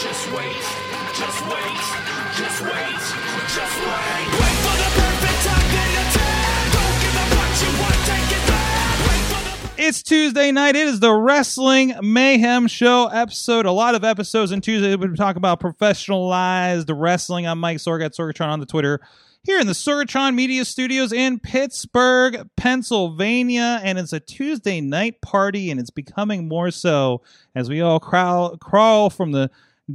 just wait, just wait, just wait, just wait. Wait for the perfect time then attack. Don't give up what you want, take it back. Wait for the It's Tuesday night. It is the Wrestling Mayhem Show episode. A lot of episodes on Tuesday. We talk about professionalized wrestling. I'm Mike Sorg at Sorgatron on the Twitter. Here in the Sorgatron Media Studios in Pittsburgh, Pennsylvania, and it's a Tuesday night party, and it's becoming more so as we all crawl, crawl from the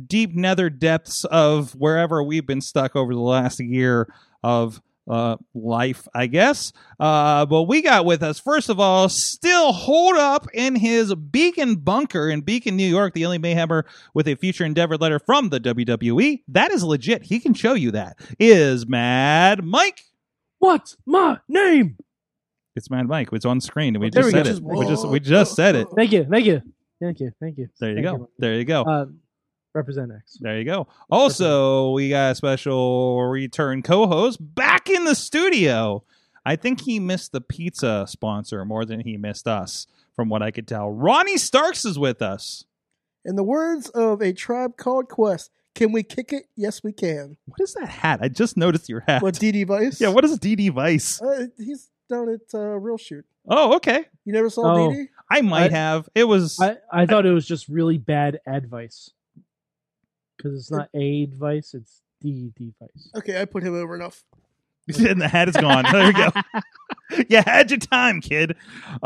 deep nether depths of wherever we've been stuck over the last year of uh, life, I guess. Uh, but we got with us, first of all, still holed up in his Beacon bunker in Beacon, New York, the only Mayhemmer with a future endeavor letter from the WWE. That is legit. He can show you that. Is Mad Mike. What's my name? It's Mad Mike. It's on screen. We There just we go. said it. Just- We just, we just said Oh. it. Thank you, thank you, thank you, thank you. There you Thank go. There you go. Uh, represent X. There you go. Also, we got a special return co-host back in the studio. I think he missed the pizza sponsor more than he missed us, from what I could tell. Ronnie Starks is with us. In the words of a tribe called Quest, can we kick it? Yes, we can. What is that hat? I just noticed your hat. What DD Vice? yeah, what is DD Vice? Uh, he's down at uh, Real Shoot. Oh, okay. You never saw Oh. DD? I might I- have. It was I, I thought it was just really bad advice because it's not a advice, it's the device. Okay, I put him over enough. and the hat is gone. There you go. yeah, had your time, kid. Um,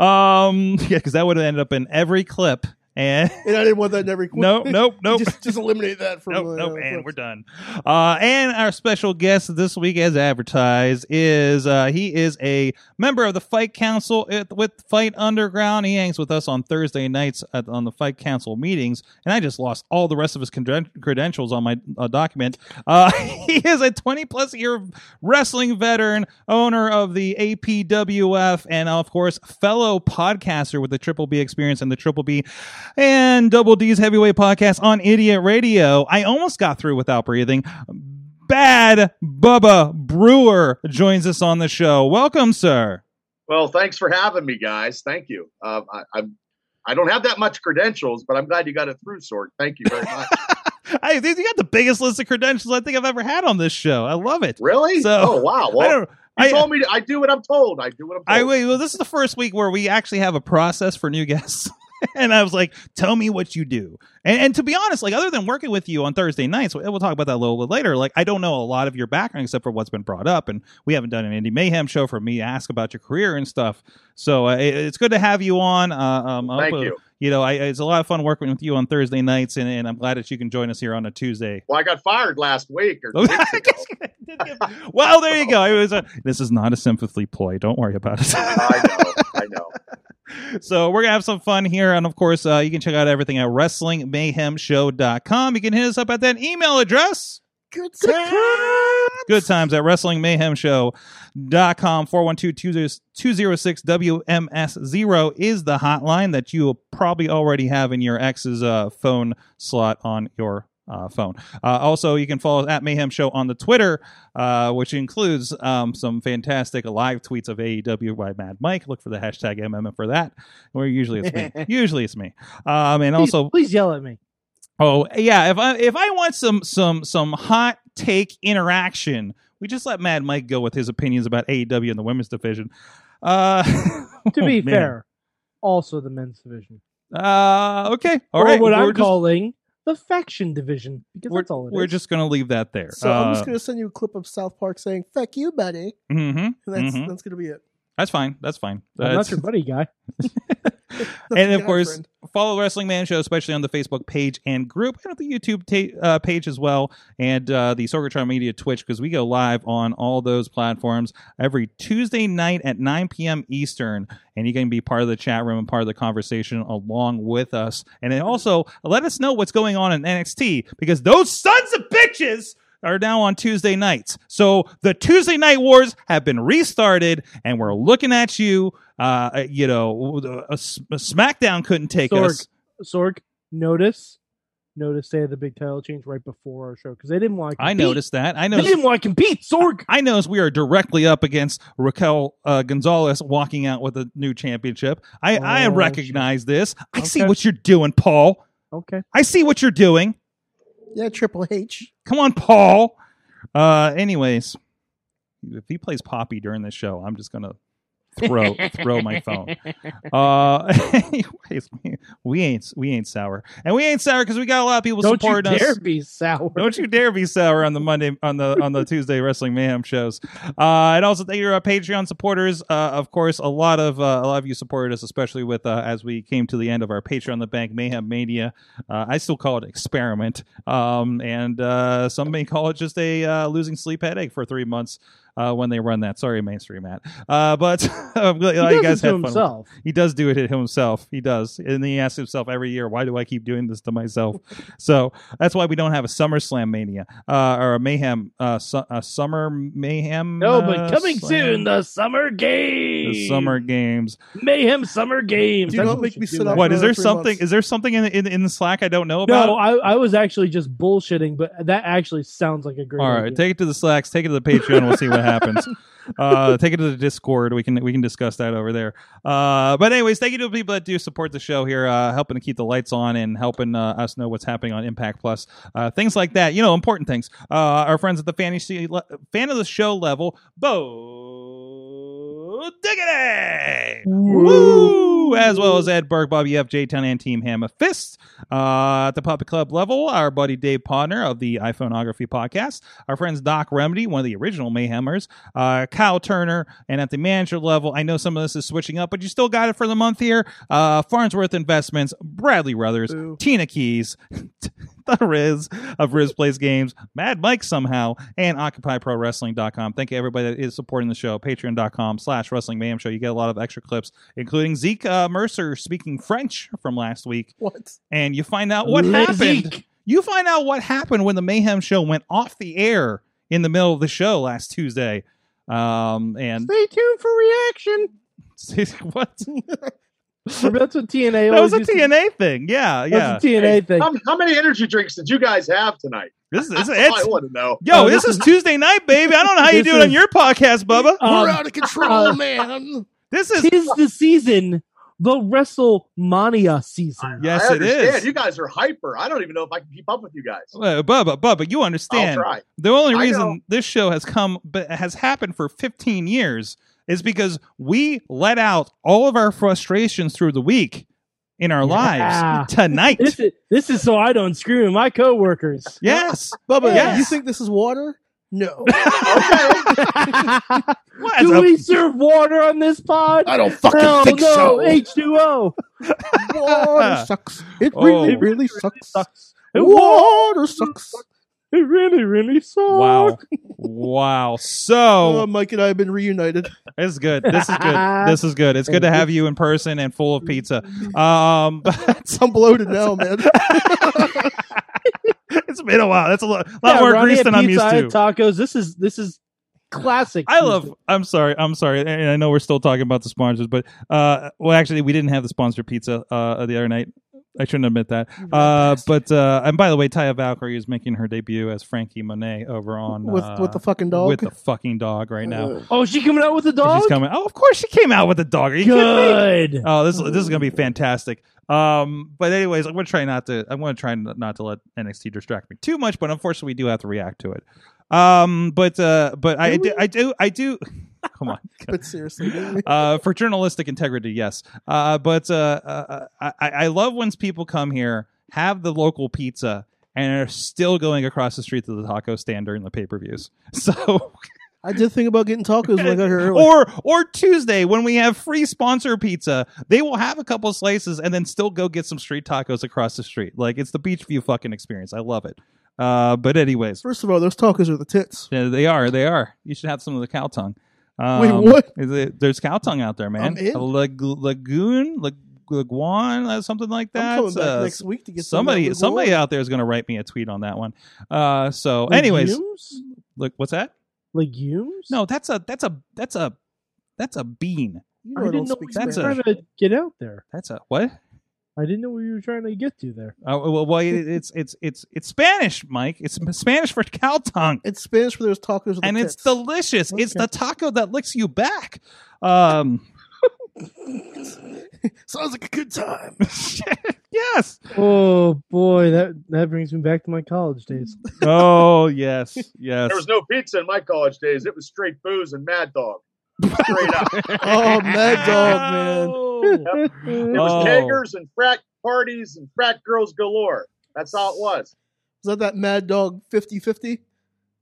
yeah, because that would have ended up in every clip. And And I didn't want that in every clip. nope, nope, nope. just, just eliminate that from Nope, the. nope, uh, and we're clips. done. Uh, and our special guest this week, as advertised, is uh, he is a member of the Fight Council at- with Fight Underground. He hangs with us on Thursday nights at, on the Fight Council meetings. And I just lost all the rest of his creden- credentials on my uh, document. Uh, he is a 20 plus year wrestling veteran, owner of the APWF, and of course, fellow podcaster with the Triple B Experience and the Triple B and Double D's Heavyweight Podcast on Idiot Radio. I almost got through without breathing. Bad Bubba Brewer joins us on the show. Welcome, sir. Well, thanks for having me, guys. Thank you. Um, I, I'm, I don't have that much credentials, but I'm glad you got it through, Sorg. Thank you very much. I, you got the biggest list of credentials I think I've ever had on this show. I love it. really? So- oh wow. I Well, don't. you I, told me to, I do what I'm told. I do what I'm I told. wait. Well, this is the first week where we actually have a process for new guests, and I was like, "Tell me what you do." And, and to be honest, like other than working with you on Thursday nights, we- we'll talk about that a little bit later. Like, I don't know a lot of your background except for what's been brought up, and we haven't done an indie mayhem show for me to ask about your career and stuff. So uh, it- it's good to have you on. Uh, um, I Thank hope, uh, you. You know, I, it's a lot of fun working with you on Thursday nights, and, and I'm glad that you can join us here on a Tuesday. Well, I got fired last week. Or two weeks I ago. guess you did give- well, there you go. It was a, this is not a sympathy ploy. Don't worry about it. I know. I know. So we're gonna have some fun here, and of course, uh, you can check out everything at WrestlingMayhemShow.com. You can hit us up at that email address. Good time. Good times at WrestlingMayhemShow.com. 412-206-WMS0 is the hotline that you will probably already have in your ex's uh, phone slot on your uh, phone. Uh, also, you can follow us at Mayhem Show on the Twitter, uh, which includes um, some fantastic live tweets of AEW by Mad Mike. Look for the hashtag MMM for that. Where usually it's me. usually it's me. Um, and Please- also, please yell at me. Oh yeah, if I if I want some some some hot take interaction, we just let Mad Mike go with his opinions about AEW and the women's division. Uh, To be oh, man. fair, also the men's division, uh, okay, all or right. what we're I'm just, calling the faction division, because we're, that's all it is. we're just gonna leave that there. Uh, So I'm just going to send you a clip of South Park saying, fuck you, buddy. hmm And that's Mhm. that's going to be it. That's fine. That's fine. I'm That's- not your buddy guy. That's and a of guy course, friend. follow Wrestling Man Show, especially on the Facebook page and group, and on the YouTube ta- uh, page as well, and uh, the Sorgatron Media Twitch because we go live on all those platforms every Tuesday night at 9 p.m. Eastern, and you can be part of the chat room and part of the conversation along with us, and then also let us know what's going on in NXT because those sons of bitches. are now on Tuesday nights. So the Tuesday night wars have been restarted, and we're looking at you. Uh, you know, a, a S- a SmackDown couldn't take Sorg. us. Sorg, notice, notice they had the big title change right before our show because they didn't want. To I compete. noticed that. I They noticed. didn't want to compete. Sorg. I know as we are directly up against Raquel uh, Gonzalez walking out with a new championship. I, I Oh, recognize this. I see Okay. what you're doing, Paul. Okay. I see what you're doing. Yeah, Triple H. Come on, Paul. Uh, anyways, if he plays Poppy during the show, I'm just gonna throw throw my phone. Uh, anyways, we ain't we ain't sour, and we ain't sour because we got a lot of people Don't you supporting us. dare be sour. Don't you dare be sour on the Monday on the on the Tuesday Wrestling Mayhem shows. Uh, and also thank your uh, Patreon supporters. Uh, of course, a lot of uh, a lot of you supported us, especially with uh, as we came to the end of our Patreon the Bank Mayhem Mania. Uh, I still call it experiment, um, and uh, some may call it just a uh, losing sleep headache for three months. Uh, when they run that, sorry, mainstream Matt. Uh, but I'm glad He you does guys it had to fun. with it. himself. He does do it himself. He does. And then he asks himself every year, why do I keep doing this to myself? so that's why we don't have a SummerSlam mania uh, or a mayhem, uh, su- a summer mayhem. No, uh, but coming slam- soon, the summer game. the summer games. mayhem summer games. Do That's not what make we me should sit do. up What is another there three something? months. Is there something in, in in the Slack I don't know about? No, I, I was actually just bullshitting, but that actually sounds like a great. All right, idea. take it to the Slacks, take it to the Patreon. We'll see what happens. Uh, take it to the Discord. We can we can discuss that over there. Uh, but anyways, thank you to the people that do support the show here, uh, helping to keep the lights on and helping uh, us know what's happening on Impact Plus, uh, things like that. You know, important things. Uh, our friends at the fantasy le- fan of the show level, Bo Diggity, woo, as well as Ed Burke, Bobby F, J Town, and Team Hammer Fist. Uh, at the Puppet Club level, our buddy Dave Podner of the iPhoneography podcast, our friends Doc Remedy, one of the original Mayhemers, uh, Kyle Turner, and at the manager level, I know some of this is switching up, but you still got it for the month here. Uh, Farnsworth Investments, Bradley Ruthers, Tina Keys, the Riz of Riz Plays Games, Mad Mike somehow, and OccupyProWrestling.com. Thank you everybody that is supporting the show. Patreon.com slash Wrestling Mayhem Show. You get a lot of extra clips, including Zeke uh, Mercer speaking French from last week What? and you find out what happened. You find out what happened when the Mayhem show went off the air in the middle of the show last Tuesday. Um, and Stay tuned for reaction. what? Remember, that's what TNA. That was always a used to- TNA thing. Yeah, yeah. That's a TNA thing. How, how many energy drinks did you guys have tonight? This is it's, I it's want to know. yo. Oh, this this is Tuesday night, baby. I don't know how you This do it on is- your podcast, Bubba. Um, We're out of control, uh, man. This is Tis the season, the WrestleMania season. yes, I it understand. is. You guys are hyper. I don't even know if I can keep up with you guys. Uh, Bubba, Bubba, you I'll understand. try. The only I reason know. this show has come but has happened for 15 years is because we let out all of our frustrations through the week in our Yeah. lives tonight. This is this is so I don't screw my coworkers. yes. Bubba, Yes. you think this is water? No. What? Do Uh, we serve water on this pod? I don't fucking Hell think no, so. H two O. water sucks. It really, Oh. really sucks. Sucks. It wa- Water sucks. it really, really sucks. wow. Wow. Oh, Um, So Mike and I have been reunited. this is good. This is good. This is good. It's good to have you in person and full of Mm-hmm. pizza. Um, but I'm bloated now, man. it's been a while. That's a lot, lot Yeah, more Ronnie grease at than I'm Pizza used to. Hut Tacos. This is this is classic. I love. I'm sorry. I'm sorry. And I know we're still talking about the sponsors, but uh, well, actually, we didn't have the sponsor pizza uh the other night. I shouldn't admit that. Uh, but uh, and by the way, Taya Valkyrie is making her debut as Frankie Monet over on with uh, with the fucking dog. with the fucking dog right now. Uh, Oh, is she coming out with a And dog. She's coming. Oh, of course, she came out with a dog. Are you kidding me? Good. Oh, this this is gonna be fantastic. Um, but anyways, I'm gonna try not to. I'm gonna try n- not to let NXT distract me too much. But unfortunately, we do have to react to it. Um, but uh, but I Do do, I do I do. Come on. but seriously, man. Uh, for journalistic integrity, yes. Uh, but uh, uh, I, I I love when people come here, have the local pizza, and are still going across the street to the taco stand during the pay per views. So I did think about getting tacos when I got here early. or or Tuesday when we have free sponsor pizza, they will have a couple slices and then still go get some street tacos across the street. Like it's the beach view fucking experience. I love it. Uh, but anyways, First of all, those tacos are the tits. yeah, they are they are. You should have some of the cow tongue. Um, Wait, what? is it- there's cow tongue out there, man. I'm in. A lag- lagoon, lag- Guan, uh, something like I'm that. coming back Uh, next week to get some somebody, Leguan. somebody out there is going to write me a tweet on that one. Uh, so, anyways, Legumes? look, what's that? legumes? No, that's a that's a that's a that's a bean. You I know I didn't don't know speak you were That's Spanish. trying to get out there. That's a what? I didn't know what you were trying to get to there. Uh, well, well, it, it's it's it's it's Spanish, Mike. It's Spanish for cow tongue. It's Spanish for those tacos. With and the it's tits. delicious. It's Okay. the taco that licks you back. Um, sounds like a good time. yes. Oh boy, that that brings me back to my college days. Oh yes, yes. There was no pizza in my college days. It was straight booze and Mad Dog. Straight up. It Oh, Mad Dog, man. was Oh. keggers and frat parties and frat girls galore. That's how it was. Is that that Mad Dog 50 50?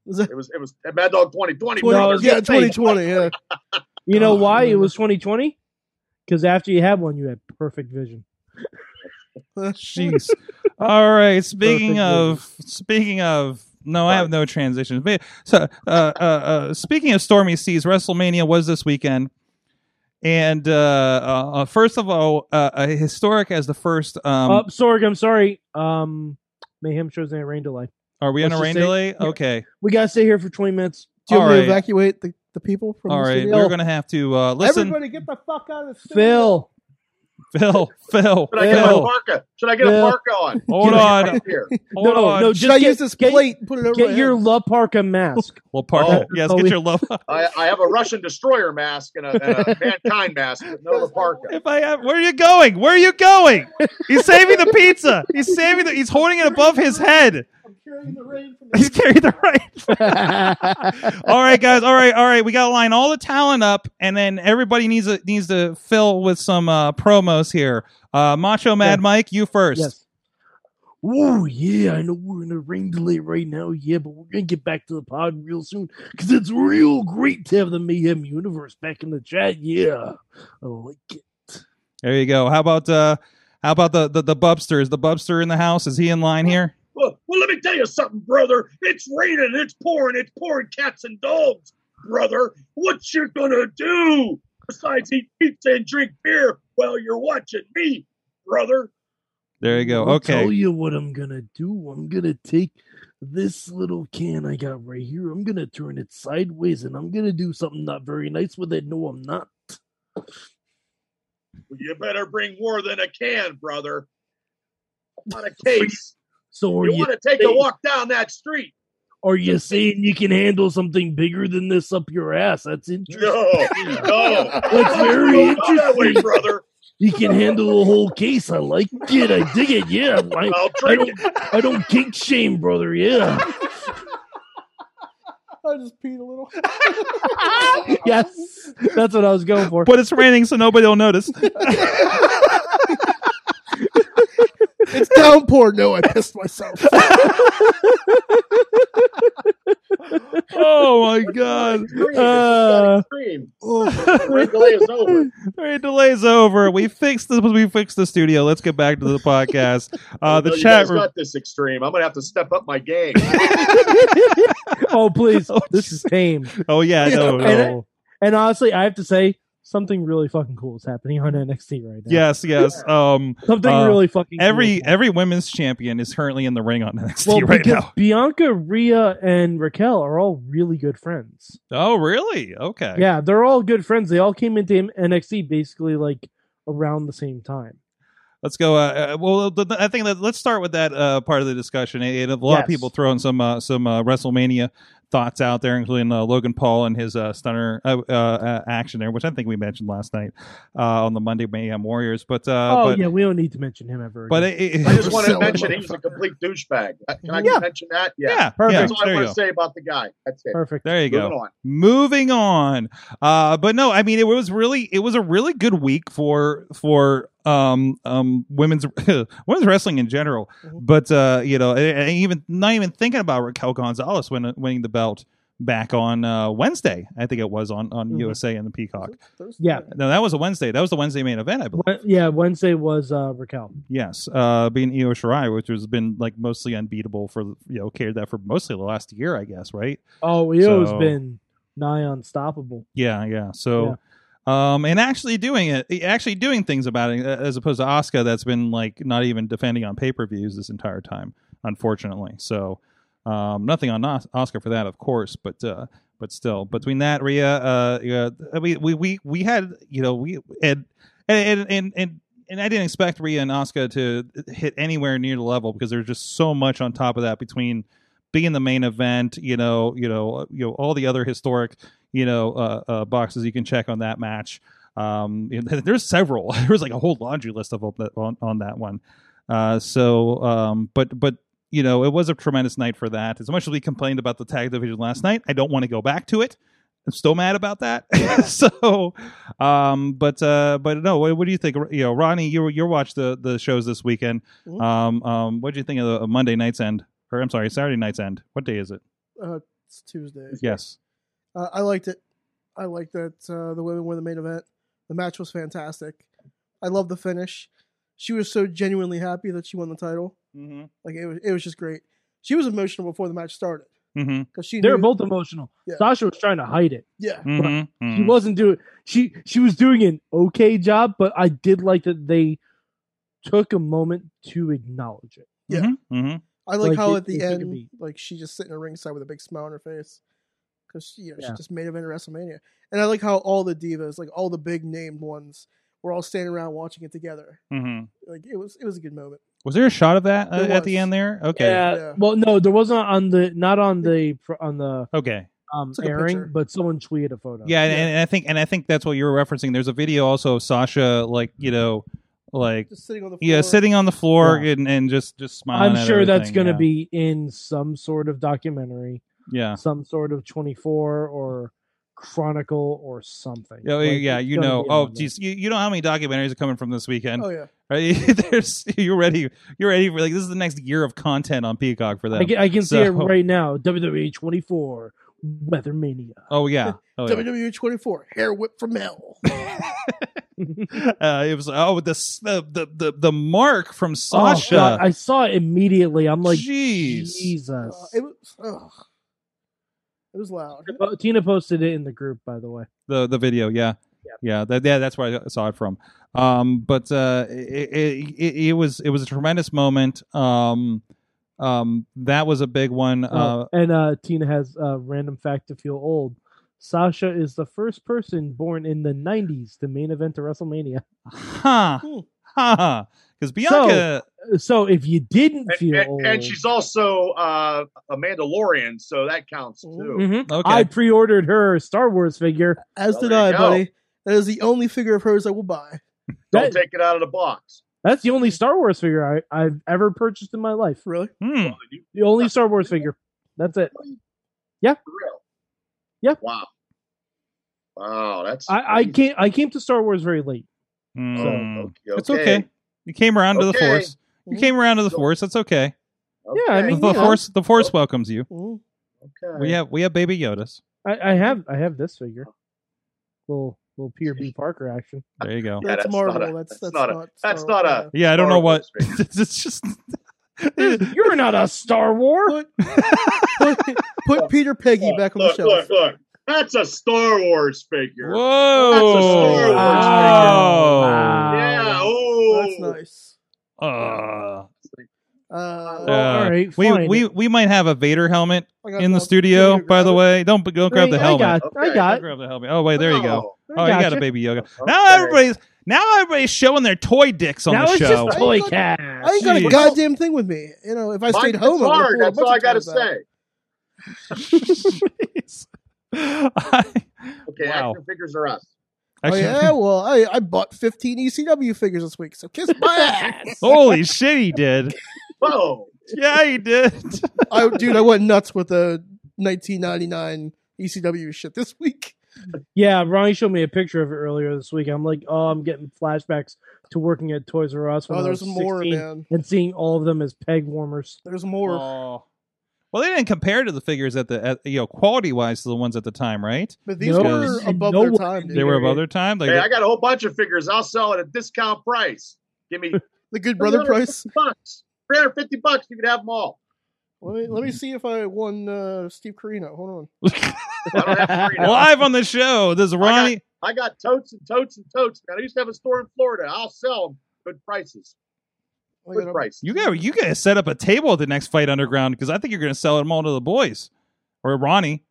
Is that It was it was and Mad Dog 2020. 20, No, it was yeah, good. 2020. Yeah. You know God, why it remember. was 2020? Because after you had one, you had perfect vision. Jeez. All right. Speaking Perfect of speaking of no, I have no transitions. But so uh, uh, uh, speaking of stormy seas, WrestleMania was this weekend. And uh, uh, uh, first of all, uh, uh, historic as the first. Um, uh, Sorg, I'm sorry. Um, Mayhem shows ain't rain delay. are we on a let's just rain say- delay? Okay. We gotta stay here for 20 minutes. Do you want me Alright. to evacuate the, the people from All the right. studio? We're going to have to uh, listen. Everybody get the fuck out of the studio. Phil, Phil, Phil, Should I get Phil. my parka? Should I get Phil. a parka on? Hold Right on. here. Hold No, on. no, Should just I get- use this get- plate and put it over my get your head? La Parka mask. Well, Parker, Oh. yes, Oh, get yeah. your love. I, I have a Russian destroyer mask and a, and a mankind mask, but no the parka. If I have, where are you going? Where are you going? He's saving the pizza. He's saving the. He's holding it above his head. I'm carrying the rain from He's carrying the right. That's all right, guys. All right, all right. We got to line all the talent up, and then everybody needs to needs to fill with some uh, promos here. Uh, Macho Mad Yeah. Mike, you first. Yes. Whoa, yeah, I know we're in a rain delay right now, yeah, but we're gonna get back to the pod real soon because it's real great to have the Mayhem universe back in the chat, yeah. I like it. There you go. How about uh, how about the the, the Bubster? Is the Bubster in the house? Is he in line here? Well, well, let me tell you something, brother. It's raining, it's pouring, it's pouring cats and dogs, brother. What you gonna do besides eat pizza and drink beer while you're watching me, brother? There you go. I'll Okay. tell you what I'm gonna do. I'm gonna take this little can I got right here. I'm gonna turn it sideways, and I'm gonna do something not very nice with it. No, I'm not. Well, you better bring more than a can, brother. On a case. So are You you, want to take a walk down that street? are you saying you can handle something bigger than this up your ass? That's interesting. No, no. That's very Don't go that way, interesting. brother. You can handle a whole case. I like it. I dig it. Yeah, I, I'll I Oh drink don't. I don't kink shame, brother. Yeah. I just peed a little. yes, that's what I was going for. but it's raining, so nobody will notice. It's downpour. No, I pissed myself. oh my god! Ah. Uh, Cream. The rain delay is over. our delay's over. We fixed this. We fixed the studio. Let's get back to the podcast. Uh, Oh, No, the you chat guys room. got this extreme. I'm gonna have to step up my game. oh please, Oh, this is tame. Oh yeah, no, And, no. and honestly, I have to say something really fucking cool is happening on NXT right now. Yes, yes. Um, something Uh, really fucking cool is every happening. every women's champion is currently in the ring on NXT well right because now. Bianca, Rhea, and Raquel are all really good friends. Oh really? Okay. Yeah, they're all good friends. They all came into M- NXT basically like around the same time. Let's go. Uh, uh, well, th- th- I think that let's start with that uh, part of the discussion. And a lot of Yes. people throwing some uh, some uh, WrestleMania thoughts out there, including uh, Logan Paul and his uh, stunner uh, uh, uh, action there, which I think we mentioned last night uh, on the Monday Mayhem Warriors. But uh, oh but yeah, we don't need to mention him ever. but again. it, it- I just want to Selling mention he's a complete douchebag. Can I Uh, Yeah. mention that? yeah, Yeah. yeah, That's all I there you want go. to say about the guy. That's it. perfect. There you Moving go. on. Moving on. Uh, but no, I mean it was really it was a really good week for for um um women's women's wrestling in general. Mhm. But uh, you know, and- and even not even thinking about Raquel Gonzalez win, winning the belt back on uh, Wednesday. I think it was on on Mhm. USA and the Peacock. Yeah. No, that was a Wednesday. That was the Wednesday main event, I believe. Wed- yeah, Wednesday was uh, Raquel. Yes, uh, being Io Shirai, which has been like mostly unbeatable for you know carried that for mostly the last year, I guess, right? Oh, Io's So- has been nigh unstoppable. Yeah, yeah. So, um, and actually doing it, actually doing things about it, uh, as opposed to Oscar that's been like not even defending on pay per views this entire time, unfortunately. So um, nothing on Oscar for that, of course, but uh, but still between that, Rhea, uh, yeah, we, we we we had you know we and and and and. And I didn't expect Rhea and Oscar to hit anywhere near the level because there's just so much on top of that between being the main event, you know, you know, you know, all the other historic you know uh, uh, boxes you can check on that match. Um, and there's several. There was like a whole laundry list of them on, on that one. Uh, so, um, but but you know, it was a tremendous night for that. As much as we complained about the tag division last night, I don't want to go back to it. I'm still mad about that. so, um, but uh, but no, what, what do you think? You know, Ronnie, you you watched the the shows this weekend. Mhm. Um, um, what do you think of the of Monday night's end? Or I'm sorry, Saturday night's end. What day is it? Uh, it's Tuesday. Yes. Uh, I liked it. I liked that uh, the women were the main event. The match was fantastic. I love the finish. She was so genuinely happy that she won the title. Mm-hmm. Like it was, it was just great. She was emotional before the match started Mm-hmm. because she They were knew- both emotional. Yeah. Sasha was trying to hide it. yeah Mm-hmm. She wasn't doing she she was doing an okay job, but I did like that they took a moment to acknowledge it. yeah. Mm-hmm. I like, Like, how it- at the it took a end beat. like she just sitting in ringside with a big smile on her face because you know Yeah. she just made event at WrestleMania and I like how all the divas like all the big named ones were all standing around watching it together Mm-hmm. like it was it was a good moment Was there a shot of that uh, There at the was. end there? Okay. Yeah. Yeah. Well, no, there wasn't on the not on the on the Okay. um Took a picture. airing, but someone tweeted a photo. Yeah, and, Yeah. and I think and I think that's what you were referencing. There's a video also of Sasha, like you know, like just sitting on the floor yeah, sitting on the floor Yeah. and, and just just smiling. I'm at sure that's everything, going to yeah. be in some sort of documentary, yeah. some sort of 24 or Chronicle or something. Yeah, Like, yeah, it's you gonna know. be Oh, on there. geez, you, you know how many documentaries are coming from this weekend, oh yeah right? There's you're ready. You're ready for like this is the next year of content on Peacock for them. I can, I can see it So- right now. WWE 24 Weathermania. oh yeah, oh, yeah. WWE 24 E hair whip from hell Uh, it was oh the s- the the the, the mark from Oh, Sasha. God, I saw it immediately. I'm like, Jeez. Uh, Jesus. it was ugh. it was loud Oh, Tina posted it in the group, by the way. the the video yeah Yeah. yeah that, yeah that's where i saw it from um but uh it, it, it, it was it was a tremendous moment um um that was a big one uh Oh, and uh, Tina has a random fact to feel old. Sasha is the first person born in the 90s to main event to WrestleMania. huh Hmm. huh because bianca So if you didn't And, feel and- old, and she's also uh, a Mandalorian, so that counts too. Mm-hmm. Mhm. okay I pre-ordered her Star Wars figure. as Well, did there I you go. buddy that is the only figure of hers I will buy Don't That, take it out of the box. that's the Mm-hmm. only Star Wars figure I, I've ever purchased in my life. really Hmm. You- The only Star Wars figure. That's it. For real. Yeah. Wow. Wow, that's I, I crazy. came I came to Star Wars very late. Hmm. Oh, okay, it's okay you came around to the Okay. force you came around to the force that's okay Yeah, I okay, the, mean, the you know. force the force welcomes you Mhm. okay. we have we have baby yodas I, I have I have this figure. Little little Peter B. Parker action. there you go Yeah, that's, that's not Marvel a- that's that's that's not a- not that's Star- not a- yeah. yeah i don't know what Horrible experience. it's just You're not a Star Wars. put, put Peter Peggy Look, back on the look, shelf. look, look. That's a Star Wars figure. Whoa! That's a Star Wars Wow. Wow. Yeah. Wow. Oh, That's nice. Uh, Uh, Well, uh, Oh, all right, We, fine. we we might have a Vader helmet I got in the another- studio. Can you By the grab it? way, don't don't grab the I helmet. got, I Okay. Don't got, grab the helmet. Oh wait, there you go. I Oh, you got gotcha. a baby yoga. Oh, Now okay. everybody's now everybody's showing their toy dicks on now the it's show. just I toy got- cat. I ain't got a Jeez. goddamn thing with me. You know, if I Mine- stayed it's home, I would've hard. pulled a That's bunch all of I toys gotta out. say. Jeez. I- Okay, wow. action figures are us. Oh Actually- yeah, well, I, I bought 15 ECW figures this week, so kiss my ass. Holy shit, he did. Whoa. Yeah, he did. I, dude, I went nuts with the 1999 ECW shit this week. Yeah, Ronnie showed me a picture of it earlier this week. I'm like, oh, I'm getting flashbacks to working at Toys R Us when Oh, I there's was more, 16 man. and seeing all of them as peg warmers. There's more. Oh. Well, they didn't compare to the figures at the at, you know quality wise to the ones at the time, right? But these No, were and above no their one- time, dude. They were above their time. Like Hey, I got a whole bunch of figures. I'll sell at a discount price. Give me the good brother price. 350 Bucks. 350 bucks. You can have them all. Let me let me see if I won uh, Steve Carino. Hold on. I don't have three now. live on the show. This is got- Ronnie. I I got totes and totes and totes. Man, I used to have a store in Florida. I'll sell them. Good prices. I Good gotta- price. Oh, You got you got to set up a table at the next fight underground because I think you're going to sell them all to the boys or Ronnie.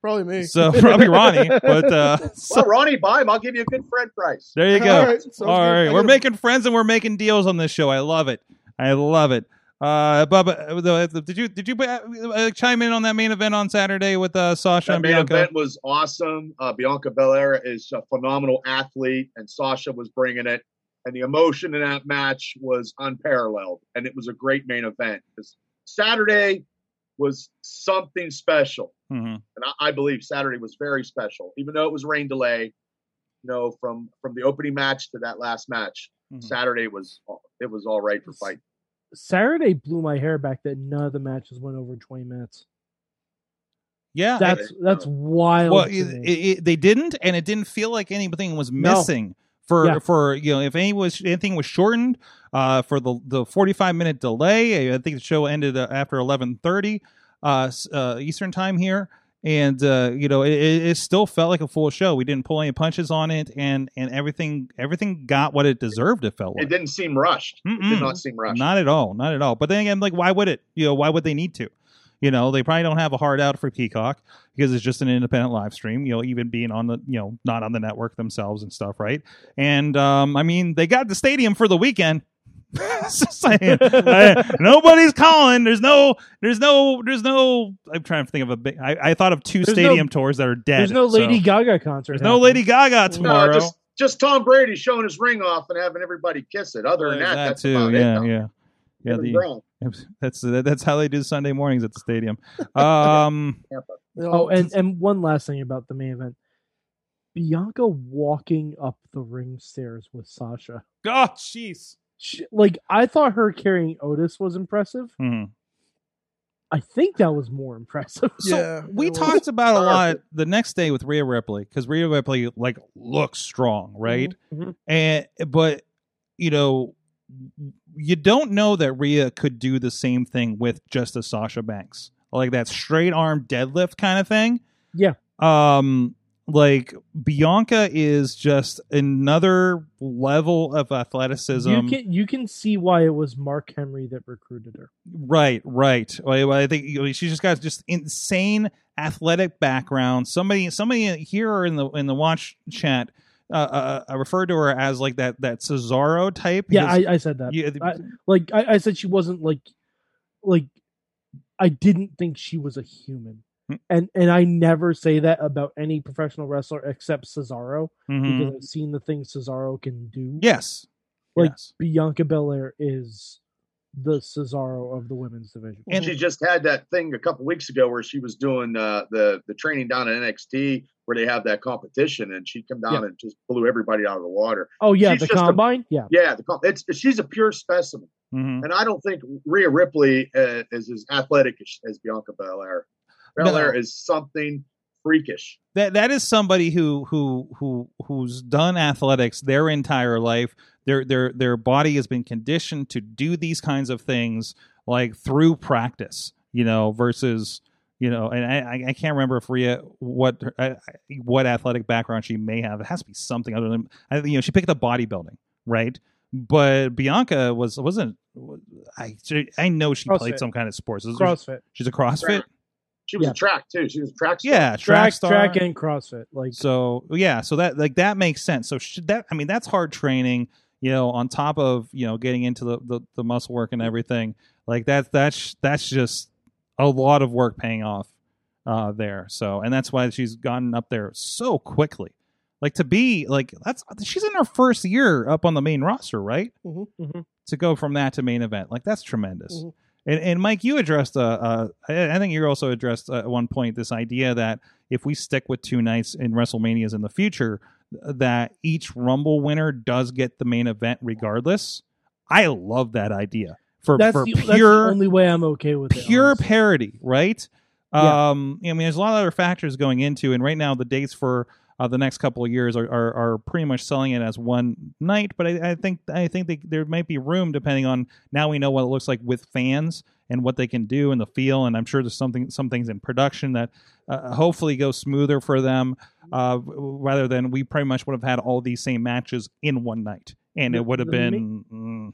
Probably me. So probably Ronnie, but uh, so, well, Ronnie, buy them. I'll give you a good friend price. there you go. All right, sounds All good. I right, we're gotta- making friends and we're making deals on this show. I love it. I love it. Uh, Bubba, uh, the- the- did you did you uh, uh, chime in on that main event on Saturday with uh, Sasha That and main Bianca? event was awesome. Uh, Bianca Belair is a phenomenal athlete, and Sasha was bringing it. And the emotion in that match was unparalleled, and it was a great main event. 'Cause Saturday was something special, Mhm. and I, I believe Saturday was very special, even though it was rain delay. You know, from from the opening match to that last match, Mhm. Saturday was it was all right for fight. Saturday blew my hair back that none of the matches went over 20 minutes. Yeah, That's that's wild. well, to it, me. it, it- they didn't, and it didn't feel like anything was No. missing. For Yeah. for you know, if any was anything was shortened, uh, for the the forty five minute delay, I I think the show ended uh, after eleven thirty, uh, s- uh, Eastern time here, and uh, you know, it, it, it still felt like a full show. We didn't pull any punches on it, and and everything everything got what it deserved. It felt like It didn't seem rushed. It Mm-mm. did not seem rushed. not at all, not at all. But then again, like, why would it? You know, why would they need to? You know, they probably don't have a hard out for Peacock because it's just an independent live stream. You know, even being on the, you know, not on the network themselves and stuff, right? And um, I mean, they got the stadium for the weekend. Just saying, I- nobody's calling. There's no, there's no, there's no. I'm trying to think of a big. I, I thought of two There's no- stadium tours that are dead. There's no so- Lady Gaga concert. There's no happening. Lady Gaga No, tomorrow. No, just just Tom Brady showing his ring off and having everybody kiss it. Other There's than that, that that's too. about it. Yeah, though. yeah, yeah. Kevin the- Brown, That's that's how they do Sunday mornings at the stadium. Um, Tampa. They all- Oh, and and one last thing about the main event. Bianca walking up the ring stairs with Sasha. oh, jeez. She, like I thought her carrying Otis was impressive. Mhm. I think that was more impressive. So Yeah, we it was. talked about a lot Perfect. the next day with Rhea Ripley because Rhea Ripley like looks strong, right? Mhm. And but you know, you don't know that Rhea could do the same thing with just a Sasha Banks, like that straight arm deadlift kind of thing. Yeah. Um, like Bianca is just another level of athleticism. You can you can see why it was Mark Henry that recruited her. Right, right. I, I think you know, she's just got just insane athletic background. Somebody, somebody here in the in the watch chat uh, uh, uh, referred to her as like that that Cesaro type. Yeah, because I, I said that. you- Like I, I said, she wasn't like like I didn't think she was a human. Hmm. And and I never say that about any professional wrestler except Cesaro Mhm. because I've seen the things Cesaro can do. yes, Like- yes. Bianca Belair is the Cesaro of the women's division. And- she just had that thing a couple weeks ago where she was doing uh, the the training down at NXT where they have that competition, and she come down Yeah. and just blew everybody out of the water. oh yeah, she's the just a- combine. yeah, Yeah, the comp- it's she's a pure specimen, Mhm. and I don't think Rhea Ripley uh, is as athletic as, as Bianca Belair. Belair is something freakish. That that is somebody who who who who's done athletics their entire life. Their their their body has been conditioned to do these kinds of things like through practice, you know, versus you know, and I, I- I can't remember if Rhea what her- I, I- what athletic background she may have. It has to be something other than I, you know she picked up bodybuilding, right? But Bianca was wasn't I I know she played CrossFit. some kind of sports. Is- CrossFit, She's a CrossFit. Track. She was Yeah. a track too. She was a track. star. Yeah, track, star. track, and CrossFit. Like So yeah, so that like that makes sense. So should that I mean that's hard training, you know, on top of you know getting into the the, the muscle work and everything. Like that's that's that's just a lot of work paying off uh there. So and that's why she's gotten up there so quickly. Like to be like that's she's in her first year up on the main roster, right? Mhm. Mhm. To go from that to main event, like that's tremendous. Mm-hmm. Mhm. And, and Mike, you addressed uh, uh I I think you also addressed uh, at one point this idea that if we stick with two nights in WrestleManias in the future, that each Rumble winner does get the main event regardless. I love that idea for that's, for the, that's the pure only way I'm okay with it. pure honestly. parody, right? Yeah. Um, I mean, there's a lot of other factors going into, and right now the dates for uh, the next couple of years are, are are pretty much selling it as one night. But I, I think I think they, there might be room depending on now we know what it looks like with fans and what they can do and the feel. And I'm sure there's something some things in production that uh, hopefully go smoother for them. uh, w- rather than we pretty much would have had all these same matches in one night, and The- it would have the ma- been. mm,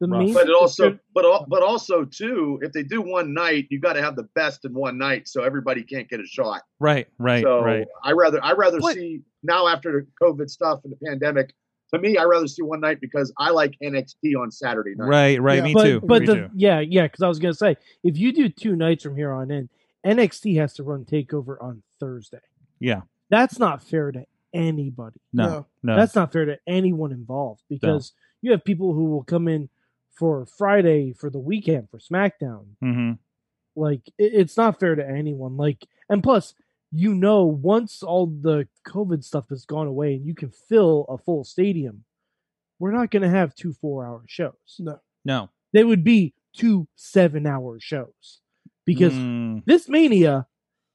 The Rough. main, But it also, but al- but also too, if they do one night, you got to have the best in one night, so everybody can't get a shot. Right, right, so right. I rather I rather What- see now after the COVID stuff and the pandemic. To me, I rather see one night because I like NXT on Saturday night. Right, right. Yeah. me but, too. But me the, too. yeah, yeah, because I was gonna say if you do two nights from here on in, NXT has to run Takeover on Thursday. Yeah. that's not fair to anybody. No, No. no. That's not fair to anyone involved because you have people who will come in for Friday for the weekend for SmackDown. hmm Like it, it's not fair to anyone. Like and plus, you know, once all the COVID stuff has gone away and you can fill a full stadium, we're not going to have two four-hour shows. No. No. They would be two seven-hour shows because Mm, this Mania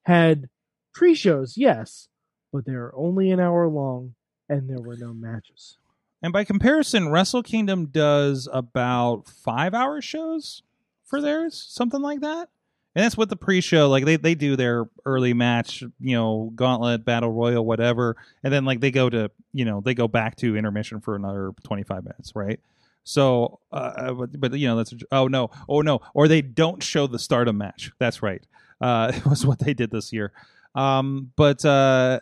had pre-shows, yes, but they were only an hour long and there were no matches. and by comparison, Wrestle Kingdom does about five hour shows for theirs, something like that. And that's what the pre show, like they, they do their early match, you know, gauntlet, battle royal, whatever. And then like they go to, you know, they go back to intermission for another 25 minutes, right? So, uh, but, but you know, that's, oh no, oh no. Or they don't show the stardom match. That's right. Uh, it was what they did this year. Um, but, uh,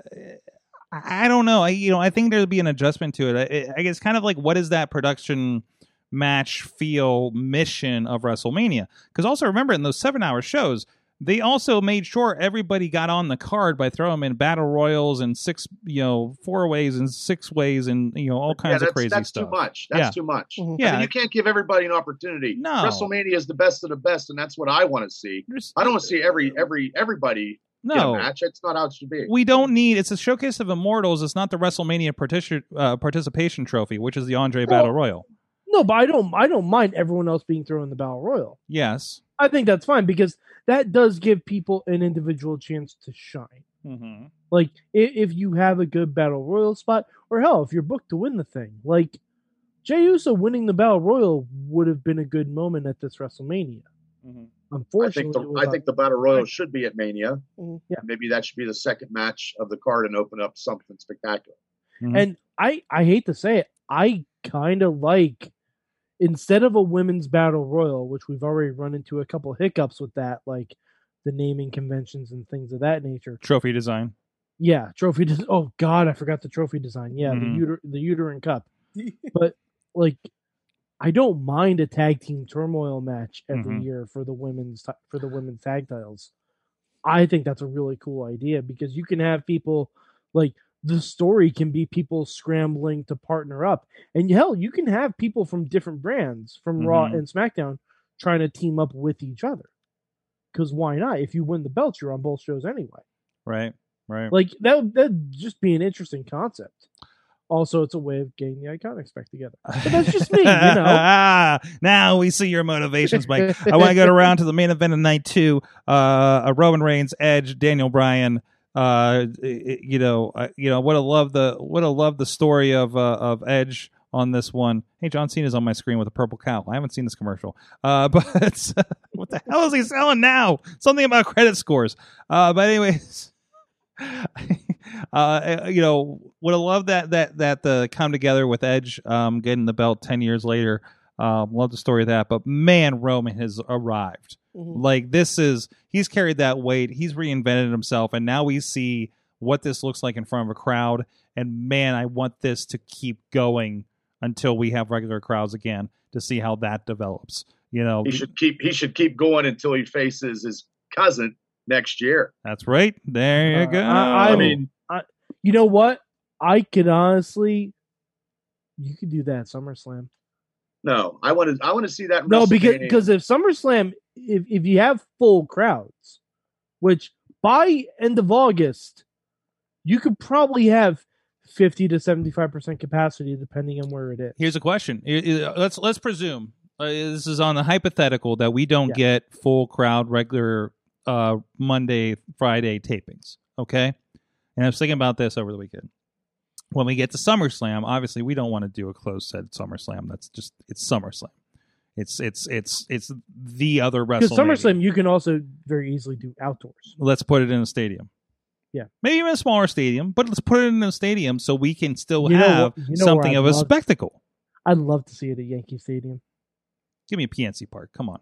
I I don't know. I, you know, I think there'd be an adjustment to it. I, I guess kind of like what is that production match feel mission of WrestleMania? Because also remember in those seven hour shows, they also made sure everybody got on the card by throwing them in battle royals and six, you know, four ways and six ways and you know all Yeah, kinds that's, of crazy that's stuff. too much. That's Yeah. Mm-hmm. too much. Mhm. I mean, Yeah, you can't give everybody an opportunity. No. WrestleMania is the best of the best, and that's what I want to see. there's- I don't want to see every every everybody get a no. match. It's not how it should be. We don't need. It's a showcase of immortals. It's not the WrestleMania partici- uh, participation trophy, which is the Andre Well- Battle Royal. No, but I don't I don't mind everyone else being thrown in the battle royal. Yes. I think that's fine because that does give people an individual chance to shine. Mm-hmm. Like if, if you have a good battle royal spot, or hell, if you're booked to win the thing, like Jey Uso winning the battle royal would have been a good moment at this WrestleMania. mm-hmm. Mhm. I Unfortunately, think it the was I not- think the battle royal should be at Mania. Mhm. Yeah. Maybe that should be the second match of the card and open up something spectacular. Mhm. And I I hate to say it, I kind of like instead of a women's battle royal, which we've already run into a couple hiccups with that, like the naming conventions and things of that nature. Trophy design. Yeah, trophy. Des- oh God, I forgot the trophy design. Yeah, Mhm. the uter- the uterine cup. Like, I don't mind a tag team turmoil match every Mhm. year for the women's ti- for the women's tag titles. I think that's a really cool idea because you can have people like the story can be people scrambling to partner up, and hell, you can have people from different brands from Raw Mhm. and SmackDown trying to team up with each other. Because why not? If you win the belt, you're on both shows anyway. Right. Right. Like that that'd just be an interesting concept. Also, it's a way of getting the iconics back together. But that's just me, you know. Ah, now we see your motivations, Mike. I want to go around to the main event of night two. Uh, a Roman Reigns, Edge, Daniel Bryan. Uh, i- i- you know, I, you know, would have loved the would have loved the story of uh, of Edge on this one. Hey, John Cena's on my screen with a purple cow. I haven't seen this commercial. Uh, but what the hell is he selling now? Something about credit scores. Uh, but anyways. uh, you know, would have loved that that that the come together with Edge, um, getting the belt ten years later. Um, love the story of that, but man, Roman has arrived. Mhm. Like this is he's carried that weight. He's reinvented himself, and now we see what this looks like in front of a crowd. And man, I want this to keep going until we have regular crowds again to see how that develops. You know, He should keep he should keep going until he faces his cousin next year. that's right. There you Uh, go. I- I Oh. mean, You know what? I could honestly you could do that at SummerSlam. no, I want to I want to see that. in No, because WrestleMania. because if SummerSlam if if you have full crowds, which by end of August, you could probably have fifty to seventy five percent capacity depending on where it is. Here's a question. I- I- Let's let's presume uh, this is on the hypothetical that we don't Yeah. get full crowd regular uh, Monday Friday tapings. Okay, and I was thinking about this over the weekend. When we get to SummerSlam, obviously we don't want to do a closed set SummerSlam. That's just it's SummerSlam. It's it's it's it's the other Because WrestleMania. SummerSlam you can also very easily do outdoors. Let's put it in a stadium. Yeah. Maybe even a smaller stadium, but let's put it in a stadium so we can still You know have what- you know where something I'd of a love- spectacle. I'd love to see it at Yankee Stadium. Give me a PNC Park. Come on.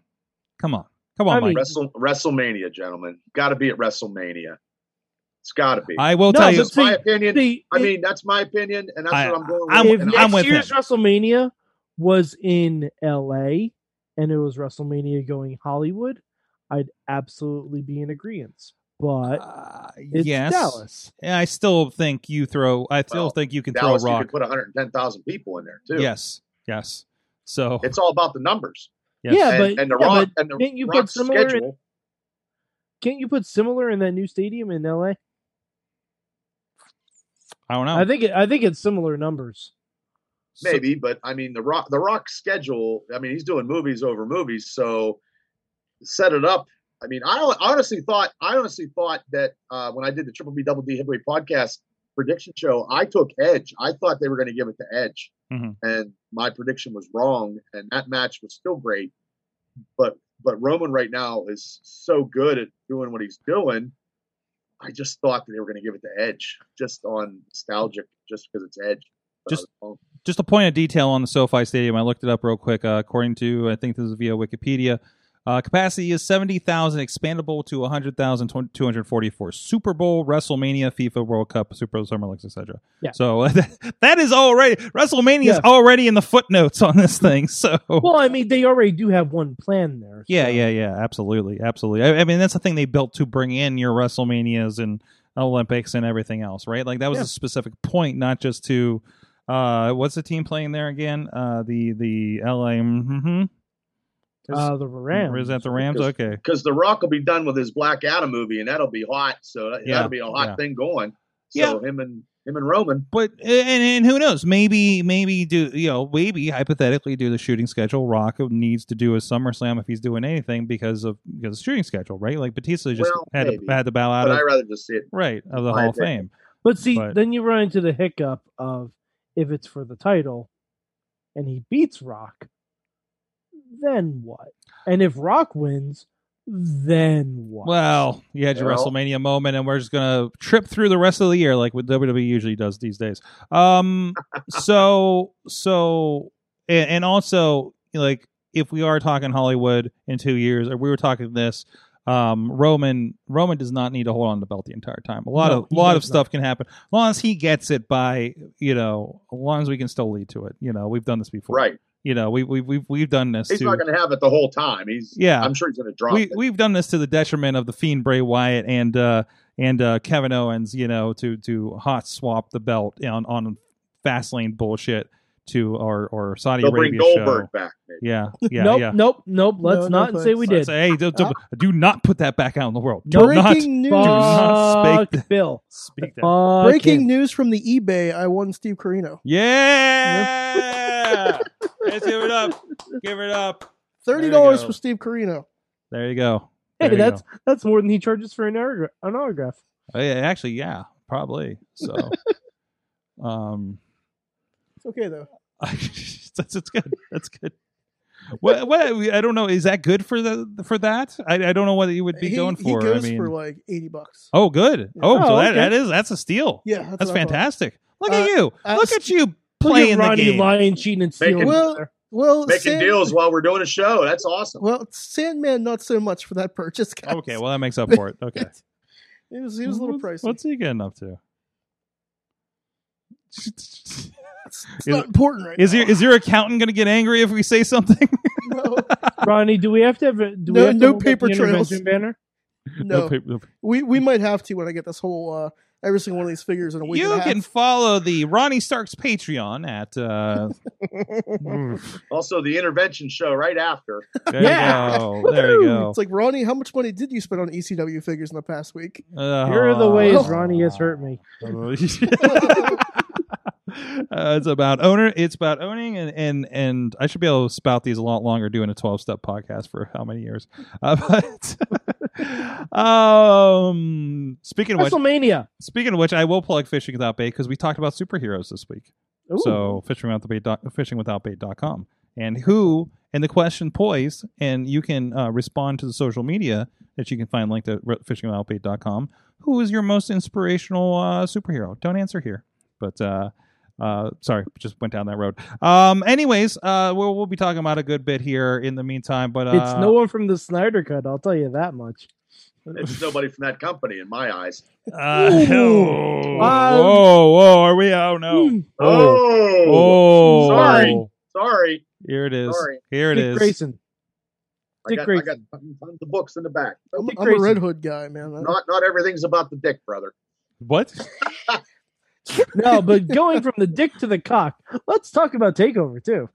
Come on. Come on, I mean- Mike. Wrestle, WrestleMania, gentlemen. Got to be at WrestleMania. It's got to be. I will No, tell That's you. just my See, opinion. See, I if- mean, that's my opinion, and that's I- what I'm going with. I'm- if and next I'm with year's him. WrestleMania was in LA and it was WrestleMania going Hollywood, I'd absolutely be in agreement. But Uh, it's yes. Dallas. And I still think you throw. I still Well, think you can Dallas, throw a you rock. could put 110,000 people in there too. Yes. Yes. So it's all about the numbers. Yes. Yeah, and, but and the yeah, rock but and the didn't you put rock similar in- schedule. can't you put similar in that new stadium in LA? I don't know. I think it, I think it's similar numbers. So- maybe, but I mean the rock the rock schedule, I mean he's doing movies over movies, so set it up. I mean, I hon- honestly thought I honestly thought that uh, when I did the Triple B Double D Heavyweight podcast prediction show, I took Edge. I thought they were going to give it to Edge, Mhm. and my prediction was wrong. And that match was still great, but but Roman right now is so good at doing what he's doing. I just thought that they were going to give it to Edge, just on nostalgic, just because it's Edge. But I Just- was wrong. just a point of detail on the SoFi Stadium. I looked it up real quick. Uh, according to, I think this is via Wikipedia, uh, capacity is 70,000, expandable to 100,000, 244. Super Bowl, WrestleMania, FIFA World Cup, Super Bowl, Summer Leagues, etc. Yeah. So that, that is already, WrestleMania is Yeah. already in the footnotes on this thing. So. Well, I mean, they already do have one plan there. Oh. yeah, so- yeah, yeah, absolutely, absolutely. I, I mean, that's the thing they built to bring in your WrestleManias and Olympics and everything else, right? Like that was Yeah. a specific point, not just to uh, what's the team playing there again? Uh, the the LA, mm-hmm. Uh, the Rams. is that the Rams? Because- Okay, because The Rock will be done with his Black Adam movie, and that'll be hot. So that, Yeah, that'll be a hot yeah. thing going. So him and him and Roman. but and and who knows? Maybe maybe do you know? Maybe hypothetically do the shooting schedule. Rock needs to do a SummerSlam if he's doing anything because of because of shooting schedule, right? Like Batista just Well, had to, maybe. had to bow out But of I'd rather just see it. right of the my Hall of opinion. Fame. But see, But- then you run into the hiccup of if it's for the title and he beats Rock, then what? And if Rock wins, then what? Well, you had your Well- WrestleMania moment, and we're just gonna trip through the rest of the year like what WWE usually does these days. Um, so so, and, and also like if we are talking Hollywood in two years, or we were talking this, um, Roman Roman does not need to hold on to the belt the entire time. A lot No, of he lot does of stuff can happen as long as he gets it by you know, as long as we can still lead to it. You know, we've done this before, Right. You know, we we we've we've done this. He's to, not going to have it the whole time. He's Yeah. I'm sure he's going to drop we it. we've done this to the detriment of the Fiend Bray Wyatt and uh and uh Kevin Owens, you know, to to hot swap the belt on on fast lane bullshit to our or Saudi They'll bring Arabia Goldberg show. back. Maybe. Yeah, yeah, nope, yeah. nope, nope. Let's No, no not say we So I did. say, hey, do, do- do not put that back out in the world. Do Nope. not Breaking news. do not speak Fuck Bill. speak that. Fuck Breaking him. news from the eBay. I won Steve Carino. Yeah, let's give it up. Give it up. Thirty There you dollars go. for Steve Carino. There you go. There Hey, you that's go. that's more than he charges for an autograph. An autograph. Oh, yeah, actually, yeah, probably. So, um. It's okay though. that's, that's good. That's good. What, what I don't know. Is that good for the for that? I, I don't know what you would be he, going he for. goes I mean, for like eighty bucks. oh, good. Yeah. Oh, Oh, so that, okay. that is that's a steal. Yeah, that's, that's what I thought. fantastic. Look Uh, at you. uh, Look at you Look playing at the Ronnie game. lying, cheating, and stealing. Making- over there. Well, Making Sand- deals while we're doing a show. That's awesome. Well, Sandman, not so much for that purchase. Guys. Okay, well that makes up for it. Okay, it was he was a little pricey. What's- What's he getting up to? it's is- not important right Is now. your is your accountant going to get angry if we say something? no, Ronnie, do we have to have a, do No- we have to no hold up the paper trails. intervention banner? no. paper- no paper. we we might have to when I get this whole uh, every single one of these figures in a week. You and a can half. follow the Ronnie Stark's Patreon at uh, there Also, the intervention show right after. you go. There you go. It's like Ronnie, how much money did you spend on ECW figures in the past week? Uh, Here are the ways Ronnie has hurt me. Uh, it's about owner. It's about owning, and, and and I should be able to spout these a lot longer doing a twelve step podcast for how many years? Uh, but um, speaking of which, WrestleMania. speaking of which, I will plug fishing without bait because we talked about superheroes this week. Ooh. So fishing without bait dot, fishingwithoutbait.com. and who and the question poised, and you can uh, respond to the social media that you can find linked at re- fishingwithoutbait.com who is your most inspirational uh, superhero? Don't answer here. But uh, uh, sorry, just went down that road. Um, anyways, uh, we'll, we'll be talking about a good bit here in the meantime. But uh, It's no one from the Snyder Cut. I'll tell you that much. It's nobody from that company in my eyes. Uh, Ooh. oh, Um, whoa, whoa, are we? Oh no! Hmm. Oh, Oh, oh, sorry. sorry. Here it is. Sorry. Here it Dick is. Grayson. I Dick got, I Grayson. got tons of books in the back. I'm, Dick I'm a Red Grayson. Hood guy, man. I- Not not everything's about the dick, brother. What? No, but going from the dick to the cock. Let's talk about Takeover too.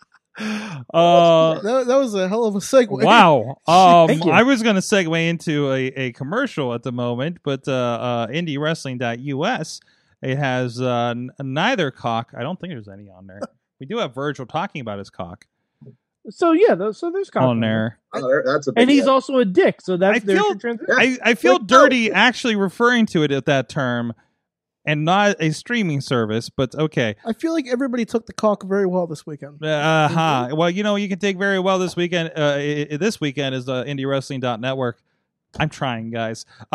uh, that, that was a hell of a segue. wow. Um, Thank you. I was going to segue into a, a commercial at the moment, but uh, uh, IndieWrestling.us it has uh, n- neither cock. I don't think there's any on there. We do have Virgil talking about his cock So yeah, those, so there's cock on there. Oh, there- that's a big and he's hit. also a dick. So that's I there's feel- your trans- Yeah. I, I feel Like, no. dirty actually referring to it at that term and not a streaming service, but okay. I feel like everybody took the cock very well this weekend. Uh huh. Mm-hmm. Well, you know, you can take very well this weekend. Uh, i- i- this weekend is uh, the indiewrestling.network. I'm trying, guys. Uh,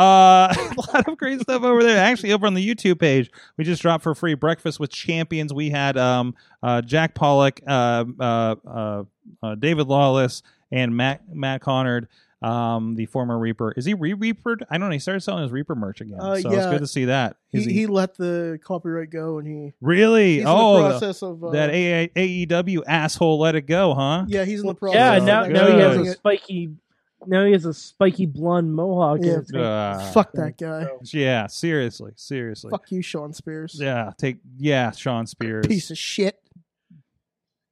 a lot of great stuff over there. Actually, over on the YouTube page, we just dropped for free breakfast with champions. We had um, uh, Jack Pollock, uh, uh, uh, uh, David Lawless, and Matt Matt Connard, um, the former Reaper. Is he re Reapered? I don't know. He started selling his Reaper merch again. Uh, so it's yeah. good to see that. He, Is he, he, let the copyright go, and he really? he's in the Oh, the- process of uh, that A- A- AEW asshole let it go, huh? yeah, he's in the process. Yeah, of now, actually now he has doing a Good. it. spiky. spiky. Now he has a spiky blonde mohawk. Yeah. And it's gonna- Uh, Fuck that guy. Yeah, seriously, seriously. Fuck you, Sean Spears. Yeah, take yeah, Sean Spears. Piece of shit.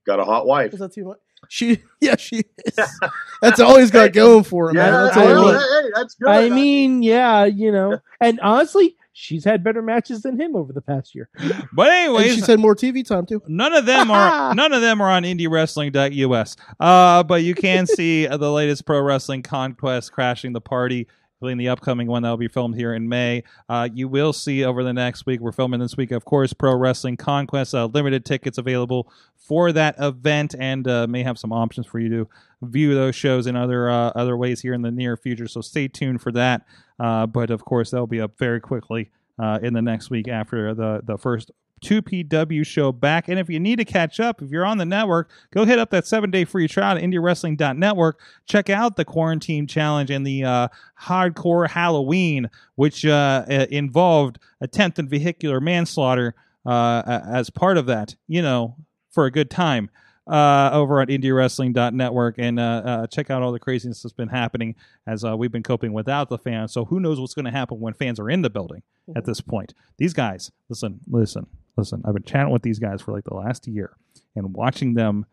got a hot wife. Is that too much? She, yeah, she is. That's all he's got going for him. Yeah, man. That's I all he know. wants. Hey, that's good. I mean, yeah, you know. And honestly, she's had better matches than him over the past year. But And she anyways, said more TV time too. none of them are none of them are on indiewrestling.us. Uh, but you can see uh, the latest pro wrestling conquest crashing the party. Including the upcoming one that will be filmed here in May. Uh, you will see over the next week. We're filming this week, of course. Pro Wrestling Conquest. Uh, limited tickets available for that event, and uh, may have some options for you to view those shows in other uh, other ways here in the near future. So stay tuned for that. Uh, but of course, that'll be up very quickly uh, in the next week after the the first 2PW show back. And if you need to catch up, if you're on the network, go hit up that seven day free trial at IndieWrestling.network. Check out the Quarantine Challenge and the uh, Hardcore Halloween, which uh, uh, involved attempt and vehicular manslaughter uh, a- as part of that, you know, for a good time. Uh, over at IndieWrestling.network and uh, uh, check out all the craziness that's been happening as uh, we've been coping without the fans. So who knows what's going to happen when fans are in the building at this point. These guys, listen, listen, listen. I've been chatting with these guys for like the last year and watching them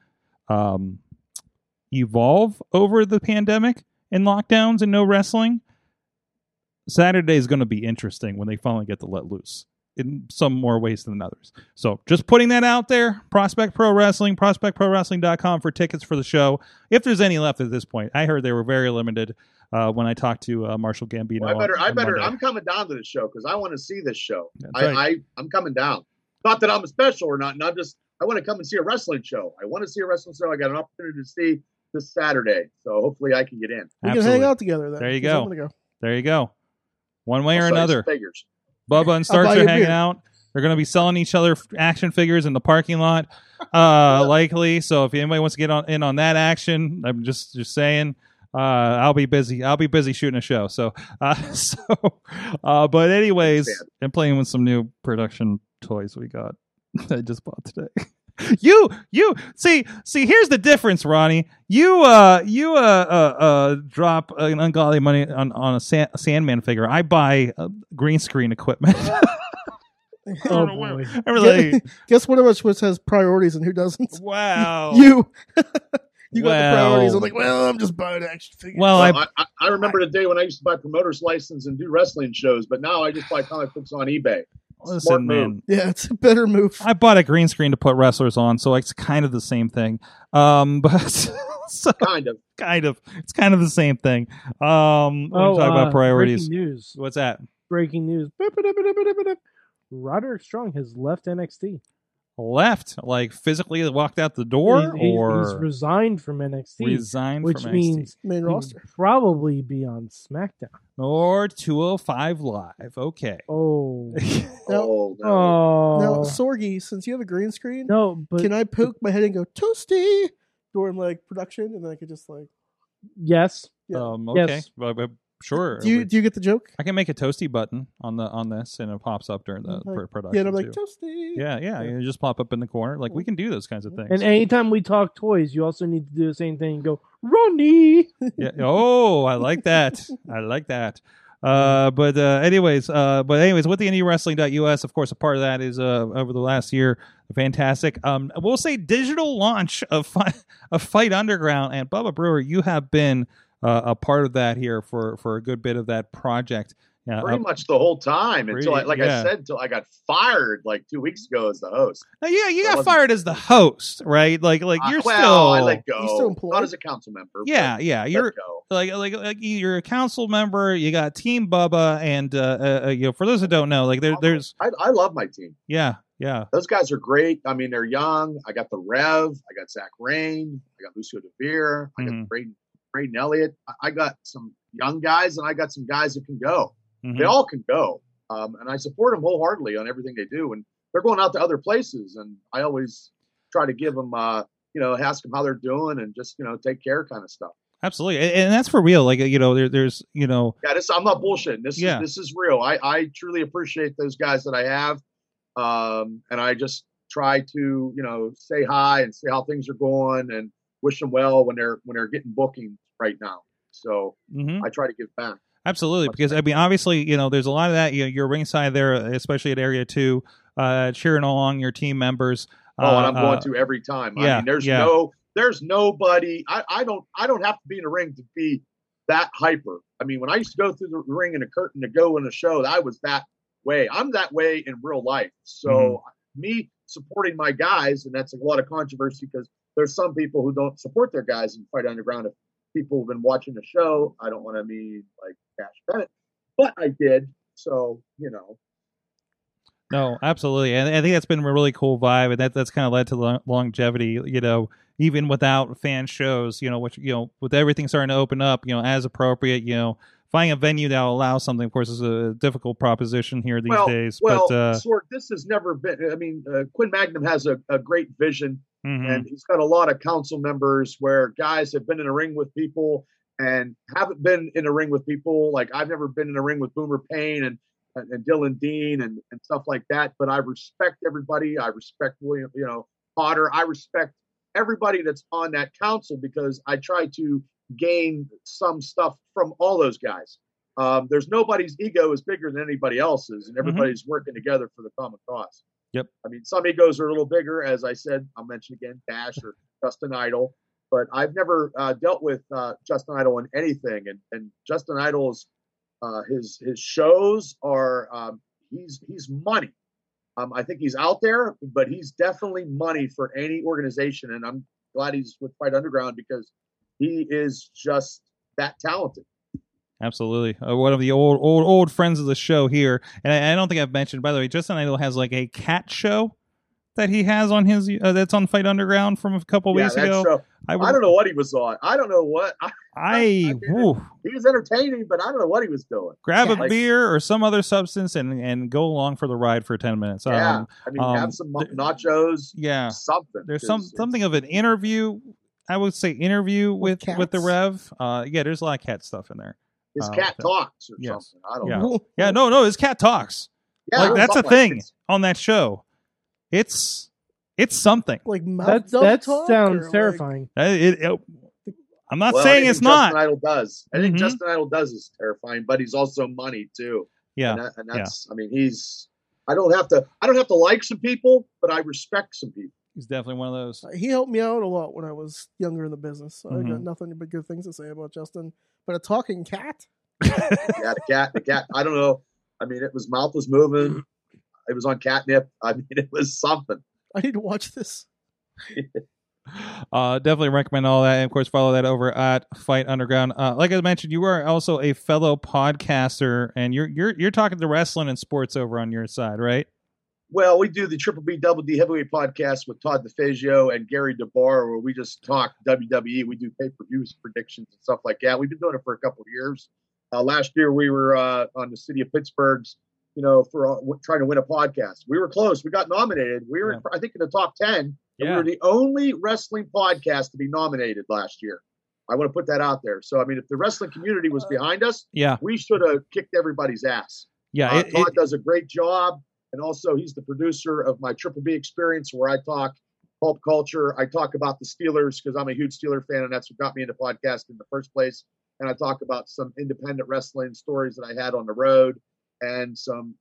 um, evolve over the pandemic and lockdowns and no wrestling. Saturday is going to be interesting when they finally get to let loose in some more ways than others. So just putting that out there, Prospect Pro Wrestling, prospectprowrestling.com for tickets for the show. If there's any left at this point, I heard they were very limited uh, when I talked to uh, Marshall Gambino. Well, I better, on- I on better. Monday. I'm coming down to the show because I want to see this show. That's I, right. I, I'm coming down. Not that I'm special or not. Not just. I want to come and see a wrestling show. I want to see a wrestling show. I got an opportunity to see this Saturday, so hopefully I can get in. We Absolutely. can hang out together then. There you 'cause I'm go. gonna There you go. One way or Besides another, Figures. Bubba and Starks buy are you a hanging beer. out. They're going to be selling each other f- action figures in the parking lot, uh, likely. So if anybody wants to get on in on that action, I'm just just saying. Uh, I'll be busy. I'll be busy shooting a show. So, uh, so, uh, but anyways, Bad. and playing with some new production toys we got. that I just bought today. you you see see here's the difference ronnie you uh you uh uh, uh drop an ungodly money on on a, San- a sandman figure i buy uh, green screen equipment go. Oh boy. i'm really Guess one of us which has priorities and who doesn't? wow You. you Oh. got Well. the priorities. I'm like, well, I'm just buying action figures. well Well, i I, I, I remember the day when I used to buy promoter's license and do wrestling shows, but now I just buy comic books on eBay. smart listen move. man yeah, it's a better move. i bought a green screen to put wrestlers on so it's kind of the same thing um but so Kind of. kind of it's kind of the same thing um when we talk uh, about priorities Breaking news. what's that Breaking news. Boop, boop, boop, boop, boop, boop, boop. Roderick Strong has left NXT. left, like physically walked out the door, He- he- he's or resigned from NXT, resigned which from NXT, means Main he'd roster. probably be on SmackDown. or 205 Live. Okay. Oh, Now, Oh, no. oh, Uh, now, Sorgi, since you have a green screen, no, but can I poke my head and go toasty during like production, and then I could just like, yes, Yeah. Um, Yes. okay. Well, well, sure. do you We- do you get the joke? I can make a toasty button on the on this, and it pops up during the Like, pr- production. Yeah, and I'm like too. toasty. yeah, yeah, You just pop up in the corner. Like we can do those kinds of things. And anytime we talk toys, you also need to do the same thing. and Go, Ronnie. yeah. Oh, I like that. I like that. Uh, but uh, anyways, uh, but anyways, with the indiewrestling.us, of course, a part of that is uh, over the last year, fantastic. Um, we'll say digital launch of fight, of Fight Underground and Bubba Brewer. You have been uh, a part of that here for for a good bit of that project. Yeah, uh, Pretty up- much the whole time until, I, Pretty- like yeah. I said, until I got fired like two weeks ago as the host. Now, yeah, you got wasn't- fired as the host, right? Like, like I- you're Uh, still, well, I let go. You're still employed? Not as a council member. but yeah, yeah, let you're go. like, like, like you're a council member. You got Team Bubba, and uh, uh, uh, you know, for those that don't know, like there, there's, I, I love my team. yeah, yeah, Those guys are great. I mean, they're young. I got the Rev. I got Zach Rain. I got Lucio Devere. I Mhm. got Braden, Braden Elliott. I, I got some young guys, and I got some guys that can go. They mhm, all can go, um, and I support them wholeheartedly on everything they do. And they're going out to other places, and I always try to give them, uh, you know, ask them how they're doing, and just you know, take care kind of stuff. absolutely, and, and that's for real. Like, you know, there, there's, you know, Yeah, this I'm not bullshitting. This Yeah. is this is real. I I truly appreciate those guys that I have, um, and I just try to you know say hi and see how things are going and wish them well when they're when they're getting bookings right now. So mhm. I try to give back. Absolutely, because I mean, obviously, you know, there's a lot of that. You know, you're ringside there, especially at Area Two, uh, cheering along your team members. Oh, and I'm Uh, going uh, to every time. I yeah, mean, there's yeah. no there's nobody. I I don't I don't have to be in a ring to be that hyper. I mean, when I used to go through the ring and a curtain to go in a show, I was that way. I'm that way in real life. So Mm-hmm. me supporting my guys, and that's a lot of controversy because there's some people who don't support their guys in Fight Underground. If people have been watching the show, I don't want to mean like Cash Bennett, but I did. So you know, No, absolutely, and I think that's been a really cool vibe, and that that's kind of led to lo- longevity. You know, even without fan shows, you know, which you know, with everything starting to open up, you know, as appropriate, you know, finding a venue that will allow something, of course, is a difficult proposition here these well, days. Well, but uh, Sorg, this has never been. I mean, uh, Quinn Magnum has a, a great vision, mhm. and he's got a lot of council members where guys have been in a ring with people and haven't been in a ring with people. Like I've never been in a ring with Boomer Payne and and, and Dylan Dean and, and stuff like that. But I respect everybody. I respect William, you know, Potter. I respect everybody that's on that council because I try to gain some stuff from all those guys. Um, there's nobody's ego is bigger than anybody else's, and everybody's working together for the common cause. Yep. I mean, some egos are a little bigger, as I said. I'll mention again Dash or Justin Idol, but I've never uh, dealt with uh, Justin Idol in anything, and and Justin Idol's uh, his his shows are um, he's he's money. Um, I think he's out there, but he's definitely money for any organization, and I'm glad he's with Fight Underground because he is just that talented. Absolutely, uh, one of the old, old, old friends of the show here, and I, I don't think I've mentioned. By the way, Justin Idol has like a cat show that he has on his uh, that's on Fight Underground from a couple weeks that ago. show- would- uh, I don't know what he was on. I don't know what I, I, I did it. whew, he was entertaining, but I don't know what he was doing. grab a Like- beer or some other substance and and go along for the ride for ten minutes. yeah, Um, I mean, um, have some mo- there- nachos, yeah. something. There's 'cause some it's- something of an interview. I would say interview with With with, the cats? Rev. Uh, yeah, there's a lot of cat stuff in there. His uh, cat that- talks or yes. something. I don't Yeah. know. Yeah, no, no, his cat talks. Yeah, like that's a something like thing this. on that show. It's it's something. Like mouth That double that talk or, sounds like- terrifying. Uh, it- it- I'm not Well, saying anything it's not. Justin Idol does. I think Mhm. Justin Idol does is terrifying, but he's also money too. yeah, and, that, and that's. I mean, he's. I don't have to. I don't have to like some people, but I respect some people. he's definitely one of those. he helped me out a lot when I was younger in the business. So I Mhm. got nothing but good things to say about Justin. But a talking cat, Yeah, the cat. The cat. I don't know. I mean, it was mouth was moving. It was on catnip. I mean, it was something. I need to watch this. Uh, definitely recommend all that. And of course, follow that over at Fight Underground. Uh, like I mentioned, you are also a fellow podcaster, and you're you're you're talking to wrestling and sports over on your side, right? Well, we do the Triple B Double D Heavyweight podcast with Todd DeFazio and Gary DeBar, where we just talk WWE. We do pay per views predictions and stuff like that. We've been doing it for a couple of years. Uh, last year, we were uh, on the city of Pittsburgh's, you know, for uh, w- trying to win a podcast. We were close. We got nominated. We were, in, I think, in the top 10. And Yeah. We were the only wrestling podcast to be nominated last year. I want to put that out there. So, I mean, if the wrestling community was behind us, Yeah. we should have kicked everybody's ass. Yeah. Uh, it- Todd it- does a great job, and also he's the producer of my Triple B Experience, where I talk pulp culture. I talk about the Steelers because I'm a huge Steeler fan, and that's what got me into podcasting in the first place. And I talk about some independent wrestling stories that I had on the road and some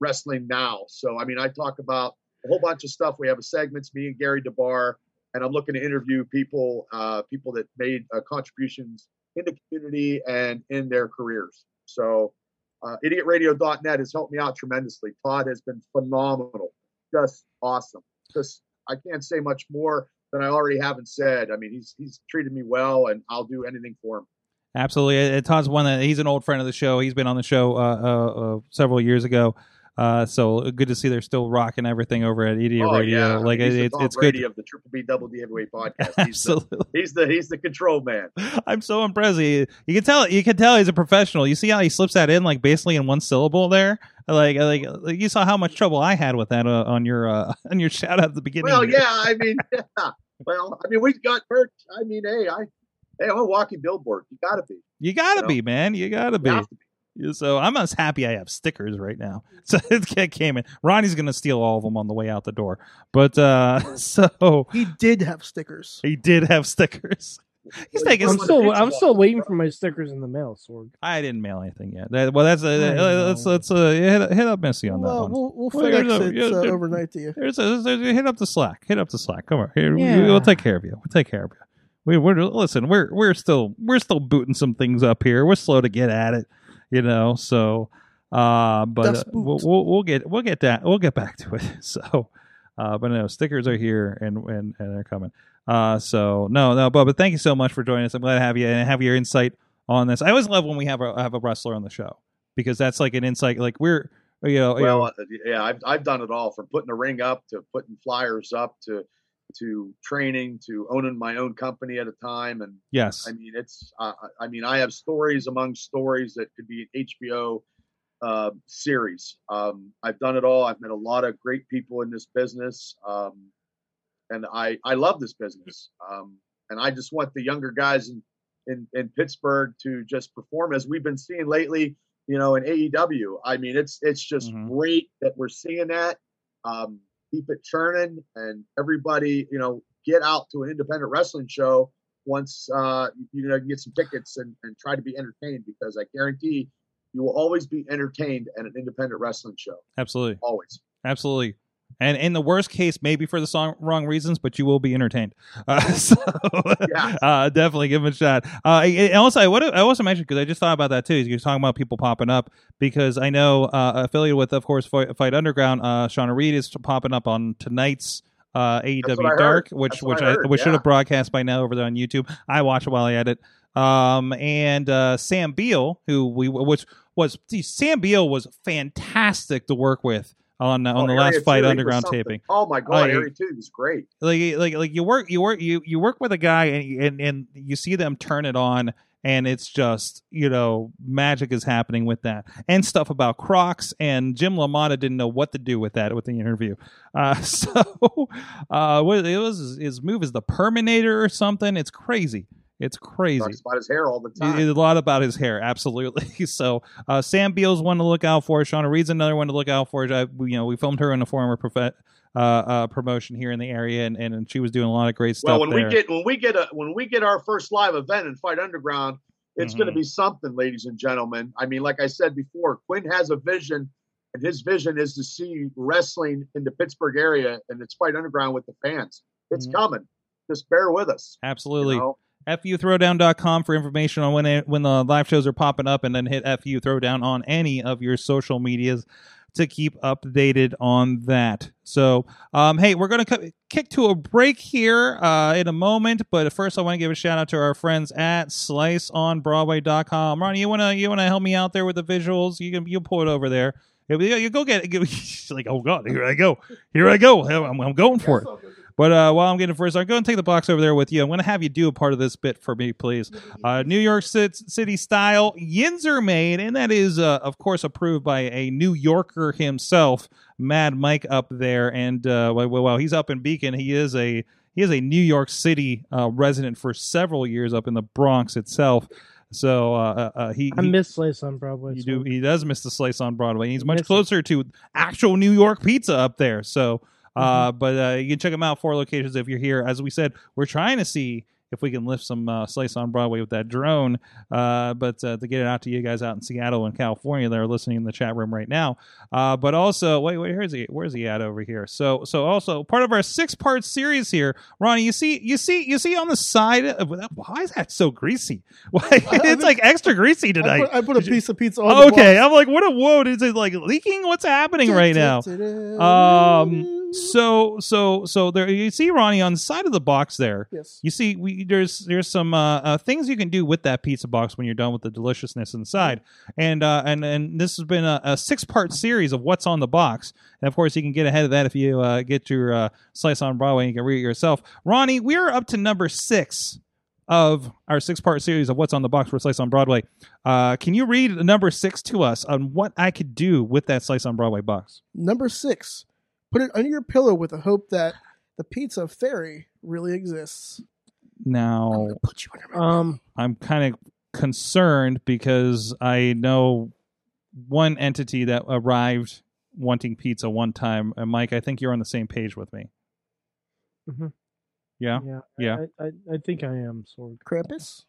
wrestling now. So I mean, I talk about a whole bunch of stuff. We have a segments, me and Gary DeBar, and I'm looking to interview people, uh, people that made uh, contributions in the community and in their careers. So uh, idiotradio.net has helped me out tremendously. Todd has been phenomenal, just awesome. Just I can't say much more than I already haven't said. I mean, he's he's treated me well, and I'll do anything for him. Absolutely. Uh, Todd's one that he's an old friend of the show. He's been on the show uh, uh, uh, several years ago. Uh, so good to see they're still rocking everything over at EDA Radio. Oh, yeah, Like he's it, the it's, Tom it's Brady good. of the Triple B Double D Heavyweight Podcast. He's the, Absolutely. he's the he's the control man. I'm so impressed. He, you can tell. You can tell he's a professional. You see how he slips that in, like basically in one syllable there. Like, like, like you saw how much trouble I had with that uh, on your uh, on your shout out at the beginning. Well, there. yeah, I mean, yeah. Well, I mean, we've got merch. I mean, hey, I hey, I'm a walking billboard. You got to be. you gotta Well, be, man. You gotta be. You have to be. Yeah, So I'm as happy I have stickers right now. So it came in. Ronnie's gonna steal all of them on the way out the door. But uh so He did have stickers. he did have stickers. He's Well, taking. Guess I'm what? still Pizza I'm still box, waiting bro. for my stickers in the mail, Sorg. I didn't mail anything yet. That, well, that's uh, know. uh, let's let's uh, hit, hit up Missy on that Well, one. we'll, we'll Well, there's FedEx a- it yeah, uh, there- overnight to you. There's a, there's a- hit up the slack. Hit up the slack. Come on, here, Yeah. we, will take care of you. We'll take care of you. We, we're listen. We're we're still we're still booting some things up here. We're slow to get at it, you know. So, uh, but uh, Das Boot. we'll, we'll we'll get we'll get that we'll get back to it. So, uh, but no stickers are here and and and they're coming. Uh, so no no, but but thank you so much for joining us. I'm glad to have you and have your insight on this. I always love when we have a have a wrestler on the show because that's like an insight. Like we're you know you know, Well, uh, yeah, I've I've done it all from putting a ring up to putting flyers up to to training to owning my own company at a time, and yes I mean it's uh, I- I mean I have stories among stories that could be an HBO uh, series. Um, I've done it all. I've met a lot of great people in this business, um, and I I love this business. Um, and I just want the younger guys in, in in Pittsburgh to just perform as we've been seeing lately. You know, in AEW. I mean, it's it's just Mhm. great that we're seeing that. Um, keep it churning, and everybody, you know, get out to an independent wrestling show once uh, you know you can get some tickets and, and try to be entertained because I guarantee you will always be entertained at an independent wrestling show. absolutely. Always. Absolutely. And in the worst case, maybe for the song, wrong reasons, but you will be entertained. Uh, so Yes. uh, definitely give him a shot. Uh, and also, I, would I also mentioned because I just thought about that too. You're talking about people popping up because I know uh, affiliated with, of course, Fight, Fight Underground. Uh, Shauna Reed is popping up on tonight's uh, That's what I AEW heard. Dark, which That's what which I I, heard, which should yeah. have broadcast by now over there on YouTube. I watch it while I edit. Um, and uh, Sam Beal, who we which was see, Sam Beal was fantastic to work with on uh, on Oh, the Area last Fight 2, he was Underground something. taping Oh my I- god, Area Two was great. like like like you work you work you you work with a guy and and and you see them turn it on and it's just you know magic is happening with that and stuff about Crocs and Jim LaMotta didn't know what to do with that with the interview. Uh, so uh, what it was his move is the Perminator or something. It's crazy. It's crazy. Talks about his hair all the time. A lot about his hair, absolutely. So uh, Sam Beal's one to look out for. Shauna Reed's another one to look out for. I, we- you know, we filmed her in a former profe- uh, uh, promotion here in the area, and, and she was doing a lot of great stuff. well, when there. we get when we get a when we get our first live event in Fight Underground, it's going to Mhm. be something, ladies and gentlemen. I mean, like I said before, Quinn has a vision, and his vision is to see wrestling in the Pittsburgh area, and it's Fight Underground with the fans. It's Mhm. coming. Just bear with us. you Mm-hmm. absolutely, know? futhrowdown.com for information on when it, when the live shows are popping up and then hit fu throwdown on any of your social medias to keep updated on that so um, hey we're going to kick to a break here uh, in a moment but first i want to give a shout out to our friends at sliceonbroadway.com ronnie you want to you want to help me out there with the visuals you can you pull it over there If you, you go get it, she's like, oh god, here I go, here I go, I'm, I'm going for it. But uh, while I'm getting first, I'm going to take the box over there with you. I'm going to have you do a part of this bit for me, please. Uh, New York Ci- City style yins are made, and that is, uh, of course, approved by a New Yorker himself, Mad Mike, up there. And uh, well, well, well, he's up in Beacon. He is a he is a New York City uh, resident for several years up in the Bronx itself. So uh, uh, uh, he, I he- miss Slice on Broadway. you so- do. He does miss the slice on Broadway. He's much Miss it. closer to actual New York pizza up there. So, uh, but uh, you can check him out four locations if you're here. As we said, we're trying to see if we can lift some uh, slice on Broadway with that drone. Uh, but uh, to get it out to you guys out in Seattle and California that are listening in the chat room right now. Uh, but also, wait, wait, where's he? Where's he at over here? So, so also part of our six part series here, Ronnie. You see, you see, you see on the side. Of, why is that so greasy? Why it's like extra greasy I tonight. put, I put a piece of pizza on the Okay, I'm like, what a whoa! Is it like leaking? What's happening block. right now? Um, so so so there. You see Ronnie on the side of the box there. yes. You see, we there's there's some uh, uh, things you can do with that pizza box when you're done with the deliciousness inside, and uh, and and this has been a, a six part series of what's on the box. And of course, you can get ahead of that if you uh, get your uh, slice on Broadway and you can read it yourself. Ronnie, we are up to number six of our six part series of what's on the box for Slice on Broadway. Uh, can you read number six to us on what I could do with that Slice on Broadway box? Number six, put it under your pillow with the hope that the pizza fairy really exists. Now, Put you under my Um, I'm kind of concerned because I know one entity that arrived wanting pizza one time, and Mike, I think you're on the same page with me. Mhm. Yeah. yeah, Yeah. I, I, I think I am Sorg. Krampus.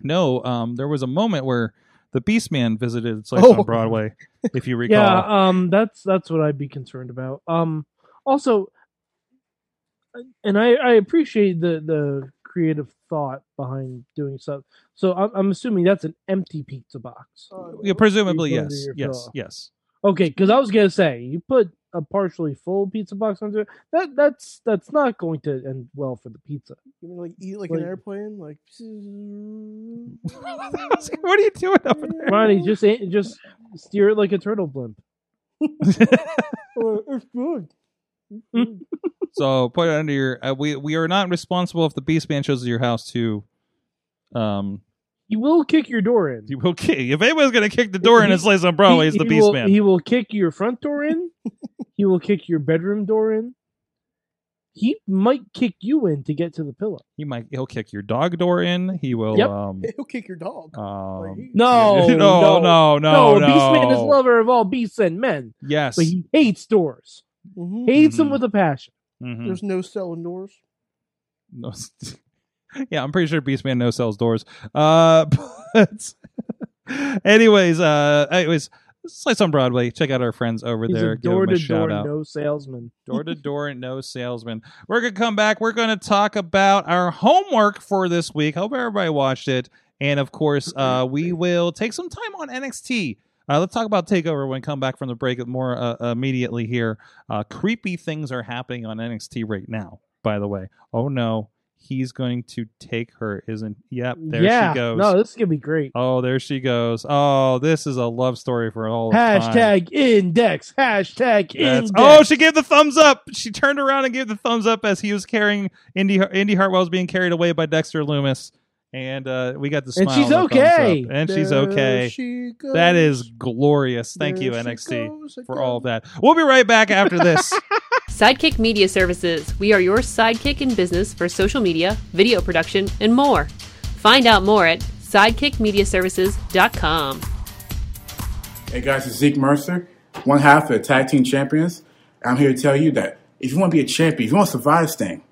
No, um, there was a moment where the Beastman visited Slice Oh. on Broadway, if you recall. Yeah, um, that's that's what I'd be concerned about. Um, also, and I I appreciate the the creative thought behind doing stuff. So I'm, I'm assuming that's an empty pizza box. Yeah, presumably, Pizza under yes, your yes, pillow. yes. Okay, because I was gonna say you put a partially full pizza box under it. That that's that's not going to end well for the pizza. You mean like eat like, Like- an airplane? Like what are you doing over there? Ronnie, just just steer it like a turtle blimp. Oh, it's good. So put it under your. Uh, we we are not responsible if the Beastman shows up to your house to, um, You will kick your door in. You will kick. If anybody's gonna kick the door in his place on Broadway, it's the he Beast will, Man. He will kick your front door in. he will kick your bedroom door in. He might kick you in to get to the pillow. He might. He'll kick your dog door in. He will. Yep. oh, Um, He'll kick your dog. Like, um, he- No, no, no, no, no, Beast Man is no. lover of all beasts and men, Yes. but he hates doors. Mhm. Hates them Mhm. with a passion. Mhm. There's no selling doors. No. yeah, I'm pretty sure Beastman no sells doors. Uh, but anyways, uh, anyways, Slice on Broadway. Check out our friends over He's there. a Give them door a to shout door out. no salesman. door to door no salesman we're gonna come back we're gonna talk about our homework for this week hope everybody watched it and of course uh we will take some time on nxt uh, let's talk about takeover when we come back from the break more uh, immediately here uh creepy things are happening on nxt right now by the way oh no he's going to take her isn't yep there yeah, she goes no, this is gonna be great. oh there she goes oh this is a love story for all of time. Hashtag index. That's- Hashtag index. oh, she gave the thumbs up. She turned around and gave the thumbs up as he was carrying Indy. Indy Hartwell was being carried away by Dexter Loomis, and uh, we got the smile. And she's the thumbs up. okay. and she's There okay. she goes. That is glorious. Thank There you she NXT goes for again. all of that. We'll be right back after this. Sidekick Media Services. We are your sidekick in business for social media, video production, and more. Find out more at sidekickmediaservices.com. Hey guys, it's Zeke Mercer, one half of the Tag Team Champions. I'm here to tell you that if you want to be a champion, if you want to survive this thing,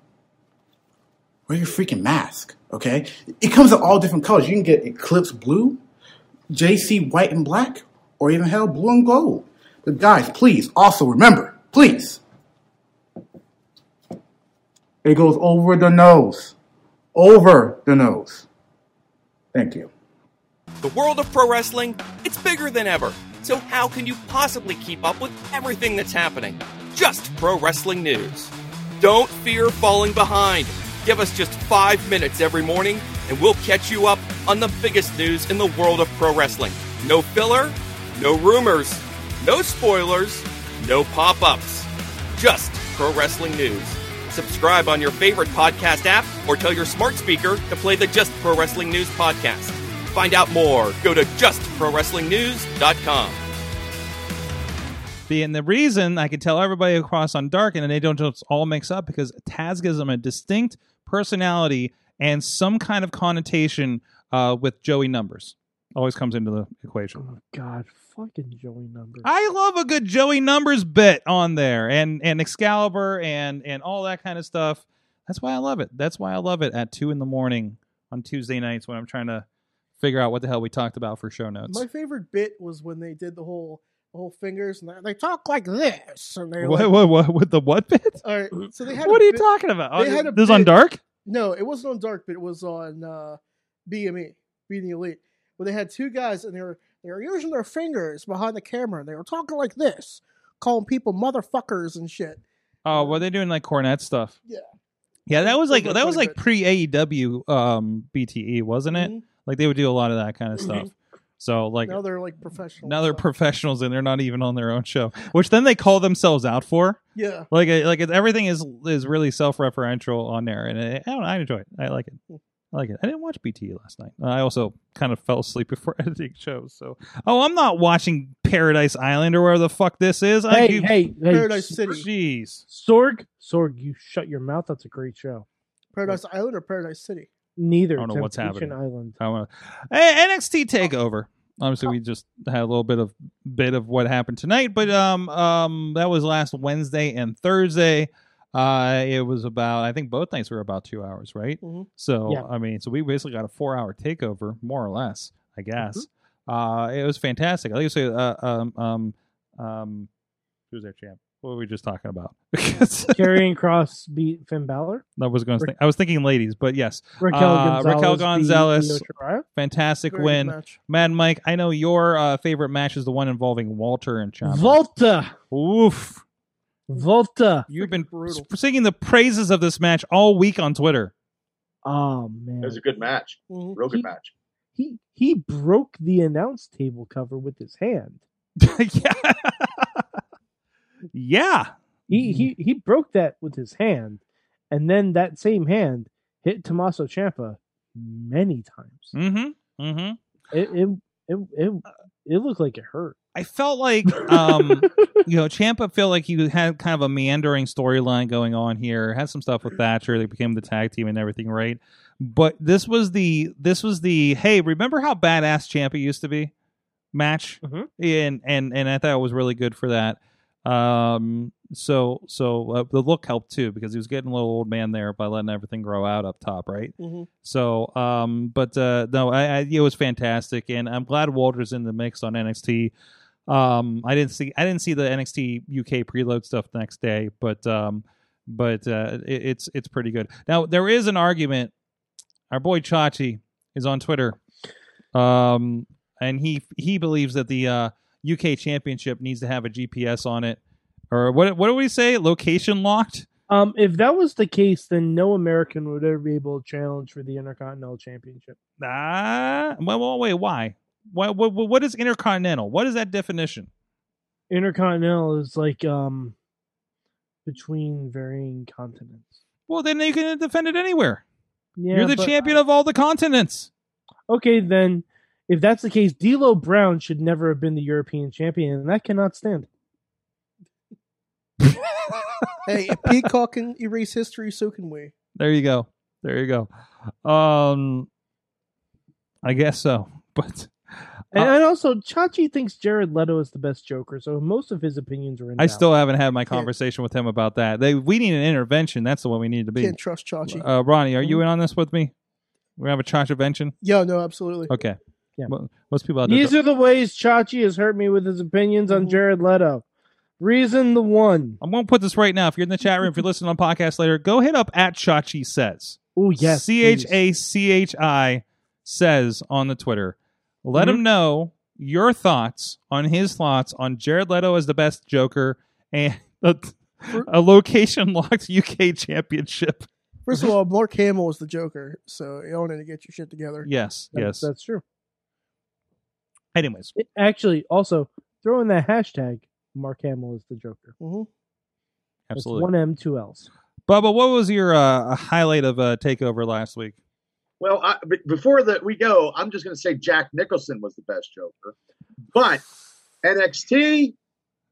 wear your freaking mask, okay? It comes in all different colors. You can get Eclipse Blue, JC White and Black, or even hell, Blue and Gold. But guys, please also remember, please, it goes over the nose. Over the nose. Thank you. The world of pro wrestling, it's bigger than ever. So how can you possibly keep up with everything that's happening? Just pro wrestling news. Don't fear falling behind. Give us just 5 minutes every morning and we'll catch you up on the biggest news in the world of pro wrestling. No filler, no rumors, No spoilers, no pop ups, just pro wrestling news. Subscribe on your favorite podcast app or tell your smart speaker to play the Just Pro Wrestling News podcast. Find out more, go to justprowrestlingnews.com. The, and the reason I could tell everybody across on Dark and they don't just all mix up because Taz gives them a distinct personality and some kind of connotation uh, with Joey numbers. Always comes into the equation. Oh God, fucking Joey number. I love a good Joey numbers bit on there and and Excalibur and and all that kind of stuff. That's why I love it. That's why I love it at two in the morning on Tuesday nights when I'm trying to figure out what the hell we talked about for show notes. My favorite bit was when they did the whole the whole fingers and they- they talk like this and they What, like, what, what, what the what bit? all right. So they had What a are you bit- talking about? Oh, they had a this is on bit- dark? No, it wasn't on Dark, but it was on uh, BME, Being the E Elite, where they had two guys and they were they were using their fingers behind the camera and they were talking like this, calling people motherfuckers and shit. Oh, were they doing like cornet stuff? Yeah. Yeah, that was like Those were that was funny like pre AEW um BTE, wasn't it? Mhm. Like they would do a lot of that kind of Mm-hmm. stuff. So like now they're like professional. now they're professionals and they're not even on their own show, which then they call themselves out for. yeah. Like it- like it, everything is is really self referential on there, and it, I don't know, I enjoy it. I like it. I like it. I didn't watch BTE last night. I also kind of fell asleep before editing shows. So oh, I'm not watching Paradise Island or where the fuck this is. I, hey, hey, hey, Paradise S- City. jeez. Sorg, Sorg, you shut your mouth. That's a great show. Paradise Island or Paradise City? Neither. I don't know what's Temptation Island. I want to. NXT Takeover. Obviously, we just had a little bit of bit of what happened tonight, but um um that was last Wednesday and Thursday. Uh, it was about I think both nights were about two hours, right? Mhm. So Yeah. I mean, so we basically got a four hour takeover, more or less, I guess. Uh, it was fantastic. I think it was uh, um um um who's our champ? What were we just talking about? Because Karrion Cross beat Finn Balor. I was going to think I was thinking ladies, but yes, Raquel Uh, Gonzalez. Raquel beat Gonzalez. Io Shirai. fantastic Very good win. match. Mad Mike, I know your uh, favorite match is the one involving Walter and Ciampa. Volta. Oof. Volta. You've been brutal. s- singing the praises of this match all week on Twitter. Oh It man. was a good match, Mm-hmm. Mhm. real good He- match. He he broke the announce table cover with his hand. yeah. yeah. He Mm-hmm. he he broke that with his hand, and then that same hand hit Tommaso Ciampa many times. Mm-hmm. Mm-hmm. It, it it it Uh, it looked like it hurt. I felt like um, you know, Champa felt like he had kind of a meandering storyline going on here. Had some stuff with Thatcher. They became the tag team and everything, right? But this was the this was the hey, remember how badass Champa used to be match, Mhm. and and and I thought it was really good for that. Um, so so uh, the look helped too because he was getting a little old man there by letting everything grow out up top, right? Mhm. So, um, but uh, no, I, I, it was fantastic, and I'm glad Walter's in the mix on NXT. Um, I didn't see I didn't see the NXT UK preload stuff the next day, but um, but uh, it, it's it's pretty good. Now there is an argument. Our boy Chachi is on Twitter, um, and he he believes that the uh, UK Championship needs to have a GPS on it, or what what do we say? Location locked. Um, if that was the case, then no American would ever be able to challenge for the Intercontinental Championship. Ah, well, well, wait, why? Why? What, what, what is intercontinental? What is that definition? Intercontinental is like um between varying continents. Well, then you can defend it anywhere. Yeah, You're the but- champion of all the continents. Okay, then if that's the case, D'Lo Brown should never have been the European champion, and that cannot stand. Hey, if Peacock can erase history, so can we. There you go. There you go. Um, I guess so. But And, Uh, and also, Chachi thinks Jared Leto is the best Joker, so most of his opinions are in. I doubt. still haven't had my conversation with him about that. They, we need an intervention. That's the one we need to be. Can't trust Mm-hmm. Chachi. Uh, Ronnie, are you in on this with me? We have a charge intervention. yeah, no, absolutely. Okay. Yeah. Well, most people out there These are the ways Chachi has hurt me with his opinions on Jared Leto. Reason the one. I'm going to put this right now. If you're in the chat room, if you're listening on podcast later, go hit up at Chachi Says. Oh yes, C H please. A C H I Says on the Twitter. Let Mm-hmm. him know your thoughts on his thoughts on Jared Leto as the best Joker and a, a location locked UK championship. First of all, Mark Hamill was the Joker, so you don't need to get your shit together. Yes, yes. That's- that's true. Anyways, It- actually, also Throw in that hashtag. Mark Hamill is the Joker. hmm That's Absolutely. one M, two L's. Bubba, what was your uh, highlight of uh, Takeover last week? Well, I, b- before that we go, I'm just going to say Jack Nicholson was the best Joker, but NXT.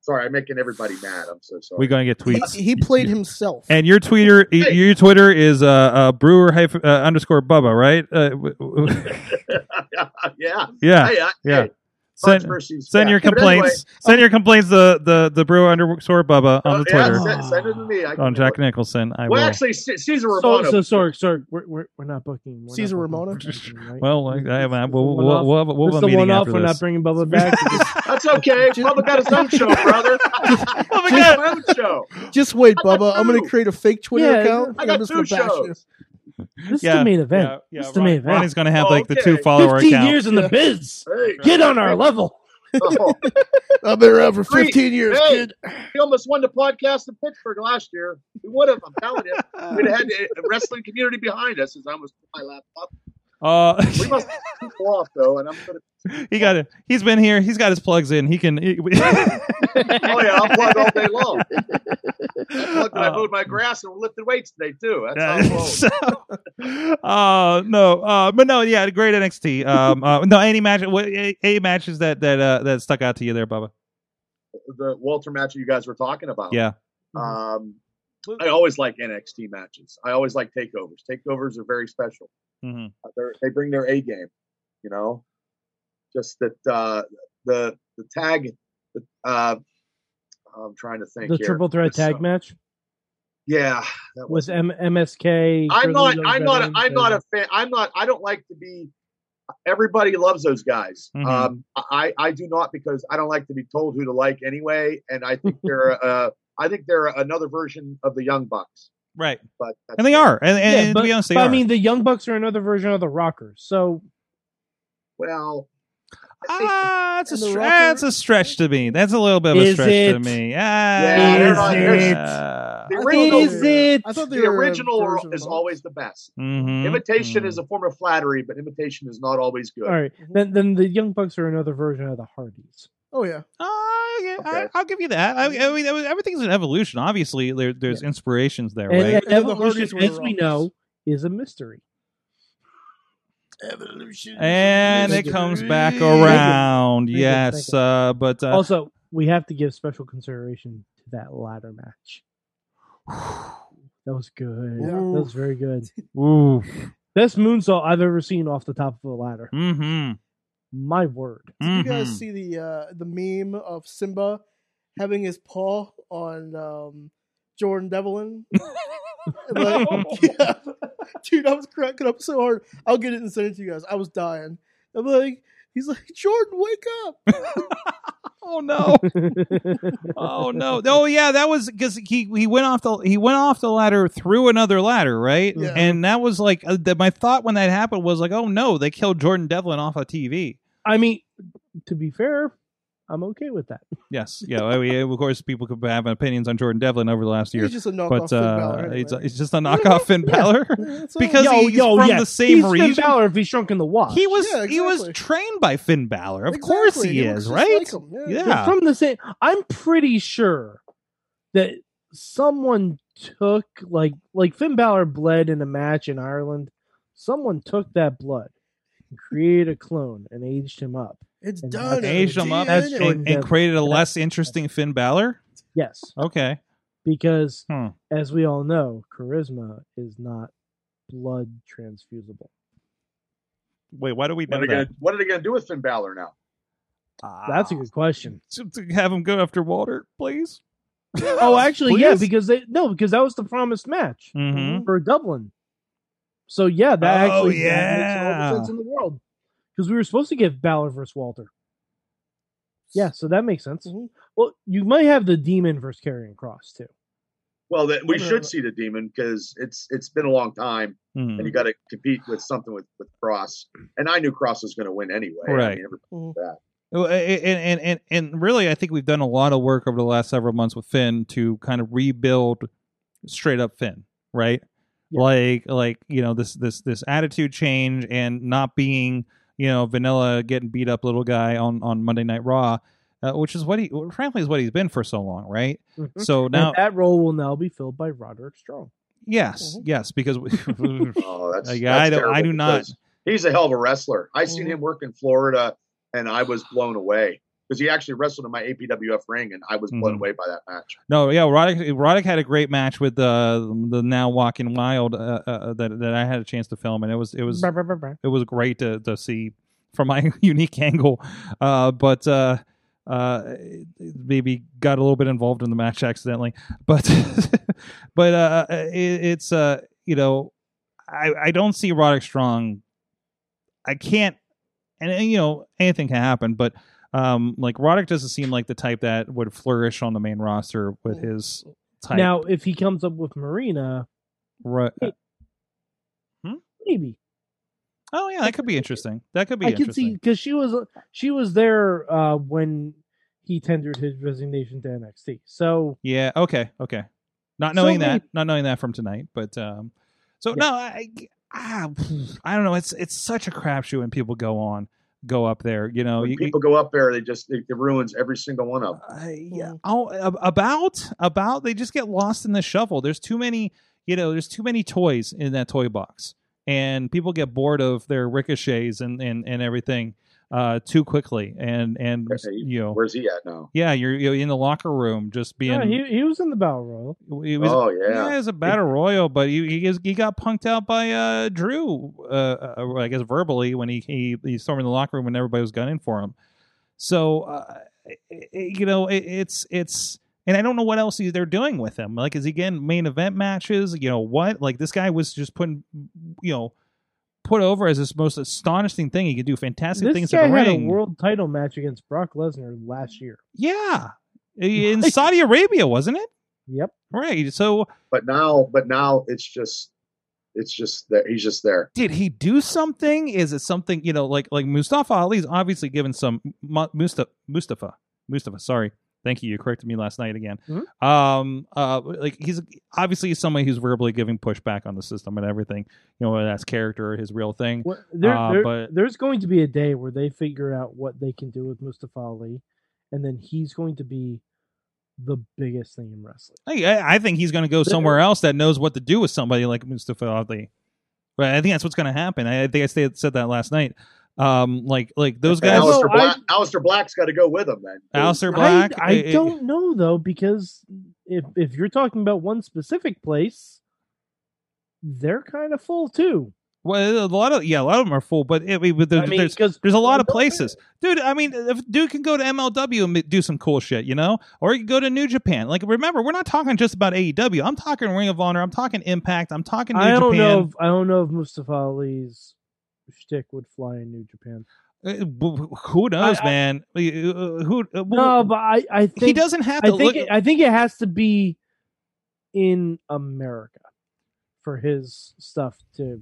Sorry, I'm making everybody mad. I'm so sorry. We're going to get He, tweets. he played himself. And your Twitter, your Twitter is uh, uh, Brewer hyphen- uh, underscore Bubba, right? Uh, w- w- yeah, yeah, Hey, I, yeah. hey, Send, controversies, send yeah. your But anyway, um, complaints. send your complaints to the the Brewer underscore Bubba on the oh, yeah, Twitter send, send it to me. I can on handle Jack it. Nicholson. I Well, will. actually, C- Caesar So, Romano. so sorry, sorry. We're, we're, we're not booking. We're Cesar not Romano? booking Bubba, right? well, I, I, I, we'll, One we'll, off. we'll have, a- we'll This have the a meeting one off. after We're not this. bringing Bubba back. That's okay. Bubba got his own show, brother. Oh my He has God. his own show. Just wait, I got Bubba. I'm two. going to create a fake Twitter Yeah, account. I and got I'm just gonna two bash you. shows. this is the main event. Yeah, yeah, this is the main Ron- event. Ronnie's going to have Oh, like the two okay. follower 15 account. years in the biz. Hey, Get on our level. oh, I've been around for Three. 15 years, Hey. kid. he almost won the podcast in Pittsburgh last year. We would have. I'm telling you. We'd have had the wrestling community behind us as I almost put my laptop. Uh, We must have people off, though, and I'm going to. he got it. He's been here. He's got his plugs in. He can. he- Oh, yeah, I'll plug all day long. I plugged when I Uh, mowed my grass and lifted weights today, too. That's Yeah, how so, uh, no, uh, but no, yeah, great NXT. Um, uh, no, any match, what, any matches that that uh, that stuck out to you there, Bubba? the Walter match you guys were talking about. Yeah. Mm-hmm. Um, I always like NXT matches. I always like takeovers. Takeovers are very special. hmm Uh, They're, they bring their A game, you know. Just that uh, the the tag. The, uh, I'm trying to think. The here. triple threat It's, tag uh, match Yeah, that was. with M- MSK. I'm not. Grizzled I'm not. A, Veterans, I'm not uh, a fan. I'm not. I don't like to be. Everybody loves those guys. Mhm. Um, I I do not because I don't like to be told who to like anyway, and I think they're. Uh, I think they're another version of the Young Bucks, Right, but that's and they it. are, and, and, Yeah, and but, to be honest, they but are. I mean, the Young Bucks are another version of the Rockers. So Well, I think- Ah, that's a And The str- Rocker- that's a stretch to me. That's a little bit of a Is stretch to it? me. Yeah, they're Ah, not- they're- the I thought original, they Is were- it- I thought they the were a original are- version of is both. always the best. Mhm, Imitation mhm. is a form of flattery, but imitation is not always good. Mm-hmm. all right, then then the Young Bucks are another version of the Hardys. Oh, yeah. Oh, yeah, I, Okay. I'll give you that. I, I mean, everything's an evolution. Obviously, there, there's inspirations there, And, right? and And then the evolution, Hardys were as the we Rockers. know, is a mystery. Evolution. And it Thank you. comes back around. Thank you, yes, thank you. uh, but uh, also, we have to give special consideration to that ladder match. Oh. That was good. Yeah. That was very good. ooh, Best moonsault I've ever seen off the top of a ladder. mm-hmm, My word. Did you guys see the uh, the meme of Simba having his paw on um, Jordan Devlin? like, yeah. Dude, I was cracking up so hard. I'll get it and send it to you guys. I was dying. I'm like, he's like, Jordan, wake up. Oh no! Oh no! Oh yeah, that was because he he went off the he went off the ladder through another ladder, right? Yeah. And that was like uh, the, my thought when that happened was like, oh no, they killed Jordan Devlin off of TV. I mean, to be fair, I'm okay with that. Yes, yeah. I mean, of course, people could have opinions on Jordan Devlin over the last year, He's just a knockoff but Finn uh, Balor it's, anyway. it's just a knockoff Finn Balor. Yeah, that's all. because- yo, he's yo, from yeah. the Oh, same he's region. Finn Balor if he's shrunk in the wash. He was Yeah, he was exactly. trained by Finn Balor. Of Exactly. course he, He looks is, just right? like him, yeah. yeah. They're from the same. I'm pretty sure that someone took like like Finn Balor bled in a match in Ireland. Someone took that blood, created a clone, and aged him up. it's and done. that's aged him up That's and, Jordan and Devlin. created a less interesting Finn Balor. Yes, Okay. because Hmm. as we all know, charisma is not blood transfusible. Wait, why do we What know are, they gonna, that? Ah. what are they going to do with Finn Balor now? That's a good question. to, to have him go after Walter, please. Oh, actually, yeah, Please? because they no, because that was the promised match Mhm. for Dublin. So yeah, that Oh, actually that makes all yeah. the sense in the world because we were supposed to give Balor versus Walter. Yeah, so that makes sense. Mhm. Well, you might have the Demon versus Carrying Cross too. Well, that we Wonder- should see the demon because it's it's been a long time, Mhm. Mm-hmm. and you got to compete with something with with Cross. And I knew Cross was going to win anyway. I Right. mean, every- Well, a- a- and, and and and really, I think we've done a lot of work over the last several months with Finn to kind of rebuild straight up Finn, right? Yeah. Like like you know this this this attitude change and not being you know vanilla getting beat up little guy on on Monday Night Raw. uh, which is what he, frankly, is what he's been for so long, right? Mhm. So now, And that role will now be filled by Roderick Strong. yes, Mm-hmm. yes, because we, Oh, that's, Uh, yeah, I that's don't- I terrible do not- because He's a hell of a wrestler. I seen him work in Florida, and I was blown away because he actually wrestled in my APWF ring, and I was Mhm. blown away by that match. no, yeah, Roddick, Roddick had a great match with uh, the the now Walking Wild uh, uh, that that I had a chance to film, and it was it was Brr, brr, brr, brr. it was great to, to see from my unique angle. Uh, but uh, uh, maybe got a little bit involved in the match accidentally. But but uh, it, it's uh, you know I, I don't see Roddick Strong. I can't, and, and, you know anything can happen, but. Um, like Roddick doesn't seem like the type that would flourish on the main roster with his type. Now, if he comes up with Marina, Ro- maybe oh yeah, that could be interesting. That could be I could see interesting. because she was she was there uh, when he tendered his resignation to NXT. So Yeah. Okay. Okay. Not So knowing that, maybe- not knowing that from tonight, but um, so Yeah. no, I, ah, I don't know. It's it's such a crapshoot when people go on, go up there. You know, When you, people go up there, they just it, it ruins every single one of them. uh, Mm. yeah, oh, ab- about about they just get lost in the shovel. There's too many, you know, there's too many toys in that toy box, and people get bored of their ricochets and and and everything uh too quickly, and and Okay, you know. Where's he at now? Yeah, you're, you're in the locker room, just being. yeah, he, he was in the battle royal. it was- oh Yeah, yeah, it's a battle royal, but he he, is, he got punked out by uh, Drew, uh, uh, I guess verbally when he, he he stormed in the locker room when everybody was gunning for him. So uh, i- i- you know it, it's it's and I don't know what else he- they're doing with him. Like is he getting main event matches? You know what? Like this guy was just putting you know put over as this most astonishing thing. He could do fantastic This things guy in the had ring. a world title match against Brock Lesnar last year. yeah, in Saudi Arabia, wasn't it? Yep. Right. So but now, but now it's just, it's just that he's just there. did he do something? Is it something you know, like like Mustafa Ali's obviously given some Mu- Musta, Mustafa Mustafa. Sorry, thank you. You corrected me last night again. Mm-hmm. Um, uh, like he's obviously somebody who's verbally giving pushback on the system and everything. You know, whether that's character or his real thing. Well, there, Uh, there- but- there's going to be a day where they figure out what they can do with Mustafa Ali, and then he's going to be the biggest thing in wrestling. I, I- I think he's going to go somewhere else that knows what to do with somebody like Mustafa Ali. But I think that's what's going to happen. I, I think I said said that last night. Um, like like those And guys. Also, Alistair, I- Black, Alistair Black's got to go with him then. Alistair I- Black. I, eh, eh, don't know though because if if you're talking about one specific place, they're kind of full too. Well, a lot of yeah, a lot of them are full, but I mean, but there- I mean, there's 'cause- there's a lot of places, dude. I mean, if dude can go to MLW and do some cool shit, you know, or he can go to New Japan. Like, remember, we're not talking just about AEW. I'm talking Ring of Honor. I'm talking Impact. I'm talking New I don't Japan. know. If, I don't know if Mustafa Ali's shtick would fly in New Japan. Uh, w- w- Who knows, I- I- man? Uh, Who? uh, No, well, but I I think he doesn't have I to think look. it, I think it has to be in America for his stuff to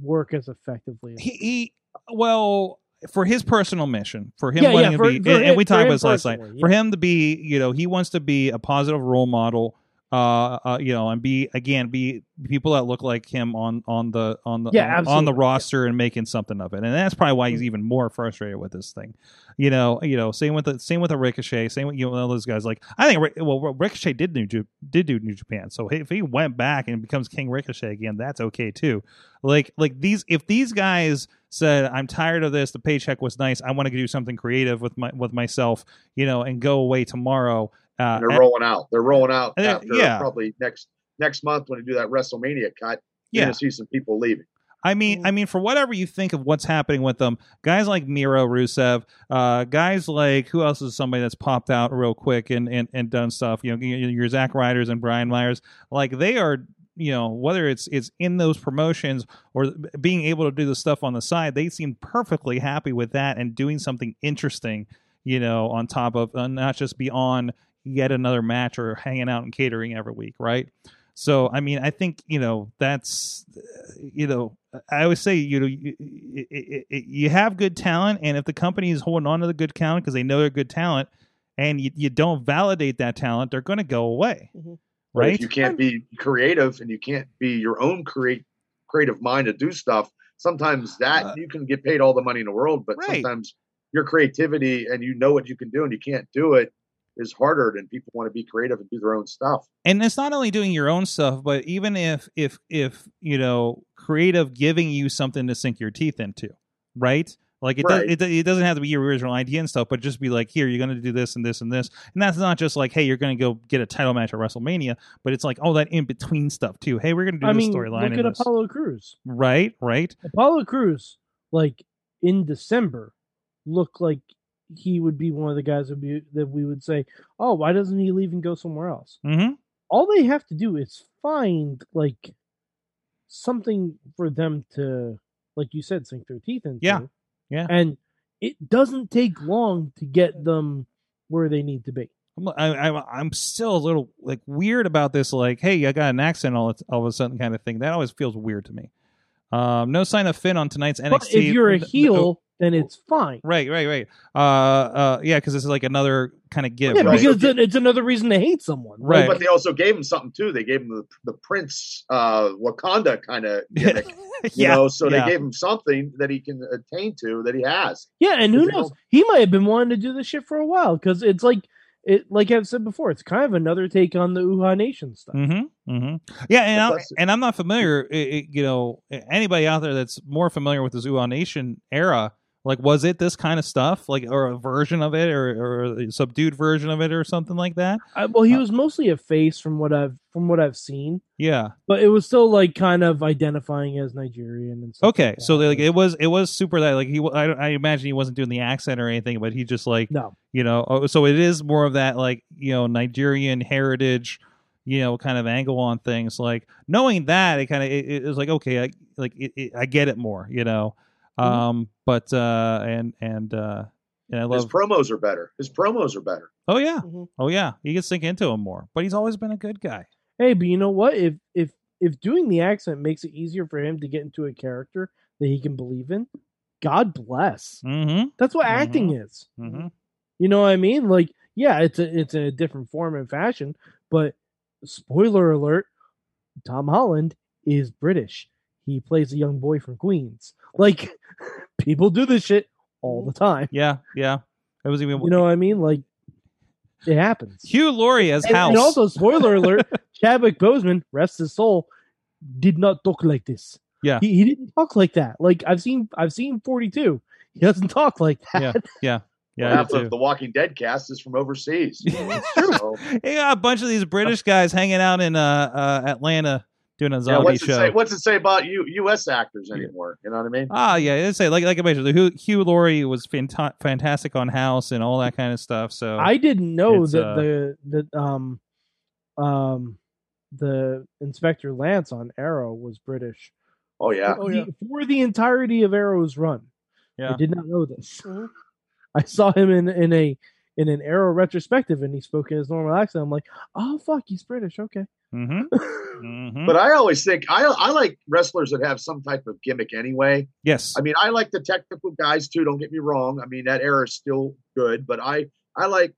work as effectively. as- he, he well for his personal mission for him Yeah, yeah, wanting for- to be for and, and him- we for talked him about this last night personally, for yeah. him to be you know he wants to be a positive role model uh, uh you know and be again be people that look like him on on the on the Yeah, on, on the absolutely, yeah. roster and making something of it and that's probably why he's even more frustrated with this thing you know you know same with the same with the ricochet same with you know all those guys like i think Ri- well ricochet did new Ju- did do new japan so if he went back and becomes king ricochet again that's okay too like like these if these guys said i'm tired of this the paycheck was nice i want to do something creative with my with myself you know and go away tomorrow uh, And they're rolling out. They're rolling out And they're- after yeah. probably next next month when they do that WrestleMania cut. You're yeah gonna see some people leaving. I mean, I mean, for whatever you think of what's happening with them, guys like Miro Rusev, uh, guys like who else is somebody that's popped out real quick and and, and done stuff. You know, y- y- your Zack Riders and Brian Myers, like they are. You know, whether it's it's in those promotions or b- being able to do the stuff on the side, they seem perfectly happy with that and doing something interesting. You know, on top of uh, not just be on yet another match or hanging out and catering every week, right? So I mean, I think you know that's uh, you know I always say you know you, you, you have good talent, and if the company is holding on to the good talent because they know they're good talent, and you, you don't validate that talent, they're going to go away, Mhm. But right? If you can't be creative and you can't be your own create creative mind to do stuff, sometimes that Uh, you can get paid all the money in the world, but Right. sometimes your creativity and you know what you can do and you can't do it is harder than people want to be creative and do their own stuff. and it's not only doing your own stuff but even if if if you know creative giving you something to sink your teeth into right like it, Right. does, it, do- it doesn't have to be your original idea and stuff but just be like here you're going to do this and this and this and that's not just like hey you're going to go get a title match at wrestlemania but it's like all that in between stuff too hey we're going to do I this mean, storyline look and at this. Apollo Cruz. right right Apollo Cruz, like in December, looked like he would be one of the guys that be, that we would say, "Oh, why doesn't he leave and go somewhere else?" mm-hmm All they have to do is find like something for them to, like you said, sink their teeth into. Yeah. Yeah. and it doesn't take long to get them where they need to be. I'm, I, I, I'm still a little like weird about this. Like, hey, I got an accent all, all of a sudden, kind of thing. That always feels weird to me. Um, no sign of Finn on tonight's NXT. but if you're a No- heel, then it's fine. oh, right, right, right. Uh, uh, yeah, because it's like another kind of give. Yeah, right? because then it's another reason to hate someone. Right. But they also gave him something too. They gave him the, the Prince uh, Wakanda kind of gimmick, you yeah, know. So yeah. they gave him something that he can attain to that he has. Yeah, and who Is it knows? all- He might have been wanting to do this shit for a while because it's like it, like I've said before, it's kind of another take on the Uha Nation stuff. Mm-hmm. Mm-hmm. Yeah, and I'm, Plus- and I'm not familiar. i i you know, anybody out there that's more familiar with the Zua Nation era, like, was it this kind of stuff, like, or a version of it, or, or a subdued version of it, or something like that? I, well, he Uh, was mostly a face from what I've from what I've seen, Yeah. but it was still like kind of identifying as Nigerian and stuff. Okay, like so that. like it was it was super that like he wa- I, don't- I imagine he wasn't doing the accent or anything, but he just like no, you know oh, so it is more of that like you know Nigerian heritage you know kind of angle on things like knowing that it kind of it, it was like okay I like it, it, I get it more you know Mm-hmm. um but uh and and uh and I His love promos are better. His promos are better. oh yeah Mm-hmm. Mhm. oh yeah he can sink into him more but he's always been a good guy hey, but you know what? If if if doing the accent makes it easier for him to get into a character that he can believe in, God bless. mm-hmm That's what acting is. mm-hmm You know what I mean? Like, yeah, it's a, it's in a different form and fashion, but spoiler alert: Tom Holland is British. He plays a young boy from Queens. Like, people do this shit all the time. yeah yeah it was even You know what I mean? Like, it happens. Hugh Laurie as And, House and also, spoiler alert: Chadwick Boseman, rest his soul, did not talk like this. Yeah. he, he didn't talk like that. Like I've seen, I've seen Forty Two. He doesn't talk like that. Yeah. yeah I Half did too. of the Walking Dead cast is from overseas. It's So, They got a bunch of these British guys hanging out in uh, uh, Atlanta doing a yeah, zombie what's it show. say? What's it say about you U.S. actors anymore? You know what I mean? ah, yeah, they say like like I mentioned, the Hugh, Hugh Laurie was fanta- fantastic on House and all that kind of stuff. So I didn't know It's, that uh, the that um um the Inspector Lance on Arrow was British. Oh yeah. Oh, yeah. The- for the entirety of Arrow's run. Yeah. I did not know this. Mhm. I saw him in in a in an Arrow retrospective and he spoke in his normal accent. I'm like, "Oh fuck, he's British." Okay. hmm hmm But I always think I I like wrestlers that have some type of gimmick anyway. yes, I mean, I like the technical guys too. Don't get me wrong. I mean, that era is still good, but I I like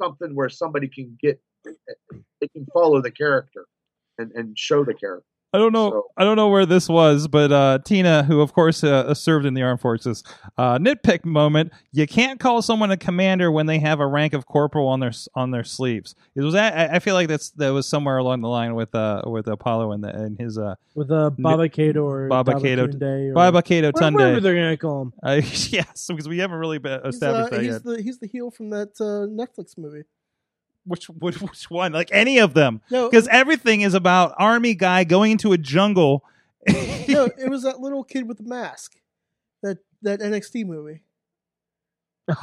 something where somebody can get they can follow the character and, and show the character. I don't know. So- I don't know where this was, but uh, Tina, who of course uh, served in the armed forces, uh, nitpick moment: you can't call someone a commander when they have a rank of corporal on their on their sleeves. It was I, I feel like that's that was somewhere along the line with uh, with Apollo and, the, and his uh, With uh, Baba Kato or Baba Kato- Tunde or Baba Kato or whatever Tunde. they're going to call him. Uh, yes, because we haven't really been He's, uh, established that he's yet. the he's the heel from that uh, Netflix movie. Which, which which one? Like any of them? No, Because everything is about army guy going into a jungle. no, it was that little kid with the mask. That that NXT movie.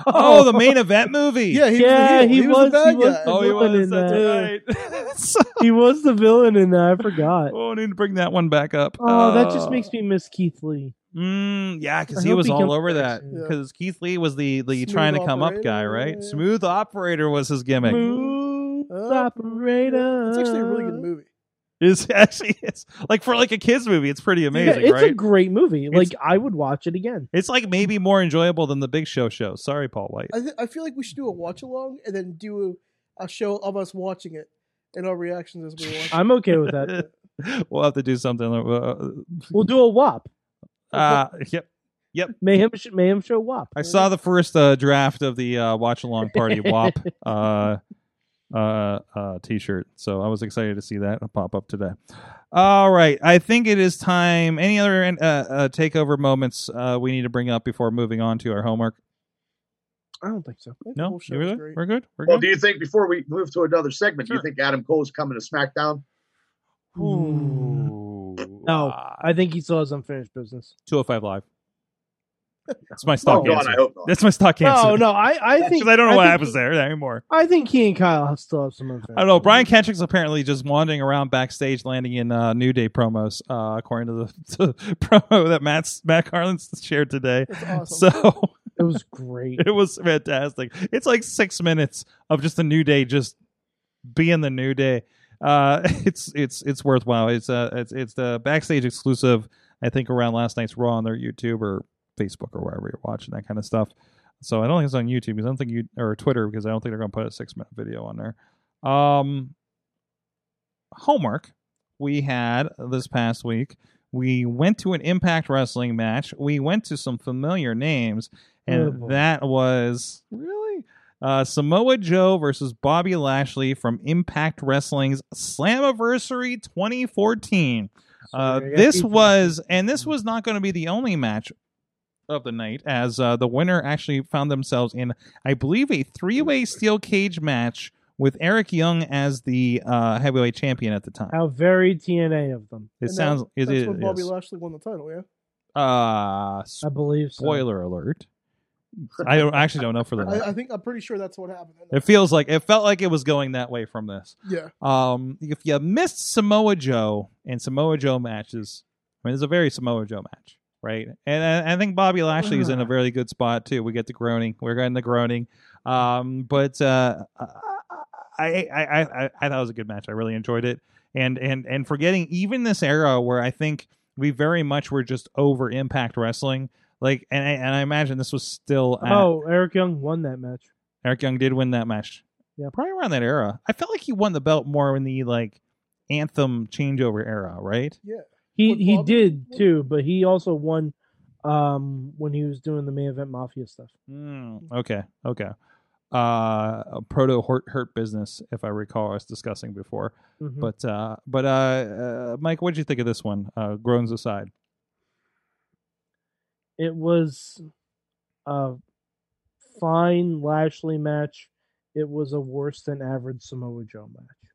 Oh, the main event movie. Yeah, he Yeah, was the heel. he was, the was- bad he was guy. the- Oh, he Villain was. in That's that. right. So- he was the villain in that. I forgot. oh, I need to bring that one back up. Oh, that just Uh, makes me miss Keith Lee. Mm, yeah, because I he hope was he all comes over that. back soon. Yeah. Because Keith Lee was the the Smooth trying to come up guy, operator, right? yeah. Smooth operator was his gimmick. Smooth Oh, operator. It's actually a really good movie. Is actually it's like for like a kids movie, it's pretty amazing, Yeah, it's right? a great movie. Like It's- I would watch it again. It's like maybe more enjoyable than the Big Show show. Sorry, Paul White. I th- I feel like we should do a watch along and then do a, a show of us watching it and our reactions as we watch. it. I'm okay with that. we'll have to do something. Uh, We'll do a WAP. uh, yep. Yep. Mayhem, Sh- Mayhem Show WAP. I saw the first uh, draft of the uh, watch along party WAP uh, uh, uh, T-shirt, so I was excited to see that pop up today. All right, I think it is time. Any other uh, uh, takeover moments uh, we need to bring up before moving on to our homework? I don't think so. No, Bullshit you was good? great. We're good. We're Well, good. do you think before we move to another segment, do Mm-hmm. Sure. you think Adam Cole is coming to SmackDown? No, Ah. I think he saw his unfinished business. 205 live. That's my stock Oh, God, answer. I hope not. That's my stock answer. No, no, I, I think because I don't know what think- happens there anymore. I think he and Kyle still have some unfinished. I don't know. Brian business. Kendrick's apparently just wandering around backstage, landing in uh, New Day promos, uh, according to the to promo that Matt's, Matt Carlin's shared today. That's awesome. So It was great. it was fantastic. It's like six minutes of just a New Day just being the New Day. Uh, it's it's it's worthwhile. It's uh it's it's the backstage exclusive. I think around last night's Raw on their YouTube or Facebook or wherever you're watching that kind of stuff. So I don't think it's on YouTube because I don't think you or Twitter because I don't think they're going to put a six minute video on there. Um, homework we had this past week. We went to an Impact Wrestling match. We went to some familiar names, Oh, and boy. that was really uh, Samoa Joe versus Bobby Lashley from Impact Wrestling's Slammiversary 2014. Uh, Sorry, I got this beat. was, and this was not going to be the only match of the night, as uh, the winner actually found themselves in, I believe, a three-way steel cage match with Eric Young as the uh, heavyweight champion at the time. how very TNA of them. It And that- sounds. it, That's it, when Bobby yes. Lashley won the title, yeah. Uh, I believe. So. spoiler alert. I don't, I actually don't know for the. night. I, I think I'm pretty sure that's what happened. uh, It feels like it felt like it was going that way from this. yeah, Um, if you missed Samoa Joe and Samoa Joe matches, I mean, it's a very Samoa Joe match, right? And I, I think Bobby Lashley is in a very good spot too. We get the groaning, we're getting the groaning. Um, but uh, I, I, I, I, I thought it was a good match. I really enjoyed it. And and and forgetting even this era where I think we very much were just over Impact Wrestling. Like, and I, and I imagine this was still at, Oh, Eric Young won that match. Eric Young did win that match. Yeah. probably around that era. I felt like he won the belt more in the like anthem changeover era, right? He What, he Bobby? did too, but he also won um when he was doing the main event mafia stuff. okay, okay. Uh, proto hurt, hurt business, if I recall us discussing before. Mhm. But uh, but uh, uh, Mike, what did you think of this one? Uh, groans aside, it was a fine Lashley match. It was a worse than average Samoa Joe match.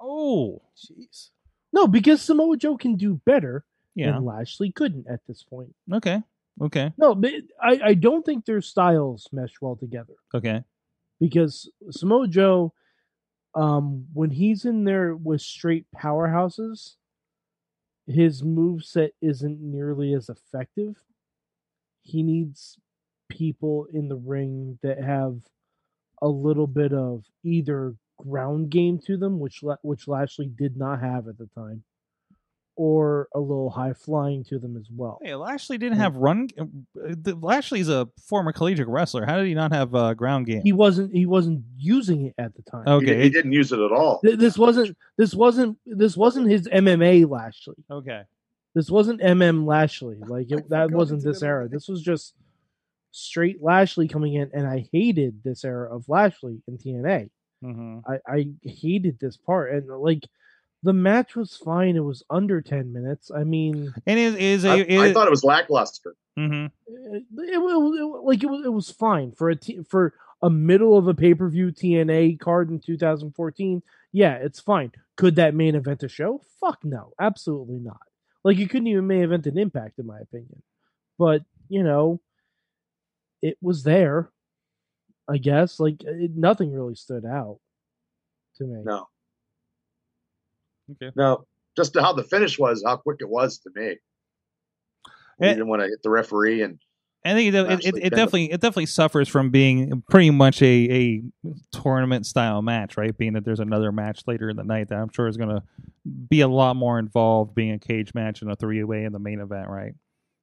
oh jeez. No, because Samoa Joe can do better, yeah, and Lashley couldn't at this point. okay, okay, No, but I, I don't think their styles mesh well together okay, because Samoa Joe, um, when he's in there with straight powerhouses, his moveset isn't nearly as effective. He needs people in the ring that have a little bit of either ground game to them, which La- which Lashley did not have at the time, or a little high flying to them as well. Hey, Lashley didn't have run. uh, the- Lashley's a former collegiate wrestler. How did he not have uh, ground game? He wasn't he wasn't using it at the time. okay, He, he didn't use it at all. Th- this wasn't this wasn't this wasn't his MMA Lashley. okay. This wasn't MM Lashley. Like I it, that forgot wasn't it's this MMA. era. This was just straight Lashley coming in, and I hated this era of Lashley in TNA. Mm-hmm. I, I hated this part, and like the match was fine. It was under ten minutes. I mean, And it is a. I, it- I thought it was lackluster. Mhm. it, it, wa- it wa- like it was it was fine for a t- for a middle of a pay per view TNA card in 2014. Yeah, it's fine. Could that main event a show? Fuck no, absolutely not. Like you couldn't even main event an impact in my opinion. But you know, it was there. I guess like uh, it, nothing really stood out to me. No. No, just how the finish was, how quick it was to me. Eh. Even when I hit the referee, and I think it, it, it, Actually, it kind of. definitely it definitely suffers from being pretty much a, a tournament style match, right? Being that there's another match later in the night that I'm sure is going to be a lot more involved, being a cage match and a three way in the main event, right?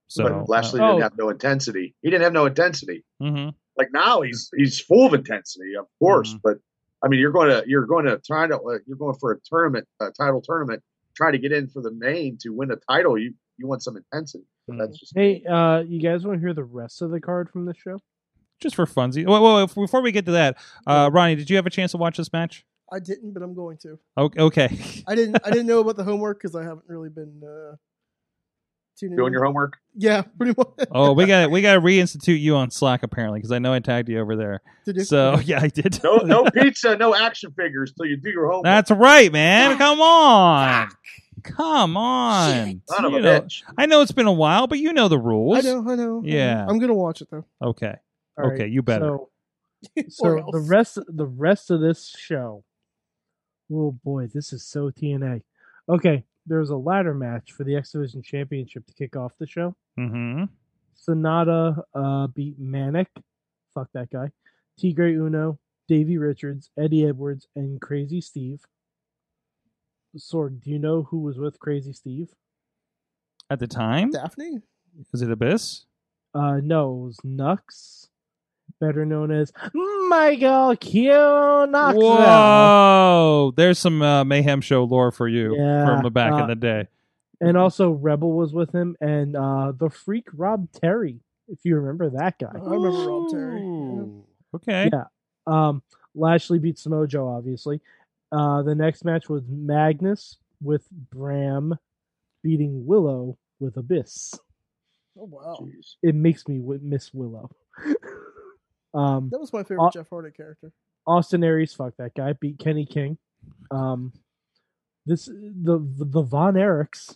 So uh, but Lashley Oh. didn't have no intensity. He didn't have no intensity. hmm Like now, he's he's full of intensity, of course. Mhm. But I mean, you're going to you're going to try to uh, you're going for a tournament, a title tournament, try to get in for the main to win a title. You You want some intensity. Mm-hmm. That's just Hey, uh, you guys want to hear the rest of the card from this show? Just for funsies. Whoa, whoa, whoa, before we get to that, uh, Ronnie, did you have a chance to watch this match? I didn't, but I'm going to. O- Okay. I didn't. I didn't know about the homework because I haven't really been uh, tuning doing in. your homework. Yeah, pretty much. Oh, we got to we got to reinstitute you on Slack apparently because I know I tagged you over there. Did you- So yeah, I did. No, no pizza, no action figures till you do your homework. That's right, man. Come on, come on. Son of a You know- bitch. I know it's been a while, but you know the rules. I know. I know. Yeah. I'm gonna watch it though. Okay. All Okay, you better. So, Or so the else. rest the rest of this show. Oh boy, this is so TNA. Okay, there's a ladder match for the X Division Championship to kick off the show. Mm-hmm. Sonata uh, beat Manic. Fuck that guy. Tigre Uno, Davey Richards, Eddie Edwards, and Crazy Steve. Sorg, do you know who was with Crazy Steve? At the time, Daphne. was it Abyss? Uh, no, it was Nux, better known as Michael Q. Knoxville. Whoa! There's some uh, mayhem show lore for you Yeah, from the back uh, in the day. And also Rebel was with him, and uh, the freak Rob Terry, if you remember that guy. I remember Rob Terry. Ooh. Okay. Yeah. Um, Lashley beats Samojo, obviously. Uh, the next match was Magnus with Bram beating Willow with Abyss. Oh wow, Jeez. It makes me w- miss Willow. um, that was my favorite Uh, Jeff Hardy character. Austin Aries, fuck that guy, beat Kenny King. Um, this the the Von Erichs,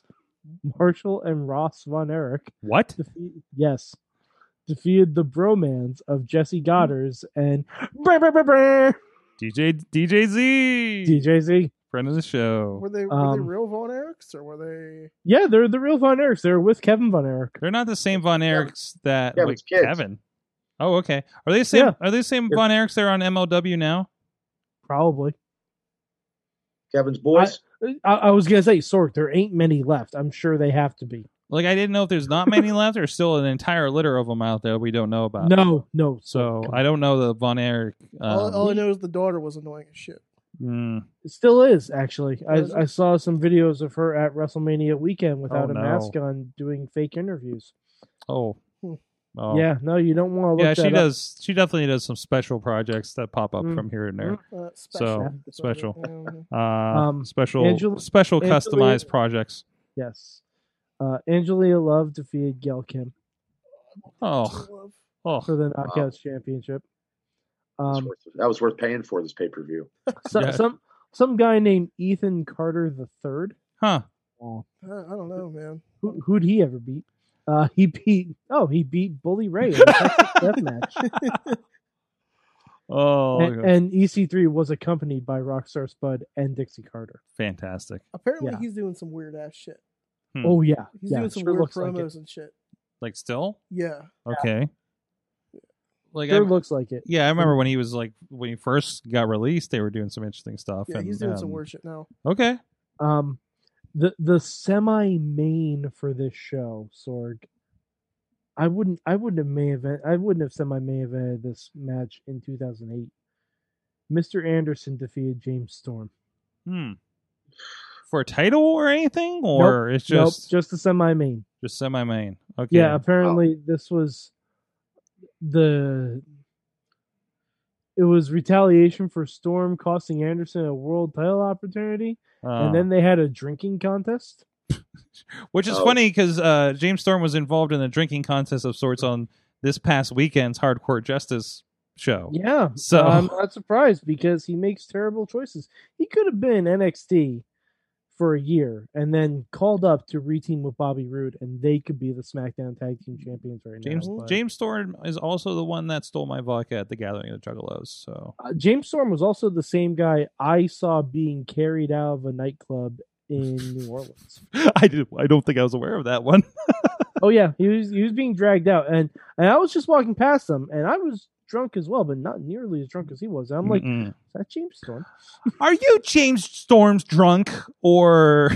Marshall and Ross Von Erich What? defeat, yes, defeated the bromans of Jesse Goddard's and brr, brr, brr, brr, DJ DJ Z, DJ Z. friend of the show. Were they were they um, real Von Erichs or were Yeah, they're the real Von Erichs. They're with Kevin Von Erich. They're not the same Von Erichs that Kevin's like kids. Kevin. Oh, okay. Are they the same? Yeah. Are they the same They're- Von Erichs that are on MLW now? Probably. Kevin's boys. I, I was gonna say, Sork, there ain't many left. I'm sure they have to be. Like I didn't know if there's not many left, or still an entire litter of them out there we don't know about. No, Oh, no. So Sork. I don't know the Von Erich. they? all, Um, all I know is the daughter was annoying as shit. mm, it still is actually. Is it? I, I saw some videos of her at WrestleMania weekend without Oh, a no. mask on, doing fake interviews. oh. Hmm. Oh. Yeah, no, you don't want to look. Yeah, that she up. does. She definitely does some special projects that pop up Mm. from here and there. Uh, So, special. special. Mhm. Uh, Um, special, Angela- special Angela- customized projects. Yes. Uh, Angelia Love defeated Gail Kim Oh, oh, for the Knockouts Championship. That's Um, worth- that was worth paying for this pay per view. so, Yeah. some some guy named Ethan Carter the third. huh. I, I don't know, man. Who, who'd he ever beat? Uh, he beat. Oh, he beat Bully Ray in a Texas death match. Oh, and, and EC3 was accompanied by Rockstar Spud and Dixie Carter. fantastic! Apparently, Yeah. he's doing some weird ass shit. Hmm. Oh yeah, He's yeah, doing some sure weird looks like it. promos and shit. Like still, Yeah, okay. Like, Sure I, looks like it. yeah, I remember when he was like when he first got released, they were doing some interesting stuff. yeah, and, he's doing some um, weird shit now. Okay, Um, the the semi main for this show, Sorg. I wouldn't. I wouldn't have main event. I wouldn't have semi main evented this match in 2008. Mr. Anderson defeated James Storm. hmm. For a title or anything, or it's just nope, just the semi main. just semi main. Okay, Yeah, apparently this was the it was retaliation for Storm costing Anderson a world title opportunity, Uh, and then they had a drinking contest. which is Oh. funny because uh, James Storm was involved in a drinking contest of sorts on this past weekend's Hardcore Justice show. Yeah, So- I'm not surprised because he makes terrible choices. He could have been NXT for a year and then called up to reteam with Bobby Roode, and they could be the SmackDown Tag Team Champions right James now. but- James Storm is also the one that stole my vodka at the Gathering of the Juggalos. So Uh, James Storm was also the same guy I saw being carried out of a nightclub in New Orleans. I did. I don't think I was aware of that one. Oh yeah, he was he was being dragged out, and and I was just walking past him, and I was drunk as well, but not nearly as drunk as he was. I'm like, is Mm-mm. that James Storm? are you James Storm's drunk or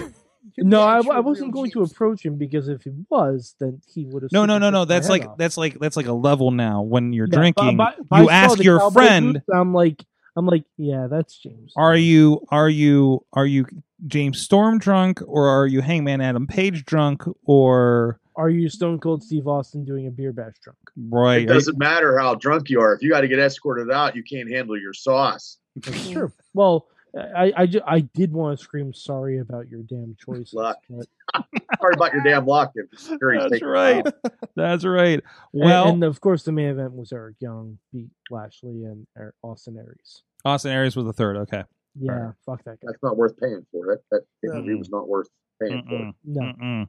No, I, You're I real wasn't going to James. approach him because if he was, then he would have. no? No, no, no. superkicked my That's head like off. that's like that's like a level now when you're Yeah, drinking. but- but- but you I saw ask the your cowboy friend- boots, I'm like, I'm like, yeah, that's James. Are you are you are you James Storm drunk or are you Hangman Adam Page drunk or Are you Stone Cold Steve Austin doing a beer bash drunk? right? It doesn't matter how drunk you are. If you got to get escorted out, you can't handle your sauce. That's true. Well, I I, ju- I did want to scream sorry about your damn choice. Luck. Sorry about your damn luck. If Curry's That's taking it right. out. That's right. Well, Well, and, of course the main event was Eric Young beat Lashley and Eric Austin Aries. Austin Aries was the third. Okay. Yeah, Alright. fuck that guy. That's not worth paying for. That that Yeah. injury was not worth paying for. Mm-mm. No, Mm-mm.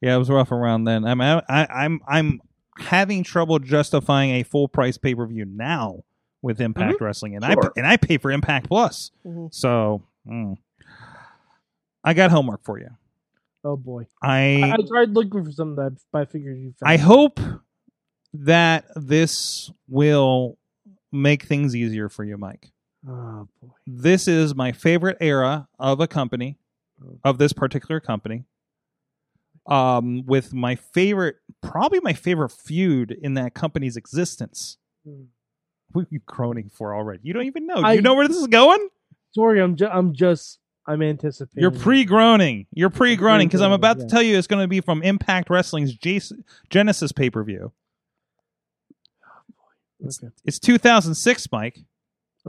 Yeah, it was rough around then. I'm I, I'm I'm having trouble justifying a full price pay per view now with Impact Wrestling, and I Mm-hmm. Sure. and I pay for Impact Plus. Mhm. So mm. I got homework for you. oh boy. I, I I tried looking for something that I figured you. Found I hope that this will make things easier for you, Mike. Oh boy. this is my favorite era of a company of this particular company um with my favorite probably my favorite feud in that company's existence Hmm. what are you groaning for already you don't even know Do I- you know where this is going Sorry, I'm ju- I'm just I'm anticipating. you're pre-groaning you're pre-groaning because i'm Pre-groaning, about to yeah. tell you it's going to be from impact wrestling's Jas- genesis pay-per-view Okay. it's 2006 mike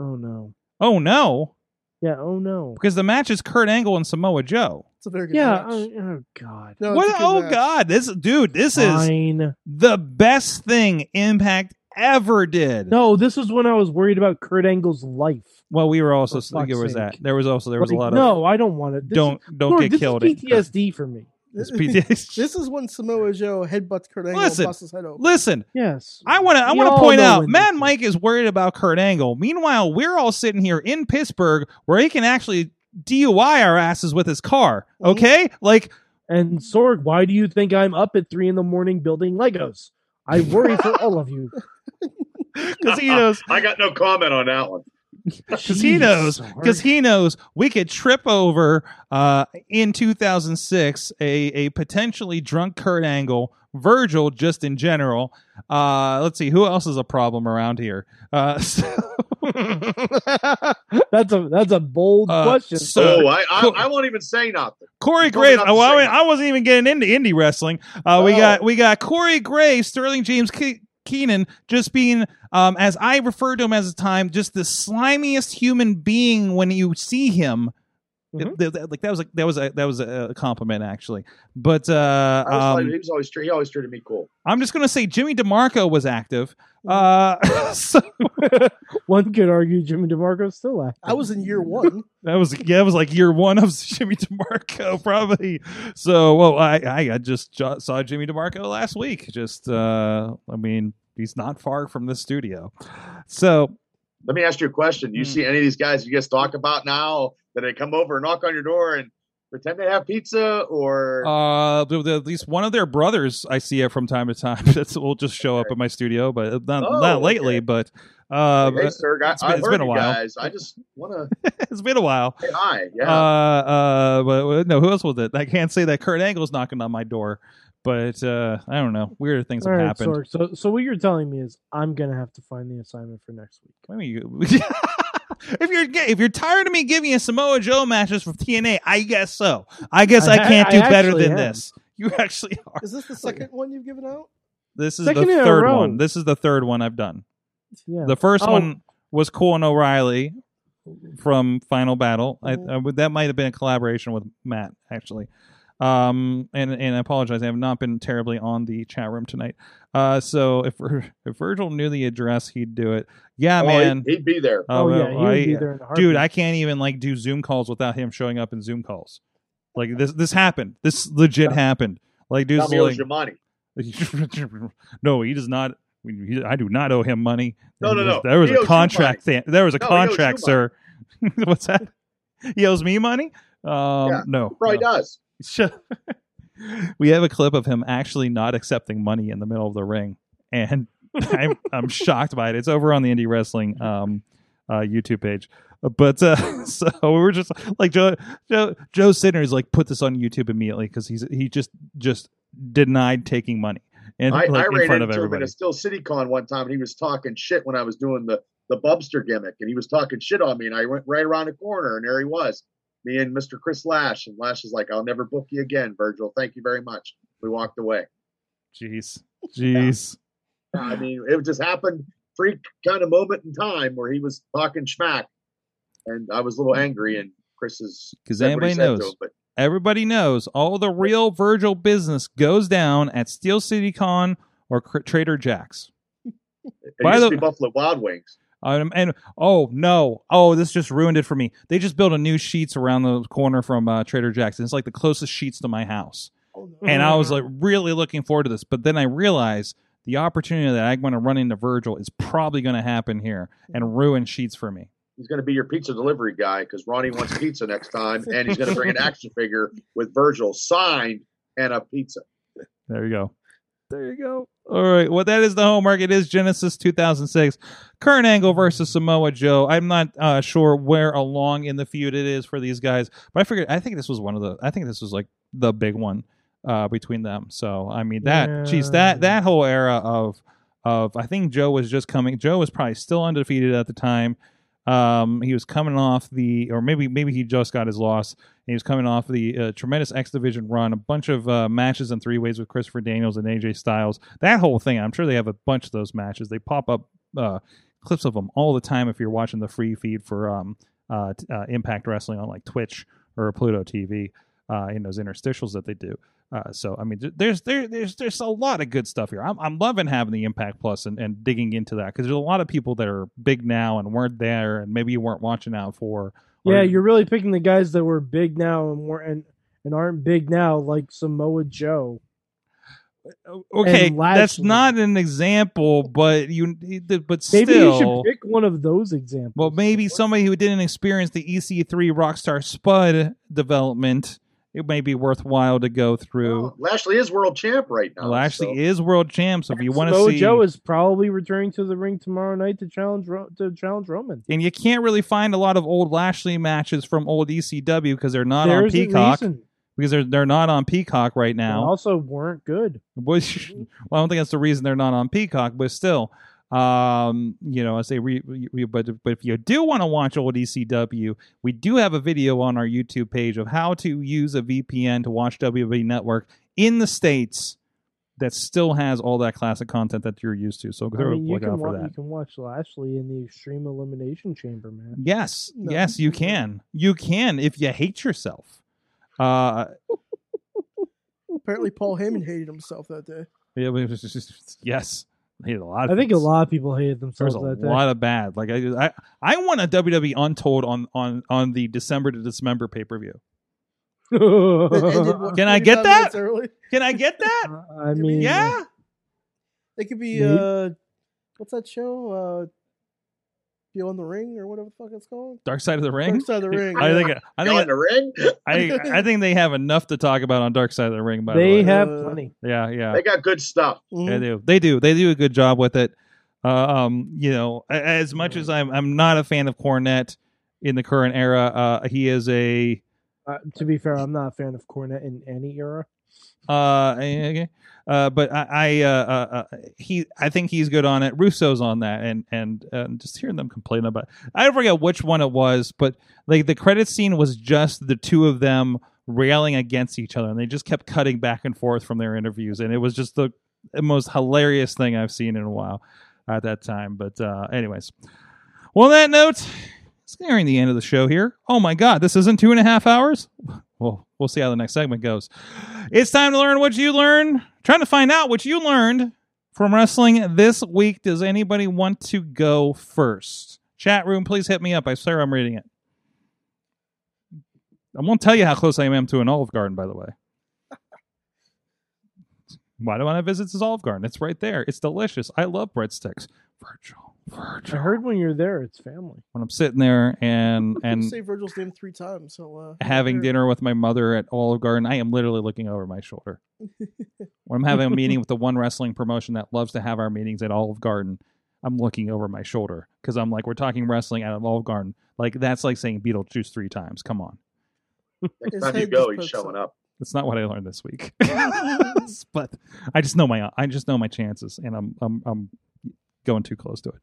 Oh no. oh no Yeah. Oh no. because the match is kurt angle and samoa joe It's a very good Yeah. match. Oh, oh god. No, it's what a good oh match. god this dude this is Fine. the best thing Impact ever did. No, this was when I was worried about Kurt Angle's life. Well, we were also For fuck's there was that. sake. There was also there was Like, a lot of no, I don't want it. This don't don't Lord, get this killed. Is PTSD for me. It's PTSD. This is when Samoa Joe headbutts Kurt Angle Listen, and busts his head open. Listen, Yes. I want to I We want to all point know out when Mad this Mike is worried about Kurt Angle. Meanwhile, we're all sitting here in Pittsburgh where he can actually DUI our asses with his car. Mm-hmm. Mhm. Okay? Like And Sorg, why do you think I'm up at three in the morning building Legos? I worry for all of you. cuz he knows I got no comment on that one. because he Jeez, knows Sorg. because he knows we could trip over uh, in 2006 a, a potentially drunk Kurt Angle, Virgil just in general. Uh, let's see who else is a problem around here. Uh, so- that's a that's a bold Uh, question. so- So Oh, I, I, cool. I won't even say nothing. Corey Nobody Graves. got to Oh, say I, that. I wasn't even getting into indie wrestling. Uh, We Oh. got we got Corey Graves, Sterling James Ke- Keenan, just being um, as I referred to him as a time, just the slimiest human being when you see him. Mm-hmm. Mhm. Th- th- like that was a, that was a, that was a compliment actually, but uh, I was like, um, he was always he always treated me cool. I'm just gonna say Jimmy DeMarco was active. Mm-hmm. Uh, so One could argue Jimmy DeMarco's still active. I was in year one. That was yeah, that was like year one of Jimmy DeMarco, probably. So, well, I I, I just jo- saw Jimmy DeMarco last week. Just, uh I mean, he's not far from the studio. So, Let me ask you a question. Do you Hmm. see any of these guys you guys talk about now that they come over and knock on your door and pretend they have pizza or uh the, the, at least one of their brothers I see it from time to time. That's will just show up at my studio, but not Oh, not lately. okay. But uh, hey, sir, I, it's been- I it's heard been a you while. guys. I just want to it's been a while. say hi. Uh, Yeah. uh, but but no, who else was it? I can't say that Kurt Angle's knocking on my door, but uh I don't know. Weirder things All have right, happened. Sorg, so so what you're telling me is I'm gonna have to find the assignment for next week. I mean, you- if you're ga- if you're tired of me giving you Samoa Joe matches from TNA, I guess so. I guess I, I- can't I do better actually than am. this. You actually are. Is this the second one you've given out? This is the Second in a third row. one. This is the third one I've done. Yeah. The first Oh. one was Colin O'Reilly from Final Battle. Oh. I, Mhm. I would, that might have been a collaboration with Matt actually. Um and and I apologize. I have not been terribly on the chat room tonight. Uh so if Vir- if Virgil knew the address, he'd do it. Yeah, Oh, man. Uh, He'd, he'd be there. oh, well, yeah, he would be I- there in a heartbeat. dude i can't even like do zoom calls without him showing up in zoom calls like this this happened this legit happened like dude's Tell me it was like your money. no he does not he- i do not owe him money No, no, no. there was He a owes you contract thing there was a No, he owes you contract sir what's that he owes me money um Yeah, no Probably no. does. Shut- we have a clip of him actually not accepting money in the middle of the ring, and I'm I'm shocked by it. It's over on the indie wrestling um uh YouTube page. But uh, so we were just like Joe Joe Joe Sinner is like put this on YouTube immediately because he's he just just denied taking money and I, like I in ran front of into him everybody. at a Still City Con one time, and he was talking shit when I was doing the the Bubster gimmick, and he was talking shit on me, and I went right around the corner, and there he was, me and Mr. Chris Lash, and Lash is like, "I'll never book you again, Virgil. Thank you very much." We walked away. Jeez. Jeez. I mean, it just happened freak kind of moment in time where he was talking schmack, and I was a little angry, and Chris is Because said what he anybody said to knows. him, but Everybody knows all the real Virgil business goes down at Steel City Con or Cr- Trader Jack's. it By used the- to be Buffalo Wild Wings. Um, and oh no, oh this just ruined it for me. They just built a new sheets around the corner from uh, Trader Jack's. and It's like the closest sheets to my house, Oh, no. and I was like really looking forward to this. But then I realized the opportunity that I'm going to run into Virgil is probably going to happen here and ruin sheets for me. He's going to be your pizza delivery guy because Ronnie wants pizza next time, and he's going to bring an action figure with Virgil signed and a pizza. There you go. There you go. All right. Well, that is the homework. It is Genesis 2006. Kurt Angle versus Samoa Joe. I'm not uh, sure where along in the feud it is for these guys, but I figured I think this was one of the. I think this was like the big one uh, between them. So I mean that. Yeah. Geez, that that whole era of of I think Joe was just coming. Joe was probably still undefeated at the time. Um, he was coming off the, or maybe maybe he just got his loss. He was coming off the uh, tremendous X Division run, a bunch of uh, matches in three ways with Christopher Daniels and AJ Styles. That whole thing, I'm sure they have a bunch of those matches. They pop up uh, clips of them all the time if you're watching the free feed for um, uh, t- uh, Impact Wrestling on like Twitch or Pluto TV uh, in those interstitials that they do. Uh, so I mean, th- there's there, there's there's a lot of good stuff here. I'm I'm loving having the Impact Plus and, and digging into that because there's a lot of people that are big now and weren't there and maybe you weren't watching out for. or- Yeah, you're really picking the guys that were big now and weren't and, and aren't big now, like Samoa Joe. uh, okay. and That's Lashley. not an example, but you but still. Maybe you should pick one of those examples. Well, maybe somebody who didn't experience the EC3 Rockstar Spud development, it may be worthwhile to go through. Oh, Lashley is world champ right now. Lashley so- is world champ, so if you want to Samoa see, Joe is probably returning to the ring tomorrow night to challenge Ro- to challenge Roman. and you can't really find a lot of old Lashley matches from old E ECW because they're not There's on Peacock a reason. because they're they're not on Peacock right They now. also weren't good. Which, Mm-hmm. well, I don't think that's the reason they're not on Peacock, but still, um, you know, I say, re, re- but but if you do want to watch old ECW, we do have a video on our YouTube page of how to use a VPN to watch WWE Network in the states that still has all that classic content that you're used to. So go I mean, you look can out for wa- you that. can watch Lashley in the Extreme Elimination Chamber, man. Yes, No. yes, you can. You can if you hate yourself. Uh, Apparently, Paul Heyman hated himself that day. it was just- yes, I hated a lot. Of I think a things. lot of people hated There's themselves a that day. lot of bad. Like I, I, I want a WWE Untold on on on the December to December pay per view. That ended, what, Can I get 45 that? minutes Early. Can I uh, get that? Uh, I mean, yeah. It could be Maybe. uh, what's that show? Uh, Beyond the Ring or whatever the fuck it's called. Dark Side of the Ring. Dark Side of the Ring. I yeah. think I Y'all in think the ring. I, I think they have enough to talk about on Dark Side of the Ring. By the they way, have Uh, plenty. yeah, yeah. They got good stuff. Mhm. They do. They do. They do a good job with it. Uh, um, you know, a- as much as I'm, I'm not a fan of Cornette in the current era. Uh, he is a Uh, to be fair, I'm not a fan of Cornette in any era. Uh, eh, okay. Uh, but I, I uh, uh, uh, he, I think he's good on it. Russo's on that, and and um, just hearing them complain about, I forget which one it was, but like the credit scene was just the two of them railing against each other, and they just kept cutting back and forth from their interviews, and it was just the most hilarious thing I've seen in a while at that time. But uh, anyways, well, on that note, it's nearing the end of the show here. Oh my God, this isn't two and a half hours. Well, we'll see how the next segment goes. It's time to learn what you learned. Trying to find out what you learned from wrestling this week. Does anybody want to go first? Chat room, please hit me up. I swear I'm reading it. I won't tell you how close I am to an Olive Garden, by the way. Why do I want to visit this Olive Garden? It's right there. It's delicious. I love breadsticks. Virgil, I Virgil. heard when you're there, it's family. When I'm sitting there and You and say Virgil's name three times. So uh, having there. dinner with my mother at Olive Garden, I am literally looking over my shoulder. when I'm having a meeting with the one wrestling promotion that loves to have our meetings at Olive Garden, I'm looking over my shoulder because I'm like, we're talking wrestling at Olive Garden. Like that's like saying Beetlejuice three times. Come on, Next His time you head go, just he's pokes showing up. up. that's not what I learned this week. but I just know my I just know my chances, and I'm I'm I'm going too close to it.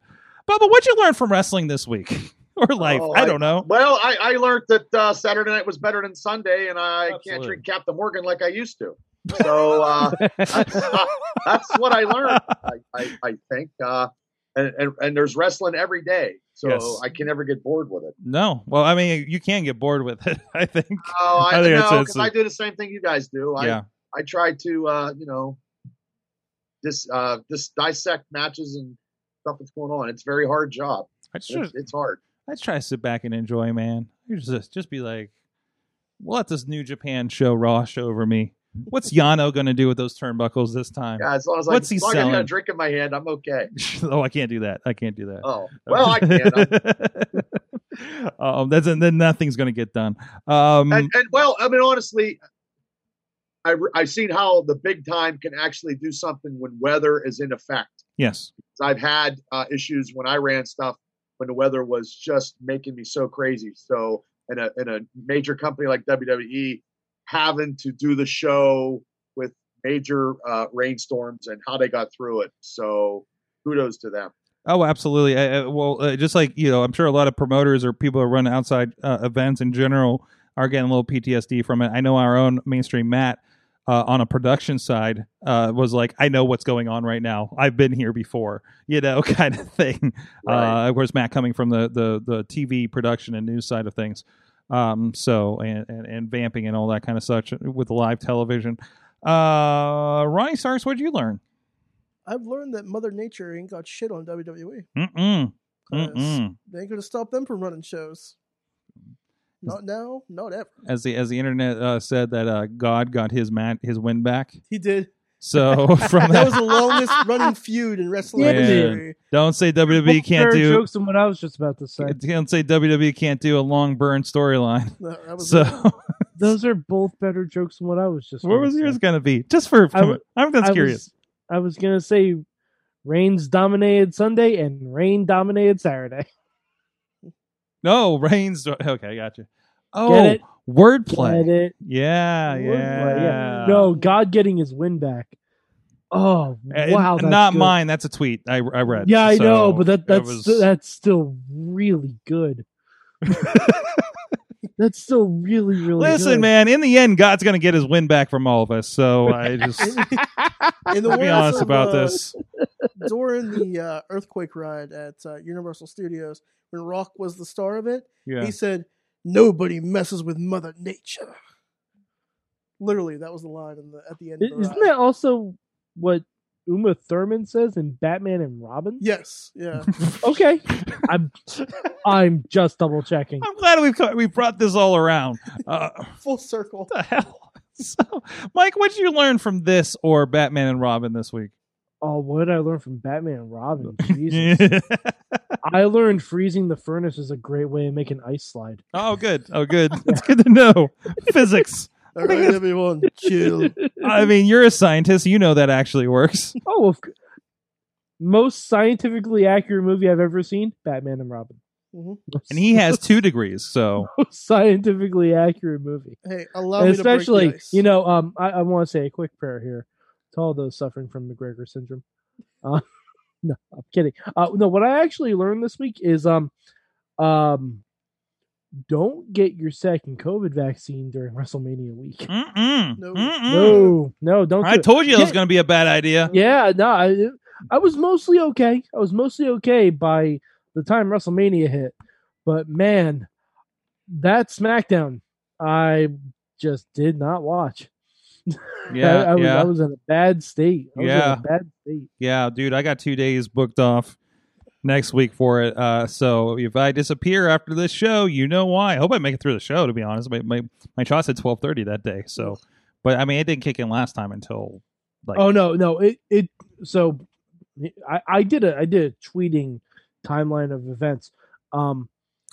Bubba, what'd you learn from wrestling this week or life? Oh, I don't know. Well, I, I learned that uh, Saturday night was better than Sunday, and I can't Absolutely. drink Captain Morgan like I used to. So uh, that's, that's what I learned. I, I, I think, uh, and, and and there's wrestling every day, so Yes. I can never get bored with it. No, well, I mean, you can get bored with it. I think. Oh, I, I think know that's- that's because a- I do the same thing you guys do. I yeah, I try to uh, you know this uh, this dissect matches and stuff that's going on. It's a very hard job. I just, It's, it's hard. I try to sit back and enjoy, man. I just uh, just be like, we'll let this New Japan show wash over me. What's Yano going to do with those turnbuckles this time? Yeah, as long as What's he I, as long as I got a selling? drink in my hand, I'm okay. oh, I can't do that. I can't do that. Oh well, I can. I'm um, that's and then nothing's going to get done. Um, and, and well, I mean, honestly, I, I've seen how the big time can actually do something when weather is in effect. yes, 'Cause I've had uh, issues when I ran stuff when the weather was just making me so crazy. So in a in a major company like WWE, having to do the show with major uh, rainstorms and how they got through it. So kudos to them. Oh, absolutely. I, I, well, uh, just like you know, I'm sure a lot of promoters or people who run outside uh, events in general are getting a little PTSD from it. I know our own mainstream Matt uh, on a production side uh, was like, "I know what's going on right now. I've been here before," you know, kind of thing. Right. Uh, of course, Matt coming from the the the TV production and news side of things. Um, so and, and and vamping and all that kind of such with live television. Uh, Ronnie Starks, what'd you learn? I've learned that Mother Nature ain't got shit on WWE. Mm-mm. 'cause Mm-mm. They ain't gonna stop them from running shows. Not now, not ever. as the as the internet uh, said that uh, God got his man his win back. He did. So from That that, was the longest running feud in wrestling Yeah. history. don't say Well, WWE can't better do jokes than what I was just about to say. don't say WWE can't do a long burn storyline. No, that was So Those are both better jokes than what I was just. what gonna was say. yours gonna be? Just for I w- I'm just I curious. Was, I was gonna say, Reigns dominated Sunday and Rain dominated Saturday. No Reigns. Okay, gotcha. Get Oh, it? Get wordplay. it? Yeah, Wordplay, yeah, No, God getting his win back. Oh Uh, wow, that's not good. mine. That's a tweet I, I read. Yeah, I So know, but that it that's was- st- that's still really good. that's still really really. Listen, good. man. In the end, God's gonna get his win back from all of us. So I just in the Let's be words honest of, about uh, this. During the uh, earthquake ride at uh, Universal Studios, when Rock was the star of it, Yeah. he said, "Nobody messes with Mother Nature." Literally, that was the line in the, at the end. I- Of the Isn't ride. that also what Uma Thurman says in Batman and Robin? Yes, yeah. Okay, I'm I'm just double checking. I'm glad we've co- we brought this all around. Uh, Full circle. what the hell? So, Mike, what did you learn from this or Batman and Robin this week? Oh, what did I learn from Batman and Robin? Jesus, I learned freezing the furnace is a great way to make an ice slide. oh, good. Oh, good. It's good to know physics. All right, everyone, chill. I mean, you're a scientist. You know that actually works. Oh, of c- most scientifically accurate movie I've ever seen: Batman and Robin. Mhm. Mm-hmm. And he has two degrees. So, most scientifically accurate movie. Hey, allow And me to break especially, the ice. you know, um, I, I want to say a quick prayer here to all those suffering from McGregor syndrome. Uh, no, I'm kidding. Uh, no, what I actually learned this week is um, um, don't get your second COVID vaccine during WrestleMania week. mm-mm, No. mm-mm. No, no, don't. Mm. I do it. told you it was Yeah. going to be a bad idea. Yeah, no, I, I was mostly okay. I was mostly okay by the time WrestleMania hit, but man, that SmackDown, I just did not watch. Yeah, I, I was, yeah. I was in a bad state. I was in Yeah. a bad state. Yeah, dude, I got two days booked off next week for it. Uh, so if I disappear after this show, you know why. I hope I make it through the show. To be honest, my my, my shot said twelve thirty that day. So, but I mean, it didn't kick in last time until like oh no, no, it it. So, I I did a I did a tweeting timeline of events. Um,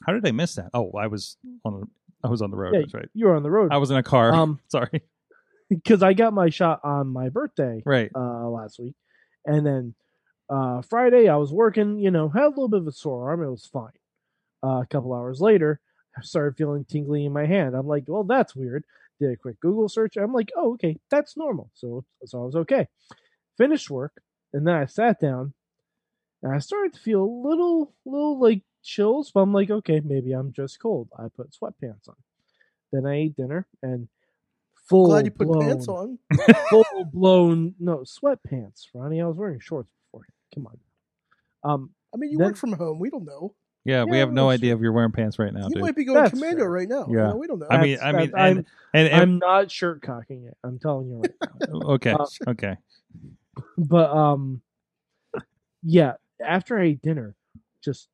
how did I miss that? Oh, I was on I was on the road. Yeah, That's right. you were on the road I was in a car. Um, Sorry. because I got my shot on my birthday. Right. uh, last week, and then uh, Friday I was working. You know, had a little bit of a sore arm. It was fine. Uh, a couple hours later, I started feeling tingling in my hand. I'm like, well, that's weird. Did a quick Google search. I'm like, oh, okay, that's normal. So, so I was okay. Finished work, and then I sat down, And I started to feel a little, little like chills, but I'm like, okay, maybe I'm just cold. I put sweatpants on. Then I ate dinner and full Glad you put blown, pants on. full blown, no sweatpants, Ronnie. I was wearing shorts before. Come on. Um, I mean, you Then- work from home. We don't know. Yeah, we Yeah, have no that's idea if you're wearing pants right now, you dude. might be going That's commando fair. right now. Yeah. You know, we don't know. I mean, that's- I mean, that- I'm- and, and, and- I'm not shirt cocking it. I'm telling you right now. okay, Uh, okay. but um, yeah. After I ate dinner, just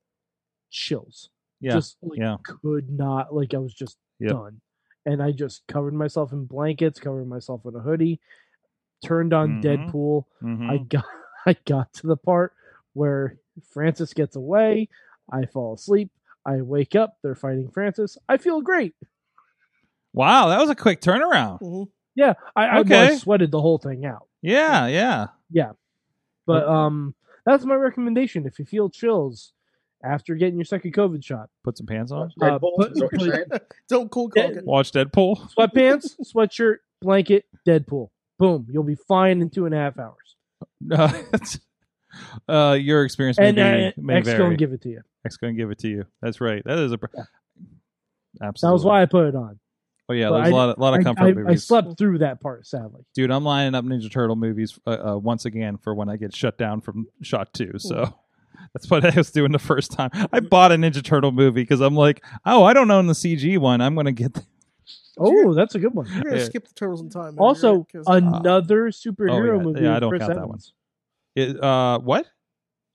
chills. Yeah, just like yeah. could not like I was just Yep. done, and I just covered myself in blankets, covered myself in a hoodie, turned on Mhm. Deadpool. mhm. I got I got to the part where Francis gets away. I fall asleep. I wake up. They're fighting Francis. I feel great. wow, that was a quick turnaround. Mhm. Yeah, I I, well, I Okay. sweated the whole thing out. Yeah, yeah. But Mm-hmm. um, that's my recommendation. If you feel chills after getting your second COVID shot, Put some pants on. Red Uh, Bulls put- is what you're put- saying. Don't cold cock it. Watch Deadpool. sweatpants, sweatshirt, blanket, Deadpool. Boom, you'll be fine in two and a half hours. uh, your experience may, And uh, be, may X vary. gonna give it to you. X gonna give it to you. That's right. That is a. Pr- Yeah. That Absolutely. was why I put it on. Oh yeah, but there's a I- lot, of, lot of I, comfort I- I movies. slept through that part, sadly. Dude, I'm lining up Ninja Turtle movies uh, uh, once again for when I get shut down from shot two. So that's what I was doing the first time. I bought a Ninja Turtle movie because I'm like, oh, I don't own the CG one. I'm gonna get. The- Oh, that's a good one. You're gonna Yeah. skip the turtles in time. man. Also, You're right, 'cause- another superhero Ah. Oh, yeah, movie. yeah, I of don't Chris count that one. Evans. it, uh, what?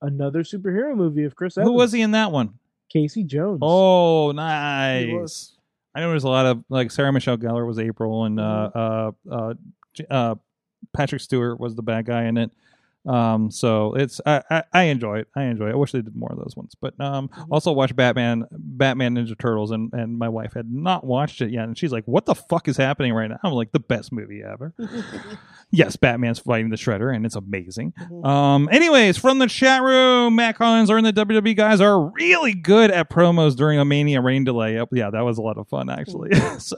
Another superhero movie of Chris Evans. Who was he in that one? Casey Jones. Oh, He nice. was. I know there's a lot of like Sarah Michelle Gellar was April and uh uh uh, J- uh Patrick Stewart was the bad guy in it. Um, so it's I, I I enjoy it. I enjoy it. I wish they did more of those ones. But um, also watch Batman, Batman Ninja Turtles, and and my wife had not watched it yet, and she's like, "What the fuck is happening right now?" I'm like, "The best movie ever." yes, Batman's fighting the Shredder, and it's amazing. Um, anyways, from the chat room, Matt Collins learned that WWE guys are really good at promos during a Mania rain delay. Yep, yeah, that was a lot of fun actually. so,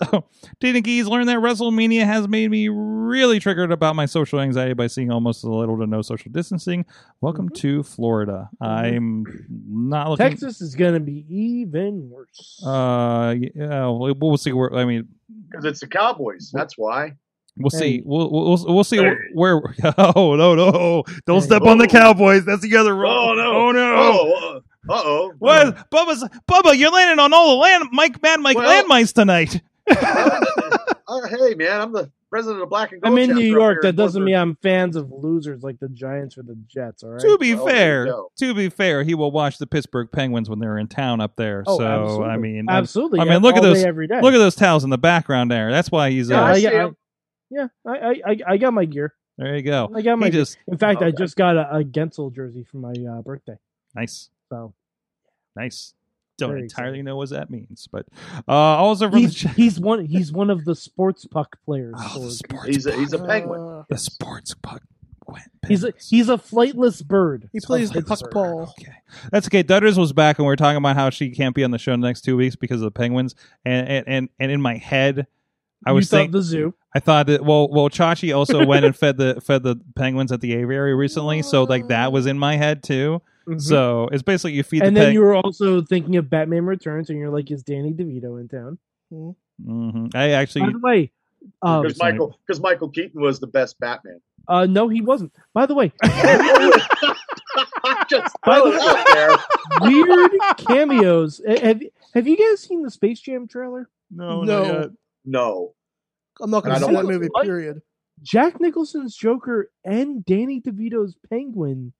Dana Geese learned that WrestleMania has made me really triggered about my social anxiety by seeing almost a little to no social distancing. Welcome to Florida. I'm not looking. Texas is gonna be even worse. Uh, yeah, we'll, we'll see where. I mean, Because it's the Cowboys. That's why. We'll see. Hey. We'll we'll we'll see Hey. where. Oh no no! Don't Hey. step on the Oh. Cowboys. That's the other rule. Oh no! Oh, uh oh. What, Bubba's Bubba? You're landing on all the land, Mike, Mad Mike Well- landmines tonight. Uh, hey, man, I'm the president of Black and Gold. I'm in chapter New up York. here in That doesn't Northern- mean I'm fans of losers like the Giants or the Jets. All right. To be Well, there fair, you go. to be fair, he will watch the Pittsburgh Penguins when they're in town up there. Oh, so absolutely. I mean, I'm- absolutely. I mean, look at all day, those- every day. look at those towels in the background there. That's why he's. yeah, I Uh, I, see I, 'em. yeah, I, I, I got my gear. there you go. I got Oh, my. He gear. just In fact, I Okay. just got a, a Gensel jersey for my uh, birthday. nice, So nice. Don't Very entirely exciting. know what that means, but uh, also from the he's, chat. he's one. He's one of the sports puck players. Oh, Sorg. the sports He's a, he's a Uh, penguin. The sports puck. Gwen he's a Penrose. he's a flightless bird. he plays the It's puck her. ball. Okay, that's okay. Dutters was back, and we were talking about how she can't be on the show in the next two weeks because of the Penguins. And and and, and in my head, I You was thought thinking, the zoo. I thought that well, well, Chachi also went and fed the fed the Penguins at the aviary recently, so like that was in my head too. Mhm. So it's basically you feed and the then peng- you were also thinking of Batman Returns, and you're like, "Is Danny DeVito in town?" Mhm. I By actually the way, uh, Because sorry. Michael, because Michael Keaton was the best Batman. uh, no, he wasn't. By the way, I'm just throwing it out there. weird cameos. Eh, Have have you guys seen the Space Jam trailer? no No. not yet. No, I'm not I don't gonna see that want to. movie. What? Period. Jack Nicholson's Joker and Danny DeVito's Penguin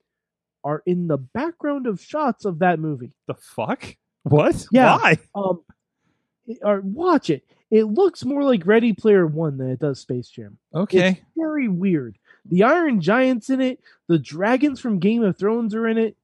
are in the background of shots of that movie. the fuck what Yeah. why Um, it- or watch it. It looks more like Ready Player One than it does Space Jam. okay It's very weird. The Iron Giant's in it. The dragons from Game of Thrones are in it.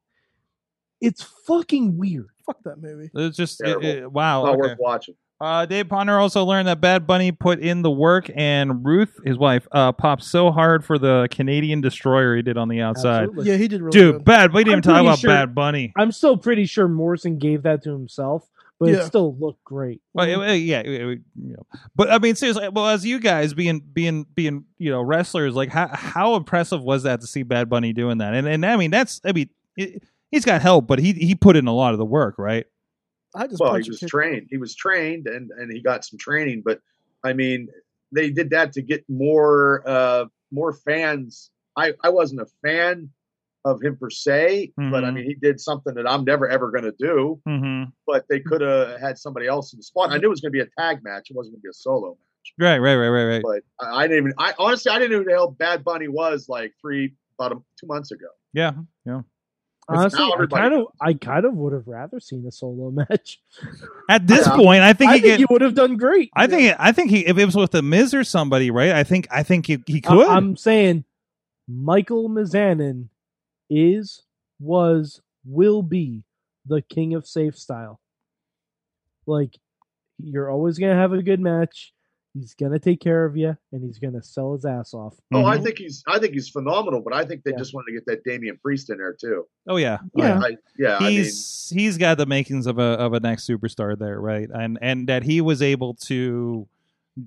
It's fucking weird. Fuck that movie. it's just it, Terrible. it- Oh, wow not okay. worth watching. Uh, Dave Ponder also learned that Bad Bunny put in the work, and Ruth, his wife, uh, popped so hard for the Canadian destroyer he did on the outside. Absolutely. Yeah, he did really Dude, good. bad. We didn't I'm even talk pretty about sure- Bad Bunny. I'm still pretty sure Morrison gave that to himself, but Yeah. it still looked great. Well, it- it- yeah, it- it- you know. but I mean, seriously. Well, as you guys being being being you know wrestlers, like how how impressive was that to see Bad Bunny doing that? And and I mean, that's I mean, it, He's got help, but he he put in a lot of the work, right? I just well, punch he was a chick. trained. He was trained, and and he got some training. But I mean, they did that to get more uh more fans. I I wasn't a fan of him per se, but I Mm-hmm. Mhm. mean, he did something that I'm never ever going to do. Mm-hmm. But they could have had somebody else in the spot. I knew it was going to be a tag match. It wasn't going to be a solo. Right, right, right, right, right. But I, I didn't even. I honestly, I didn't even know who the hell Bad Bunny was like three about a, two months ago. Yeah. now Honestly, I everybody kind of, I kind of would have rather seen a solo match. At this Yeah. point, I think I he think get. you would have done great. I think I think he if it was with the Miz or somebody, right? I think I think he, he I- could. I'm saying Michael Mizanin is, was, will be the king of safe style. Like, you're always gonna have a good match. He's gonna take care of you, and he's gonna sell his ass off. Oh, I Mhm. think he's. I think he's phenomenal. But I think they Yeah. just wanted to get that Damian Priest in there too. oh yeah, I- Yeah. I, yeah. I mean, he's he's got the makings of a of a next superstar there, right? And and that he was able to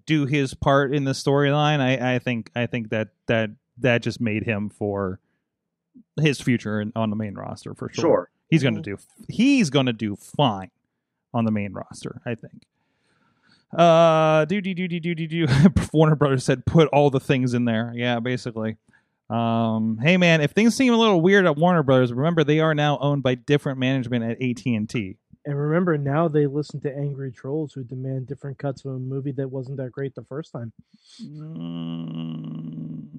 do his part in the storyline, I I think I think that that that just made him for his future in, on the main roster for sure. sure. He's going to do he's going to do fine on the main roster, I think. Uh do do do do do do do Warner Brothers said put all the things in there. Yeah, basically. Um hey man, if things seem a little weird at Warner Brothers, remember they are now owned by different management at AT&T. And remember, now they listen to angry trolls who demand different cuts of a movie that wasn't that great the first time. Mm,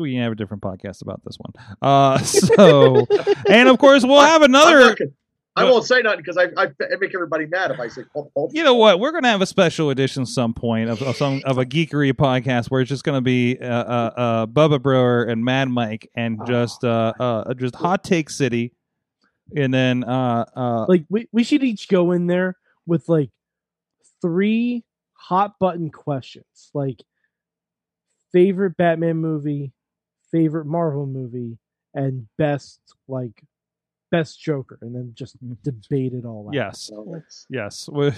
we can have a different podcast about this one. Uh so and of course we'll have I'm another Oh. not gonna- I What? won't say nothing because I, I, I make everybody mad if I say pulp, pulp. you know what? We're gonna have a special edition some point of, of some of a geekery podcast where it's just gonna be uh, uh, uh, Bubba Brewer and Mad Mike and Oh, just uh, uh, just Hot Take City, and then uh, uh, like we, we should each go in there with like three hot button questions like favorite batman movie favorite marvel movie and best like best joker and then just Mm-hmm. debate it all out yes, You know, it's- yes, we'll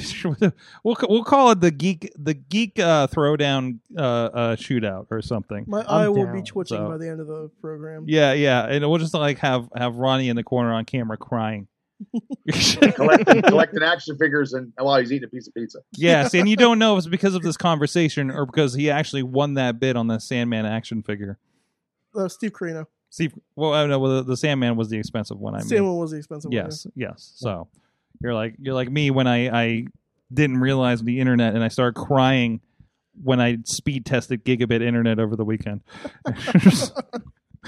we'll we'll call it the geek the geek uh, throwdown uh, uh, shootout or something. My I'm eye will be down, twitching so. by the end of the program. Yeah, yeah, and we'll just like have have Ronnie in the corner on camera crying. collecting, collecting action figures and while he's eating a piece of pizza. Yes, and you don't know if it's because of this conversation or because he actually won that bid on the Sandman action figure. Uh, Steve Carino. See, well, I don't know. Well, the, the Sandman was the expensive one. I mean, Same one was the expensive one. yes, yes. So you're like you're like me when I I didn't realize the internet and I started crying when I speed tested gigabit internet over the weekend.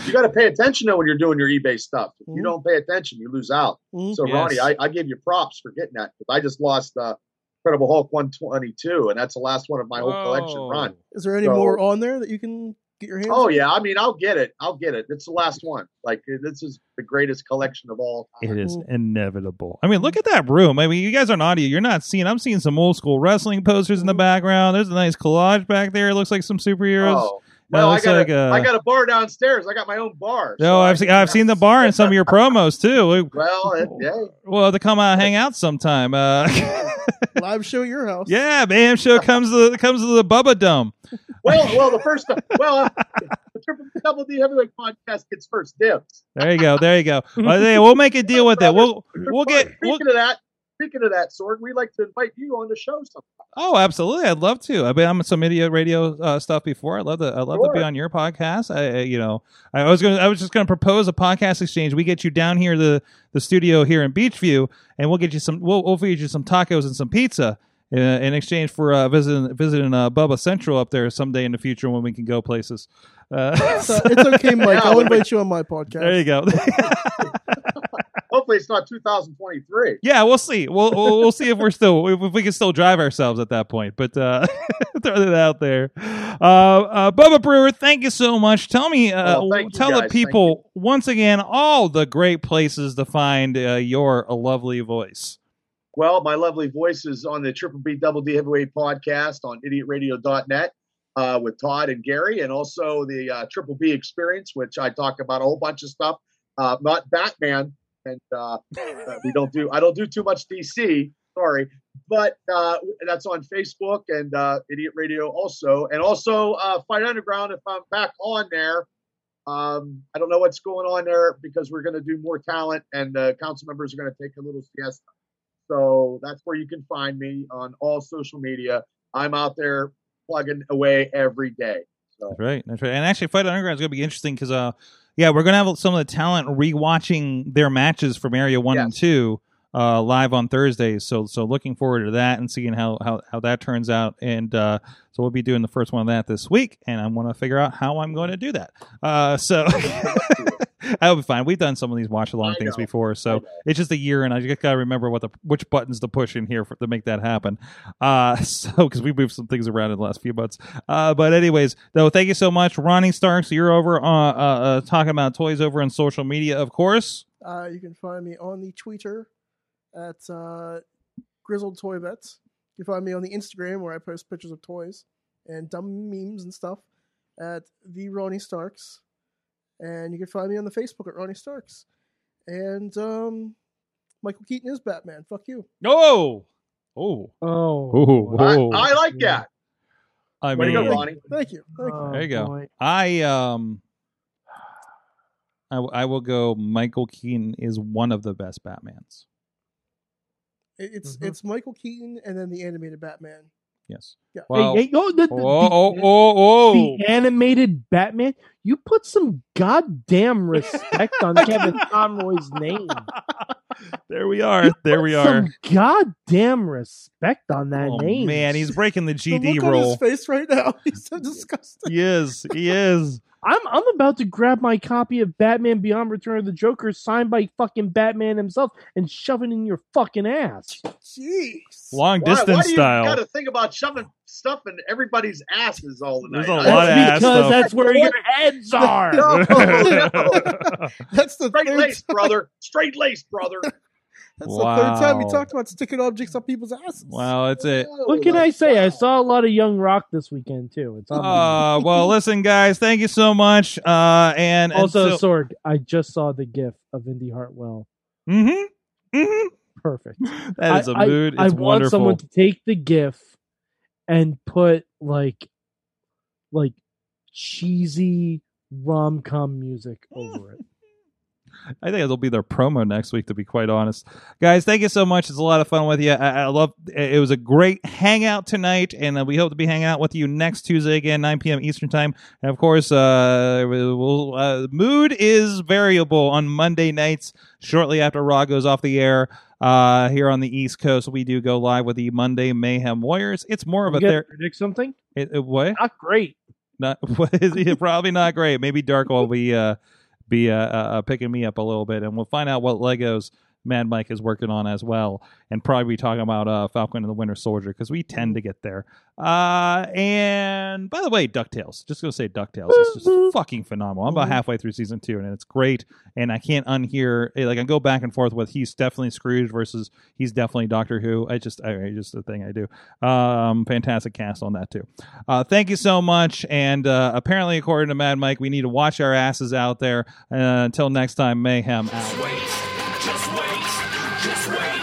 You got to pay attention though when you're doing your eBay stuff. If Mm-hmm. Mhm. you don't pay attention, you lose out. Mhm. So Yes. Ronnie, I, I give you props for getting that because I just lost uh, Incredible Hulk 122, and that's the last one of my whole collection run. Is there any So- more on there that you can get your hands? Oh on? yeah, I mean I'll get it. I'll get it. It's the last one. Like uh, this is the greatest collection of all. It is Mhm. inevitable. I mean, look at that room. I mean, you guys aren't audio. You're not seeing. I'm seeing some old school wrestling posters in Mm. the background. There's a nice collage back there. It looks like some superheroes. Oh. Well, I looks got like a, a- I got a bar downstairs. I got my own bar. No, so I I've seen can- I've seen the bar in some of your promos too. Well, it, yeah, Well, to come out and hang out sometime. Uh, Live show at your house. yeah, man, show comes the comes to the Bubba Dome. Well, well, the first, well, the triple double D heavyweight podcast gets first dibs. There you go, there you go. Well, hey, we'll make a deal with that. We'll we'll get Speaking we'll, of that, speaking of that, Sorg, we'd like to invite you on the show. Sometime. oh, absolutely. I'd love to. I've been on some idiot radio uh, stuff before. I'd love to. I'd love to be Sure. on your podcast. I, I you know I was gonna I was just gonna propose a podcast exchange. We get you down here to the the studio here in Beachview, and we'll get you some we'll, we'll feed you some tacos and some pizza. uh, in exchange for uh, visiting visiting uh, Bubba Central up there someday in the future when we can go places. Uh, So it's okay, Mike. Yeah, I'll what do we- invite you on my podcast. there you go. Hopefully, it's not 2023. yeah, we'll see. We'll, we'll we'll see if we're still if if we can still drive ourselves at that point. But uh, throw that out there. Uh, uh, Bubba Brewer, thank you so much. Tell me, uh, Oh, thank you, tell the guys. Thank people once again all the great places to find uh, your lovely voice. Well, my lovely voice is on the Triple B Double D Heavyweight podcast on idiotradio.net uh, with Todd and Gary, and also the uh, Triple B Experience, which I talk about a whole bunch of stuff, uh, not Batman, and uh, uh, we don't do I don't do too much DC. Sorry, but uh, that's on Facebook and uh, Idiot Radio also, and also uh, Fight Underground. If I'm back on there, Um, I don't know what's going on there because we're going to do more talent and uh, the council members are going to take a little siesta. So that's where you can find me on all social media. I'm out there plugging away every day. So That's right. That's right. And actually, Fight Underground is going to be interesting because, uh, yeah, we're going to have some of the talent rewatching their matches from Area One and Two uh, live on Thursdays. So, so looking forward to that and seeing how how, how that turns out. And uh, so we'll be doing the first one of that this week, and I want to figure out how I'm going to do that. Uh, so. That'll be fine. We've done some of these watch along things before, so it's just a year, and I just gotta remember what the which buttons to push in here for, to make that happen. Uh, so because we moved some things around in the last few months. Uh, but anyways, though, thank you so much, Ronnie Starks. You're over uh, uh, uh talking about toys over on social media, of course. Uh, you can find me on the Twitter at uh, Grizzled Toy Vets. You can find me on the Instagram where I post pictures of toys and dumb memes and stuff at the Ronnie Starks. And you can find me on the Facebook at Ronnie Starks. And um, Michael Keaton is Batman. Fuck you. No. Oh. Oh. Ooh. I, Ooh. I like that. I Way to go, mean- Ronnie. Thank you. Thank Uh, you. There you go. I um, I, w- I will go. Michael Keaton is one of the best Batmans. It- It's Mhm. it's Michael Keaton and then the animated Batman. Yes. Yeah. Wow. Hey, hey, oh, the, the- oh, oh, the- oh, the animated Batman. You put some goddamn respect on Kevin Conroy's name. oh. There we are. There we Put are. Some goddamn respect on that Oh name. man, he's breaking the The GD look on his roll. face right now. He's so disgusted. He is. He is. I'm I'm about to grab my copy of Batman Beyond Return of the Joker signed by fucking Batman himself and shove it in your fucking ass. Jeez. Long Why, why distance do you style. got to think about shoving stuff in everybody's asses all the There's night? a I- lot of ass That's because stuff. that's where your heads are. Oh, No, no. That's the Straight third lace, time- brother. Straight lace, brother. That's the third time we Wow. talked about sticking objects up people's asses. wow, that's it. What can I say? I saw a lot of Young Rock this weekend too. It's unbelievable. Uh, well, listen, guys, thank you so much. Uh, and, and also so, Sorg. I just saw the GIF of Indy Hartwell. mm-hmm, mm-hmm. Perfect. That is a I- I- mood. I it's want wonderful. someone to take the GIF and put like, like cheesy rom com music over it. I think it'll be their promo next week, to be quite honest. Guys, thank you so much. It's a lot of fun with you. I, I love it. was a great hangout tonight, and uh, we hope to be hanging out with you next Tuesday again, 9 p.m. Eastern Time. And of course, uh, we'll, uh, mood is variable on Monday nights, shortly after Raw goes off the air. Uh, here on the East Coast, we do go live with the Monday Mayhem Warriors. It's more of You a gotta there. predict something? It, it- what? Not great. not what is it? probably not great. Maybe Dark will be uh be uh, uh uh, picking me up a little bit, and we'll find out what Legos Mad Mike is working on as well, and probably be talking about uh Falcon and the Winter Soldier because we tend to get there. Uh, and by the way, Ducktales. Just gonna say Ducktales is just fucking phenomenal. I'm about halfway through season two, and it's great. And I can't unhear eh, like I go back and forth with he's definitely Scrooge versus he's definitely Doctor Who. I just I it's just a thing I do. Um, fantastic cast on that too. Uh, thank you so much. And uh, apparently, according to Mad Mike, we need to watch our asses out there. Uh, until next time, mayhem out. Just wait, just wait, just wait,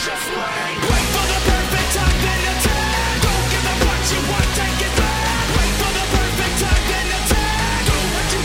just wait. Wait for the perfect time, then attack. Don't give up what you want, take it back. Wait for the perfect time, then attack. Do what you